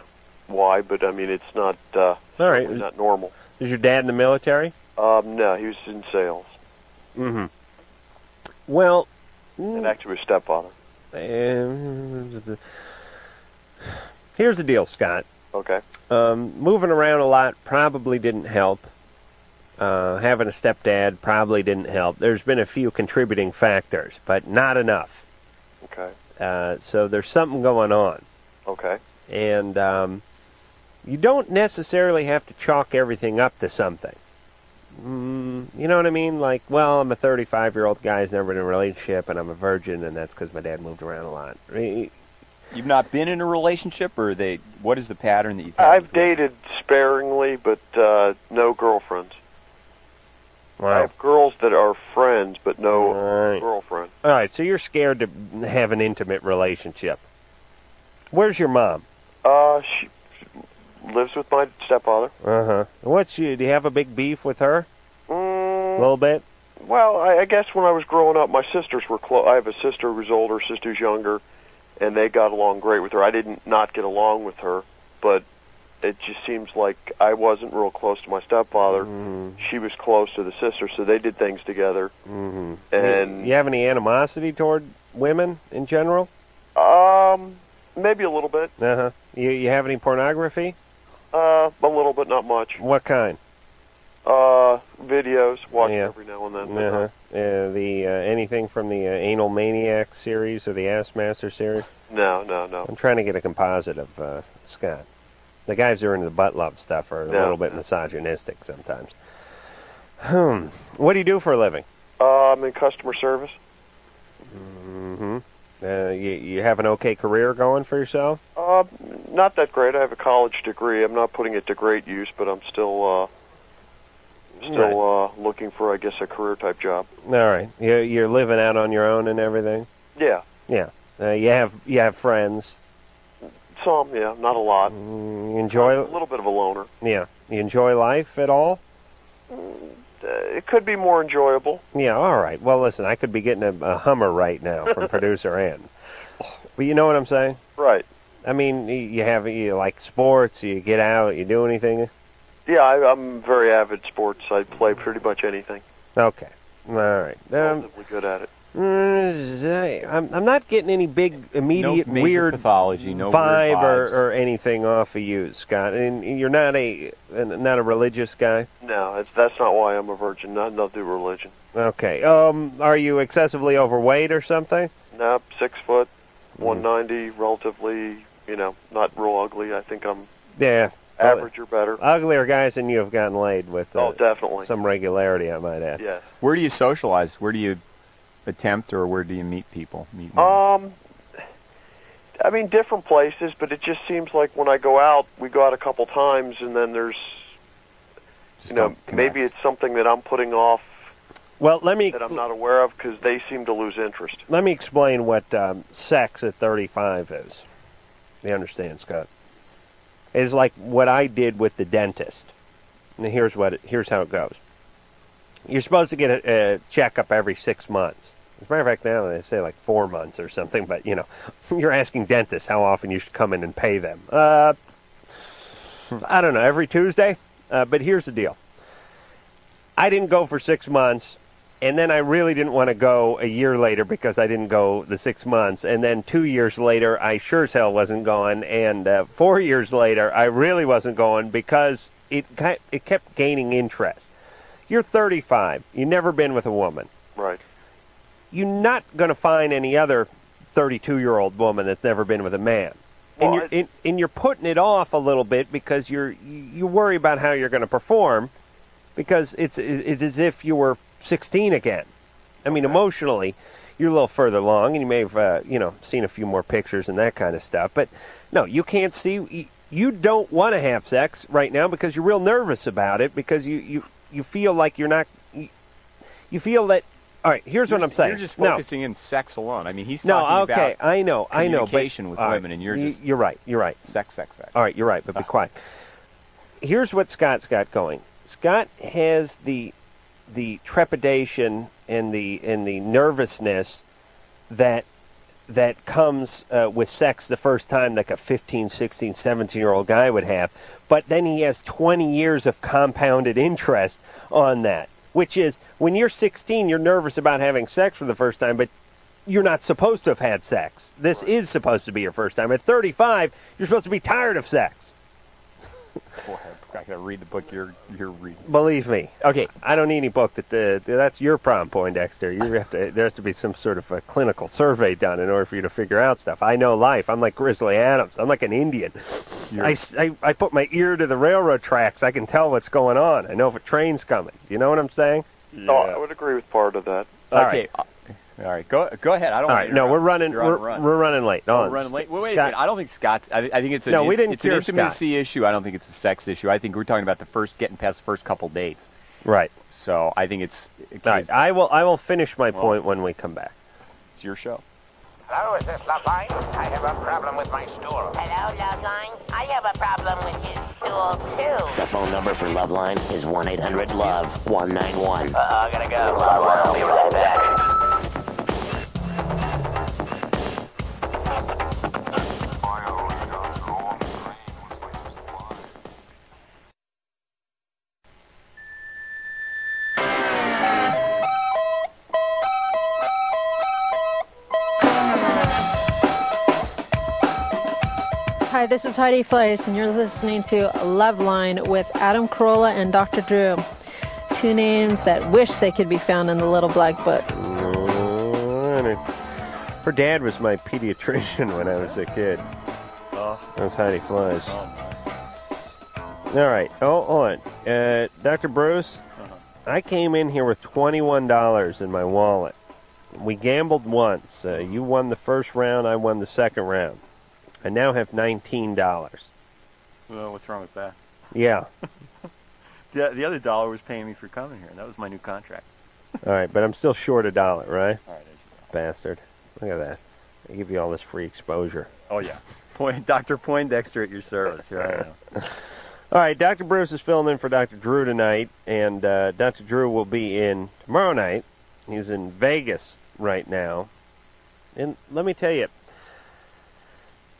Speaker 10: why, but I mean, it's not uh,
Speaker 3: All right.
Speaker 10: it's
Speaker 3: Is,
Speaker 10: not normal.
Speaker 3: is your dad in the military?
Speaker 10: Um, no, he was in sales
Speaker 3: Mm-hmm. Well, mm.
Speaker 10: and actually a stepfather.
Speaker 3: Um, [SIGHS] Here's the deal, Scott.
Speaker 10: Okay.
Speaker 3: Um, moving around a lot probably didn't help. Uh, having a stepdad probably didn't help. There's been a few contributing factors, but not enough.
Speaker 10: Okay.
Speaker 3: Uh, so there's something going on.
Speaker 10: Okay.
Speaker 3: And um, you don't necessarily have to chalk everything up to something. Mm, you know what I mean? Like, well, I'm a 35 year old guy who's never been in a relationship, and I'm a virgin, and that's because my dad moved around a lot.
Speaker 8: You've not been in a relationship, or they? What is the pattern that you've had?
Speaker 10: I've dated sparingly, but uh, no girlfriends. I have girls that are friends, but no girlfriend.
Speaker 3: All right, so you're scared to have an intimate relationship. Where's your mom?
Speaker 10: Uh, she lives with my stepfather.
Speaker 3: Uh huh.
Speaker 10: Uh-huh.
Speaker 3: What's she? Do you have a big beef with her? A
Speaker 10: Mm,
Speaker 3: little bit.
Speaker 10: well, I, I guess when I was growing up, my sisters were close. I have a sister who's older, sister's younger, and they got along great with her. I didn't not get along with her, but it just seems like I wasn't real close to my stepfather. She was close to the sister, so they did things together.
Speaker 3: Mm-hmm.
Speaker 10: And-
Speaker 3: you, you have any animosity toward women in general?
Speaker 10: Um, maybe a little bit,
Speaker 3: Uh huh. You you have any pornography?
Speaker 10: uh, a little but not much.
Speaker 3: What kind?
Speaker 10: Uh, videos, watch
Speaker 3: Yeah.
Speaker 10: every now and then. but
Speaker 3: Uh-huh. Uh The uh, anything from the uh, Anal Maniac series or the Ass Master series?
Speaker 10: No, no, no.
Speaker 3: I'm trying to get a composite of uh, Scott. The guys who are into the butt love stuff are a
Speaker 10: No.
Speaker 3: little bit misogynistic sometimes. Hmm. What do you do for a living?
Speaker 10: Uh, I'm in customer service.
Speaker 3: Mm-hmm. Uh, you, you have an okay career going for yourself?
Speaker 10: Uh, not that great. I have a college degree. I'm not putting it to great use, but I'm still uh, still uh, looking for, I guess, a career type job.
Speaker 3: All right. You, you're living out on your own and everything?
Speaker 10: Yeah,
Speaker 3: Yeah. Uh, you have you have friends. Mm,
Speaker 10: some. Yeah, not a lot.
Speaker 3: You
Speaker 10: A
Speaker 3: enjoy
Speaker 10: little bit of a loner.
Speaker 3: yeah. You enjoy life at all?
Speaker 10: Uh, it could be more enjoyable.
Speaker 3: Yeah, all right. Well, listen, I could be getting a, a Hummer right
Speaker 10: [LAUGHS]
Speaker 3: now from producer Ann. But you know what I'm saying?
Speaker 10: Right.
Speaker 3: I mean, y- you have you like sports, you get out, you do anything.
Speaker 10: Yeah, I, I'm very avid sports. I play pretty much anything.
Speaker 3: Okay. All right. Um,
Speaker 10: Relatively good at it.
Speaker 3: mm, I'm I'm not getting any big immediate
Speaker 8: major
Speaker 3: weird
Speaker 8: pathology, no weird
Speaker 3: vibe
Speaker 8: vibes.
Speaker 3: or, or anything off of you, Scott. And you're not a not a religious guy.
Speaker 10: No, it's, that's not why I'm a virgin. Not nothing to religion.
Speaker 3: Okay. Um, are you excessively overweight or something?
Speaker 10: No, six foot, 190, relatively. You know, not real ugly. I think I'm
Speaker 3: Yeah.
Speaker 10: average or better.
Speaker 3: Uglier guys than you have gotten laid with. Uh,
Speaker 10: Oh, definitely.
Speaker 3: Some regularity, I might add.
Speaker 10: Yes.
Speaker 8: Where do you socialize? Where do you attempt, or where do you meet people? Meet women?
Speaker 10: Um, I mean, different places, but it just seems like when I go out, we go out a couple times, and then there's, you know, maybe it's something that I'm putting off
Speaker 3: Well, let me
Speaker 10: that I'm not aware of because they seem to lose interest.
Speaker 3: let me explain what um, sex at 35 is. You understand, Scott? It's like what I did with the dentist. And here's what it, here's how it goes. You're supposed to get a, a checkup every six months. As a matter of fact, now they say like four months or something. But you know, [LAUGHS] you're asking dentists how often you should come in and pay them. Uh, I don't know, every Tuesday. Uh, but here's the deal. I didn't go for six months, and then I really didn't want to go a year later because I didn't go the six months, and then two years later I sure as hell wasn't going, and uh, four years later I really wasn't going because it ki- it kept gaining interest. You're 35. You've never been with a woman.
Speaker 10: Right.
Speaker 3: You're not going to find any other 32 year old woman that's never been with a man. And you're, and, and you're putting it off a little bit because you're you worry about how you're going to perform because it's it's as if you were 16 again. I mean, emotionally, you're a little further along, and you may have uh, you know seen a few more pictures and that kind of stuff. But no, you can't see. y- You don't want to have sex right now because you're real nervous about it because you you you feel like you're not. You, you feel that. All right, here's
Speaker 8: You're
Speaker 3: what I'm
Speaker 8: s-
Speaker 3: saying.
Speaker 8: You're just
Speaker 3: No.
Speaker 8: focusing in sex alone. I mean, he's
Speaker 3: No,
Speaker 8: talking
Speaker 3: okay,
Speaker 8: about
Speaker 3: I know, I know, but-
Speaker 8: communication with
Speaker 3: all right,
Speaker 8: women, and you're
Speaker 3: you-
Speaker 8: just
Speaker 3: you're right, you're right.
Speaker 8: Sex, sex, sex.
Speaker 3: All right, you're right, but be quiet. Here's what Scott's got going. Scott has the the trepidation and the and the nervousness that that comes uh, with sex the first time like a 15, 16, 17 year old guy would have. But then he has 20 years of compounded interest on that, which is when you're 16, you're nervous about having sex for the first time, but you're not supposed to have had sex. This is supposed to be your first time. At 35, you're supposed to be tired of sex.
Speaker 8: Boy, I gotta read the book you're you're reading.
Speaker 3: Believe me. Okay, I don't need any book. That the, that's your problem, Poindexter. You have to. There has to be some sort of a clinical survey done in order for you to figure out stuff. I know life. I'm like Grizzly Adams. I'm like an Indian. I, s- I- I put my ear to the railroad tracks. I can tell what's going on. I know if a train's coming. You know what I'm saying?
Speaker 10: No, I would agree with part of that.
Speaker 3: All right.
Speaker 8: Uh, All right, go go ahead. I don't.
Speaker 3: All
Speaker 8: wanna
Speaker 3: right, no,
Speaker 8: interrupt.
Speaker 3: we're running.
Speaker 8: You're on a
Speaker 3: We're,
Speaker 8: run.
Speaker 3: we're running late. No,
Speaker 8: we're running late. Wait, wait
Speaker 3: Scott-
Speaker 8: a minute. I don't think Scott's. I, I think it's an
Speaker 3: No, we didn't
Speaker 8: It's an
Speaker 3: cure Scott.
Speaker 8: intimacy issue. I don't think it's a sex issue. I think we're talking about the first getting past the first couple dates.
Speaker 3: Right.
Speaker 8: So I think it's. it's
Speaker 3: All right, I will. I will finish my point when we come back.
Speaker 8: It's your show.
Speaker 7: Hello, is this Logline? I have a problem with my stool. Hello, Logline. I have a problem with his stool, too. The phone number for Loveline is 1-800-LOVE-191. Uh, I gotta go. I'll be right back.
Speaker 4: Hi, this is Heidi Fleiss, and you're listening to Love Line with Adam Carolla and Dr. Drew. Two names that wish they could be found in the little black book.
Speaker 3: Alrighty. Her dad was my pediatrician when I was a kid.
Speaker 8: Oh.
Speaker 3: That was Heidi Flies. All right. Oh, hold on. Uh, Dr. Bruce,
Speaker 8: Uh-huh.
Speaker 3: I came in here with $21 in my wallet. We gambled once. Uh, you won the first round, I won the second round. I now have $19.
Speaker 8: Well, what's wrong with that? [LAUGHS]
Speaker 3: Yeah.
Speaker 8: The, the other dollar was paying me for coming here. That was my new contract.
Speaker 3: All right, but I'm still short a dollar, right?
Speaker 8: All right,
Speaker 3: Bastard. Look at that. I give you all this free exposure.
Speaker 8: Oh yeah, Point, [LAUGHS] Doctor Poindexter at your service. Here I am.
Speaker 3: All right, Dr. Bruce is filling in for Dr. Drew tonight, and uh, Dr. Drew will be in tomorrow night. He's in Vegas right now. And let me tell you,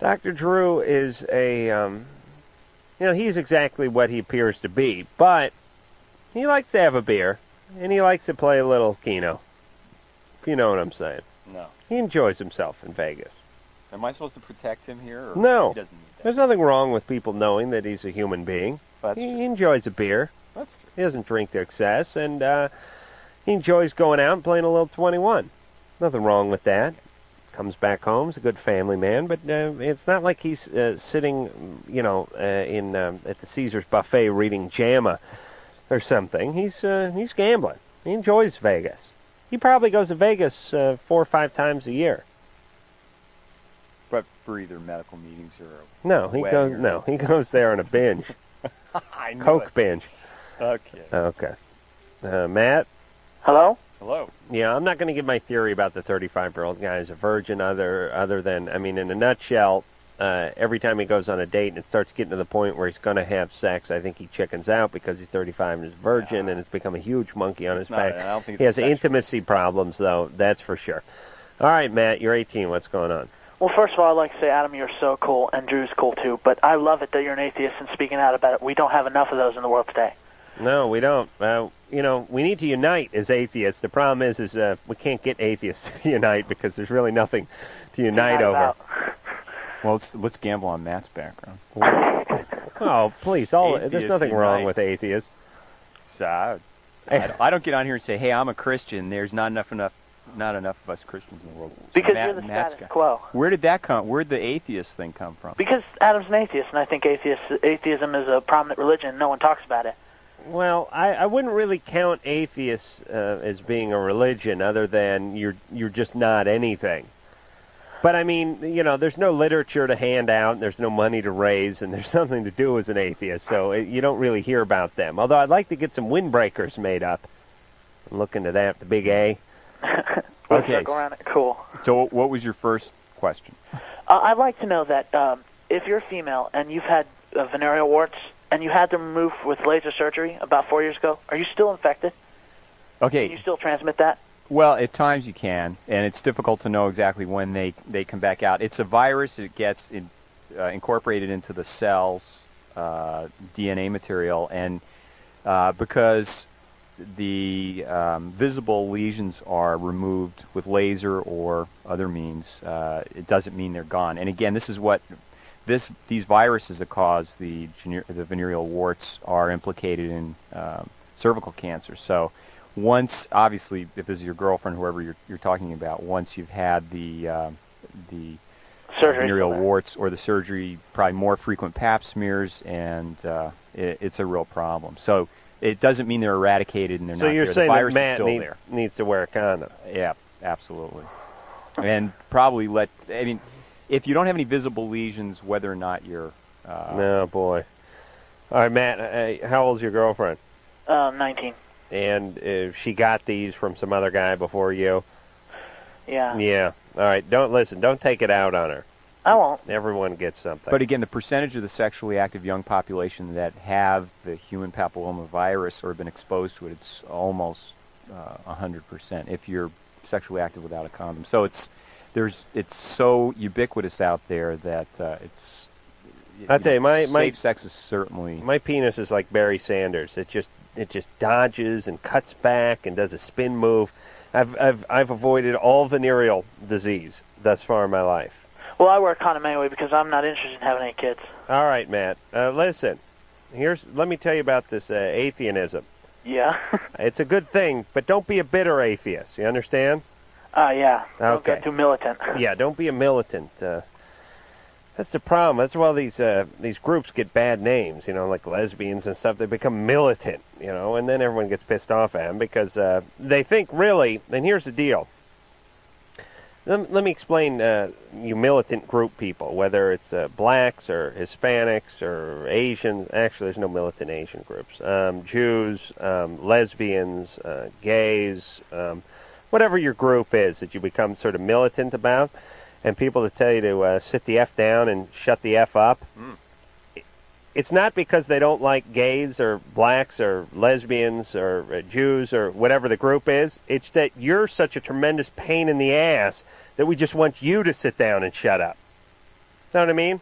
Speaker 3: Dr. Drew is a, um, you know, he's exactly what he appears to be, but he likes to have a beer, and he likes to play a little Keno. If you know what I'm saying.
Speaker 8: No.
Speaker 3: He enjoys himself in Vegas.
Speaker 8: [LAUGHS] Am I supposed to protect him here? Or
Speaker 3: No.
Speaker 8: He doesn't.
Speaker 3: There's nothing wrong with people knowing that he's a human being.
Speaker 8: That's
Speaker 3: he, he enjoys a beer.
Speaker 8: That's true.
Speaker 3: He doesn't drink to excess, and uh, he enjoys going out and playing a little 21. Nothing wrong with that. Comes back home, he's a good family man, but uh, it's not like he's uh, sitting, you know, uh, in um, at the Caesar's buffet reading JAMA or something. He's uh, he's gambling. He enjoys Vegas. He probably goes to Vegas uh, four or five times a year.
Speaker 8: But for either medical meetings or.
Speaker 3: No, he
Speaker 8: wedding
Speaker 3: goes.
Speaker 8: or-
Speaker 3: No, he goes there on a binge,
Speaker 8: [LAUGHS] I knew
Speaker 3: coke
Speaker 8: it.
Speaker 3: binge. Oh,
Speaker 8: Okay.
Speaker 3: Okay. Uh, Matt?
Speaker 12: Hello?
Speaker 8: Hello.
Speaker 3: Yeah, I'm not going to give my theory about the 35 year old guy as a virgin, other other than, I mean, in a nutshell, uh, every time he goes on a date and it starts getting to the point where he's going to have sex, I think he chickens out because he's 35 and is a virgin and it's become a huge monkey on
Speaker 8: It's
Speaker 3: his
Speaker 8: not-
Speaker 3: back.
Speaker 8: I don't think
Speaker 3: he has
Speaker 8: it's
Speaker 3: intimacy problems, though, that's for sure. All right, Matt, you're 18. What's going on?
Speaker 12: Well, first of all, I'd like to say, Adam, you're so cool, and Drew's cool too, but I love it that you're an atheist and speaking out about it. We don't have enough of those in the world today.
Speaker 3: No, we don't. Uh, you know, we need to unite as atheists. The problem is, is uh, we can't get atheists [LAUGHS] to unite because there's really nothing to unite over.
Speaker 8: Well, let's let's gamble on Matt's background.
Speaker 3: [LAUGHS] Oh, please! All there's
Speaker 8: Atheists
Speaker 3: nothing wrong
Speaker 8: unite.
Speaker 3: with atheists. Eh.
Speaker 8: So
Speaker 3: [LAUGHS]
Speaker 8: I, I, I don't get on here and say, "Hey, I'm a Christian." There's not enough enough not enough of us Christians in the world. So
Speaker 12: Because
Speaker 8: Matt-
Speaker 12: you're the
Speaker 8: Matt's
Speaker 12: status
Speaker 8: got-
Speaker 12: quo.
Speaker 8: Where did that come? Where'd the atheist thing come from?
Speaker 12: Because Adam's an atheist, and I think atheist, atheism is a prominent religion, and no one talks about it.
Speaker 3: well, I, I wouldn't really count atheists uh, as being a religion, other than you're you're just not anything. But I mean, you know, there's no literature to hand out, and there's no money to raise, and [LAUGHS] there's nothing to do as an atheist, so it, you don't really hear about them. Although I'd like to get some windbreakers made up. I'm looking to that, the big A.
Speaker 12: [LAUGHS] We'll
Speaker 8: Okay.
Speaker 12: circle around it. Cool.
Speaker 8: So, what was your first question?
Speaker 12: Uh, I'd like to know that um, if you're female and you've had uh, venereal warts and you had them removed with laser surgery about four years ago, are you still infected?
Speaker 8: Okay.
Speaker 12: Can you still transmit that?
Speaker 8: Well, at times you can, and it's difficult to know exactly when they, they come back out. It's a virus. It gets in, uh, incorporated into the cell's uh, DNA material, and uh, because the um, visible lesions are removed with laser or other means, uh, it doesn't mean they're gone. And again, this is what this these viruses that cause the gene- the venereal warts are implicated in um, cervical cancer. So once, obviously, if this is your girlfriend, whoever you're, you're talking about, once you've had the um the
Speaker 12: Surgery.
Speaker 8: venereal warts or the surgery, probably more frequent Pap smears, and uh, it, it's a real problem. So it doesn't mean they're eradicated and they're
Speaker 3: So
Speaker 8: not
Speaker 3: you're
Speaker 8: there.
Speaker 3: saying
Speaker 8: the virus
Speaker 3: that Matt
Speaker 8: is still
Speaker 3: needs,
Speaker 8: there.
Speaker 3: needs to wear a condom?
Speaker 8: Yeah, absolutely. and probably let. I mean, if you don't have any visible lesions, whether or not you're. Uh,
Speaker 3: no Oh, boy. All right, Matt. Hey, how old's your girlfriend?
Speaker 12: Um, 19.
Speaker 3: And uh, she got these from some other guy before you.
Speaker 12: Yeah.
Speaker 3: Yeah. All right. Don't listen. Don't take it out on her.
Speaker 12: I won't.
Speaker 3: Everyone gets something.
Speaker 8: But again, the percentage of the sexually active young population that have the human papillomavirus or have been exposed to it, it's almost uh, 100% if you're sexually active without a condom. So it's there's it's so ubiquitous out there that uh, it's.
Speaker 3: I tell you, my
Speaker 8: safe
Speaker 3: my
Speaker 8: sex is certainly
Speaker 3: my penis is like Barry Sanders. It just it just dodges and cuts back and does a spin move. I've I've I've avoided all venereal disease thus far in my life.
Speaker 12: Well, I wear a condom anyway because I'm not interested in having any kids.
Speaker 3: All right, Matt. Uh, listen, here's let me tell you about this uh, atheism.
Speaker 12: [LAUGHS] Yeah.
Speaker 3: It's a good thing, but don't be a bitter atheist. You understand?
Speaker 12: Uh, yeah. Don't
Speaker 3: Okay.
Speaker 12: get too militant.
Speaker 3: [LAUGHS] yeah, don't be a militant. Uh, that's the problem. That's why these uh, these groups get bad names, you know, like lesbians and stuff. They become militant, you know, and then everyone gets pissed off at them because uh, they think really. And here's the deal. Let, let me explain uh, you militant group people, whether it's uh, blacks or Hispanics or Asians. Actually, there's no militant Asian groups. Um, Jews, um, lesbians, uh, gays, um, whatever your group is that you become sort of militant about, and people that tell you to uh, sit the F down and shut the F up it's not because they don't like gays or blacks or lesbians or uh, Jews or whatever the group is. It's that you're such a tremendous pain in the ass that we just want you to sit down and shut up. Know what I mean?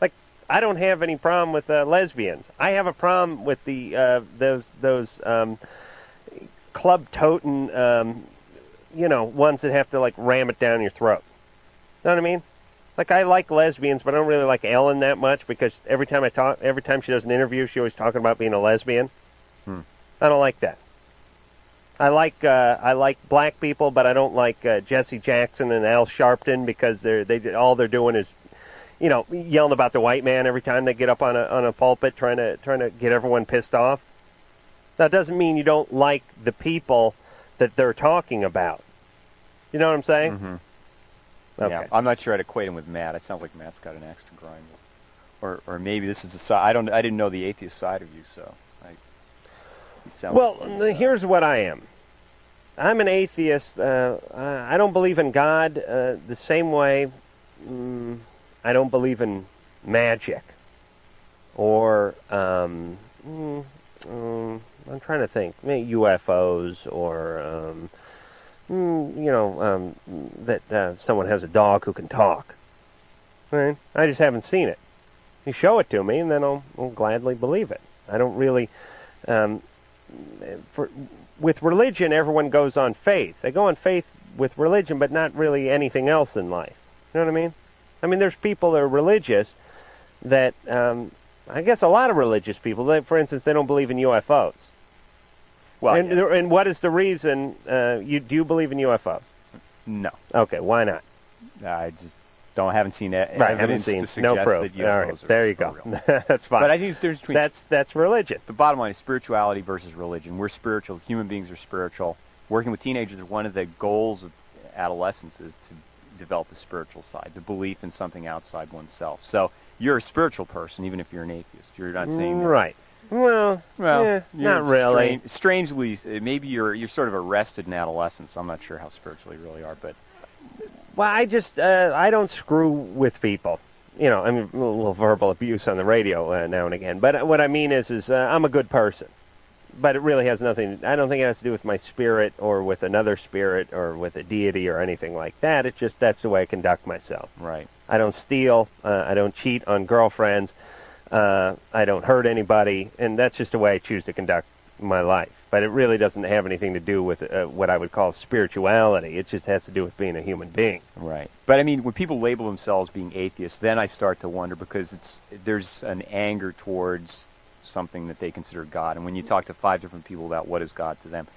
Speaker 3: Like I don't have any problem with uh, lesbians. I have a problem with the uh, those those um, club toting um, you know ones that have to like ram it down your throat. Know what I mean? Like I like lesbians, but I don't really like Ellen that much because every time I talk, every time she does an interview, she always talking about being a lesbian.
Speaker 8: Hmm.
Speaker 3: I don't like that. I like uh, I like black people, but I don't like uh, Jesse Jackson and Al Sharpton because they're they all they're doing is, you know, yelling about the white man every time they get up on a on a pulpit trying to trying to get everyone pissed off. That doesn't mean you don't like the people that they're talking about. You know what I'm saying?
Speaker 8: Yeah, I'm not sure I'd equate him with Matt. It sounds like Matt's got an axe to grind, or or maybe this is a side. I don't. I didn't know the atheist side of you, so. I, he sounds
Speaker 3: Well, n- here's what I am. I'm an atheist. Uh, I I don't believe in God uh, the same way mm, I don't believe in magic or um, mm, um, I'm trying to think maybe UFOs or um, mm, you know um, that uh, someone has a dog who can talk. Right? I just haven't seen it. You show it to me, and then I'll, I'll gladly believe it. I don't really um, for with religion, everyone goes on faith. They go on faith with religion, but not really anything else in life. You know what I mean? I mean, there's people that are religious that um, I guess a lot of religious people, they, for instance, they don't believe in UFOs. Well, and, there- and what is the reason? Uh, you do you believe in UFOs?
Speaker 8: No.
Speaker 3: Okay, why not?
Speaker 8: I just don't haven't seen e-
Speaker 3: Right, haven't
Speaker 8: evidence
Speaker 3: seen. No
Speaker 8: to suggest
Speaker 3: proof.
Speaker 8: that UFOs
Speaker 3: All right,
Speaker 8: are
Speaker 3: there you
Speaker 8: are
Speaker 3: go.
Speaker 8: real.
Speaker 3: [LAUGHS] That's fine.
Speaker 8: But I think there's difference between
Speaker 3: that's that's religion.
Speaker 8: The bottom line is spirituality versus religion. We're spiritual. Human beings are spiritual. Working with teenagers, one of the goals of adolescence is to develop the spiritual side, the belief in something outside oneself. So you're a spiritual person, even if you're an atheist. You're not saying that.
Speaker 3: Right. Well,
Speaker 8: Well,
Speaker 3: eh,
Speaker 8: you're
Speaker 3: not really.
Speaker 8: stra- strangely, uh, maybe you're you're sort of arrested in adolescence. I'm not sure how spiritual you really are, but
Speaker 3: Well, I just uh, I don't screw with people. You know, I mean a little verbal abuse on the radio uh, now and again. But uh, what I mean is, is uh, I'm a good person. But it really has nothing. I don't think it has to do with my spirit or with another spirit or with a deity or anything like that. It's just that's the way I conduct myself.
Speaker 8: Right.
Speaker 3: I don't steal. Uh, I don't cheat on girlfriends. Uh, I don't hurt anybody, and that's just the way I choose to conduct my life. But it really doesn't have anything to do with uh, what I would call spirituality. It just has to do with being a human being.
Speaker 8: Right. But I mean, when people label themselves being atheists, then I start to wonder because it's there's an anger towards something that they consider God. And when you talk to five different people about what is God to them,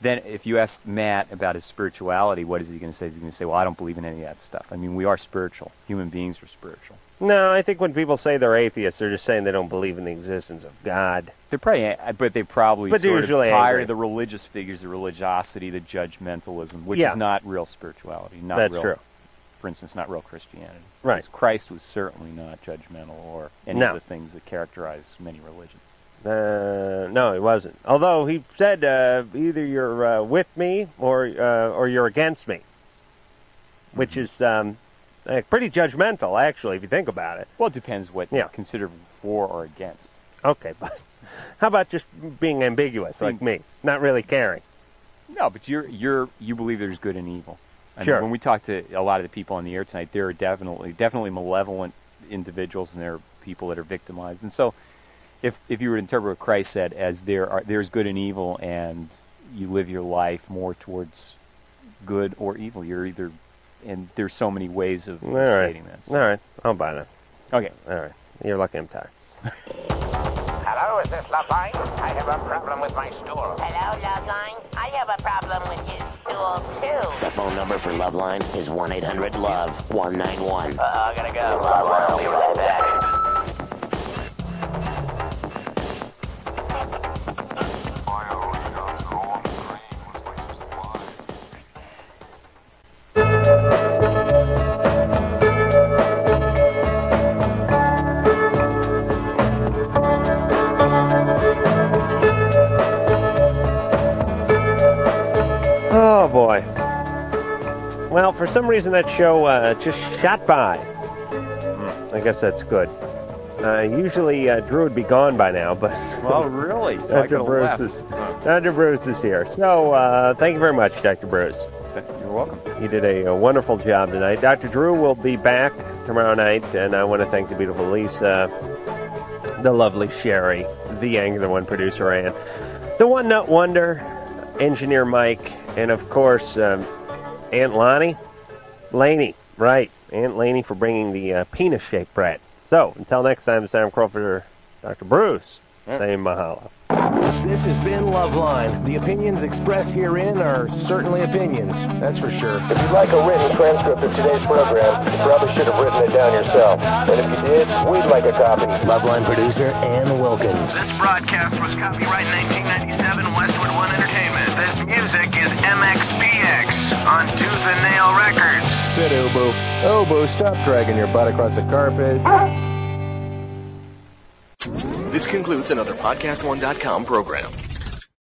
Speaker 8: then if you ask Matt about his spirituality, what is he going to say? Is he going to say, "Well, I don't believe in any of that stuff." I mean, we are spiritual. Human beings are spiritual.
Speaker 3: No, I think when people say they're atheists, they're just saying they don't believe in the existence of God.
Speaker 8: They're probably, a- but they probably
Speaker 3: But they're
Speaker 8: sort
Speaker 3: usually
Speaker 8: of tired
Speaker 3: angry.
Speaker 8: of the religious figures, the religiosity, the judgmentalism, which
Speaker 3: Yeah.
Speaker 8: is not real spirituality. Not
Speaker 3: That's
Speaker 8: real,
Speaker 3: true.
Speaker 8: For instance, not real Christianity.
Speaker 3: Right.
Speaker 8: Because Christ was certainly not judgmental or any
Speaker 3: No.
Speaker 8: of the things that characterize many religions.
Speaker 3: Uh, no, he wasn't. Although he said uh, either you're uh, with me or uh, or you're against me,
Speaker 8: Mm-hmm.
Speaker 3: which is um, uh, pretty judgmental, actually, if you think about it.
Speaker 8: Well, it depends what
Speaker 3: yeah.
Speaker 8: you consider for or against.
Speaker 3: Okay, but [LAUGHS] how about just being ambiguous like me, not really caring?
Speaker 8: No, but you're you're you believe there's good and evil. I
Speaker 3: Sure.
Speaker 8: Mean, when we talk to a lot of the people on the air tonight, there are definitely definitely malevolent individuals, and there are people that are victimized. And so, if if you were to interpret what Christ said as there are there's good and evil, and you live your life more towards good or evil, you're either and there's so many ways of
Speaker 3: All right.
Speaker 8: stating that.
Speaker 3: All right, I'll buy that.
Speaker 8: Okay.
Speaker 3: All right, you're lucky I'm tired.
Speaker 7: Hello, is this Lapine? I have a problem with my stool. Hello, Lapine. I have a problem with his stool, too.
Speaker 5: The phone number for Loveline is 1 800 Love 191.
Speaker 7: Uh-oh, I gotta go. I'll be right back.
Speaker 3: Oh boy. Well, for some reason that show uh, just shot by. Hmm, I guess that's good. Uh, usually uh, Drew would be gone by now, but
Speaker 8: [LAUGHS] Well, really? So I
Speaker 3: Dr.
Speaker 8: could've
Speaker 3: Bruce
Speaker 8: left.
Speaker 3: is Dr. Bruce is here. So uh, thank you very much, Dr. Bruce.
Speaker 8: You're welcome.
Speaker 3: You did a, a wonderful job tonight. Dr. Drew will be back tomorrow night, and I want to thank the beautiful Lisa, the lovely Sherry, the Angular One producer Ann, the One Nut Wonder, engineer Mike, and of course um, Aunt Lonnie, Laney, right? Aunt Laney for bringing the uh, penis-shaped bread. So until next time, it's Sam Crawford, Dr. Bruce, saying mahalo.
Speaker 2: This has been Loveline. The opinions expressed herein are certainly opinions, that's for sure. If you'd like a written transcript of today's program, you probably should have written it down yourself. And if you did, we'd like a copy. Loveline producer Ann Wilkins.
Speaker 18: This broadcast was copyright 1997 Westwood One Entertainment. This music is MXPX on Tooth and Nail Records.
Speaker 2: Sit, Obo. Obo, stop dragging your butt across the carpet.
Speaker 13: This concludes another PodcastOne.com program.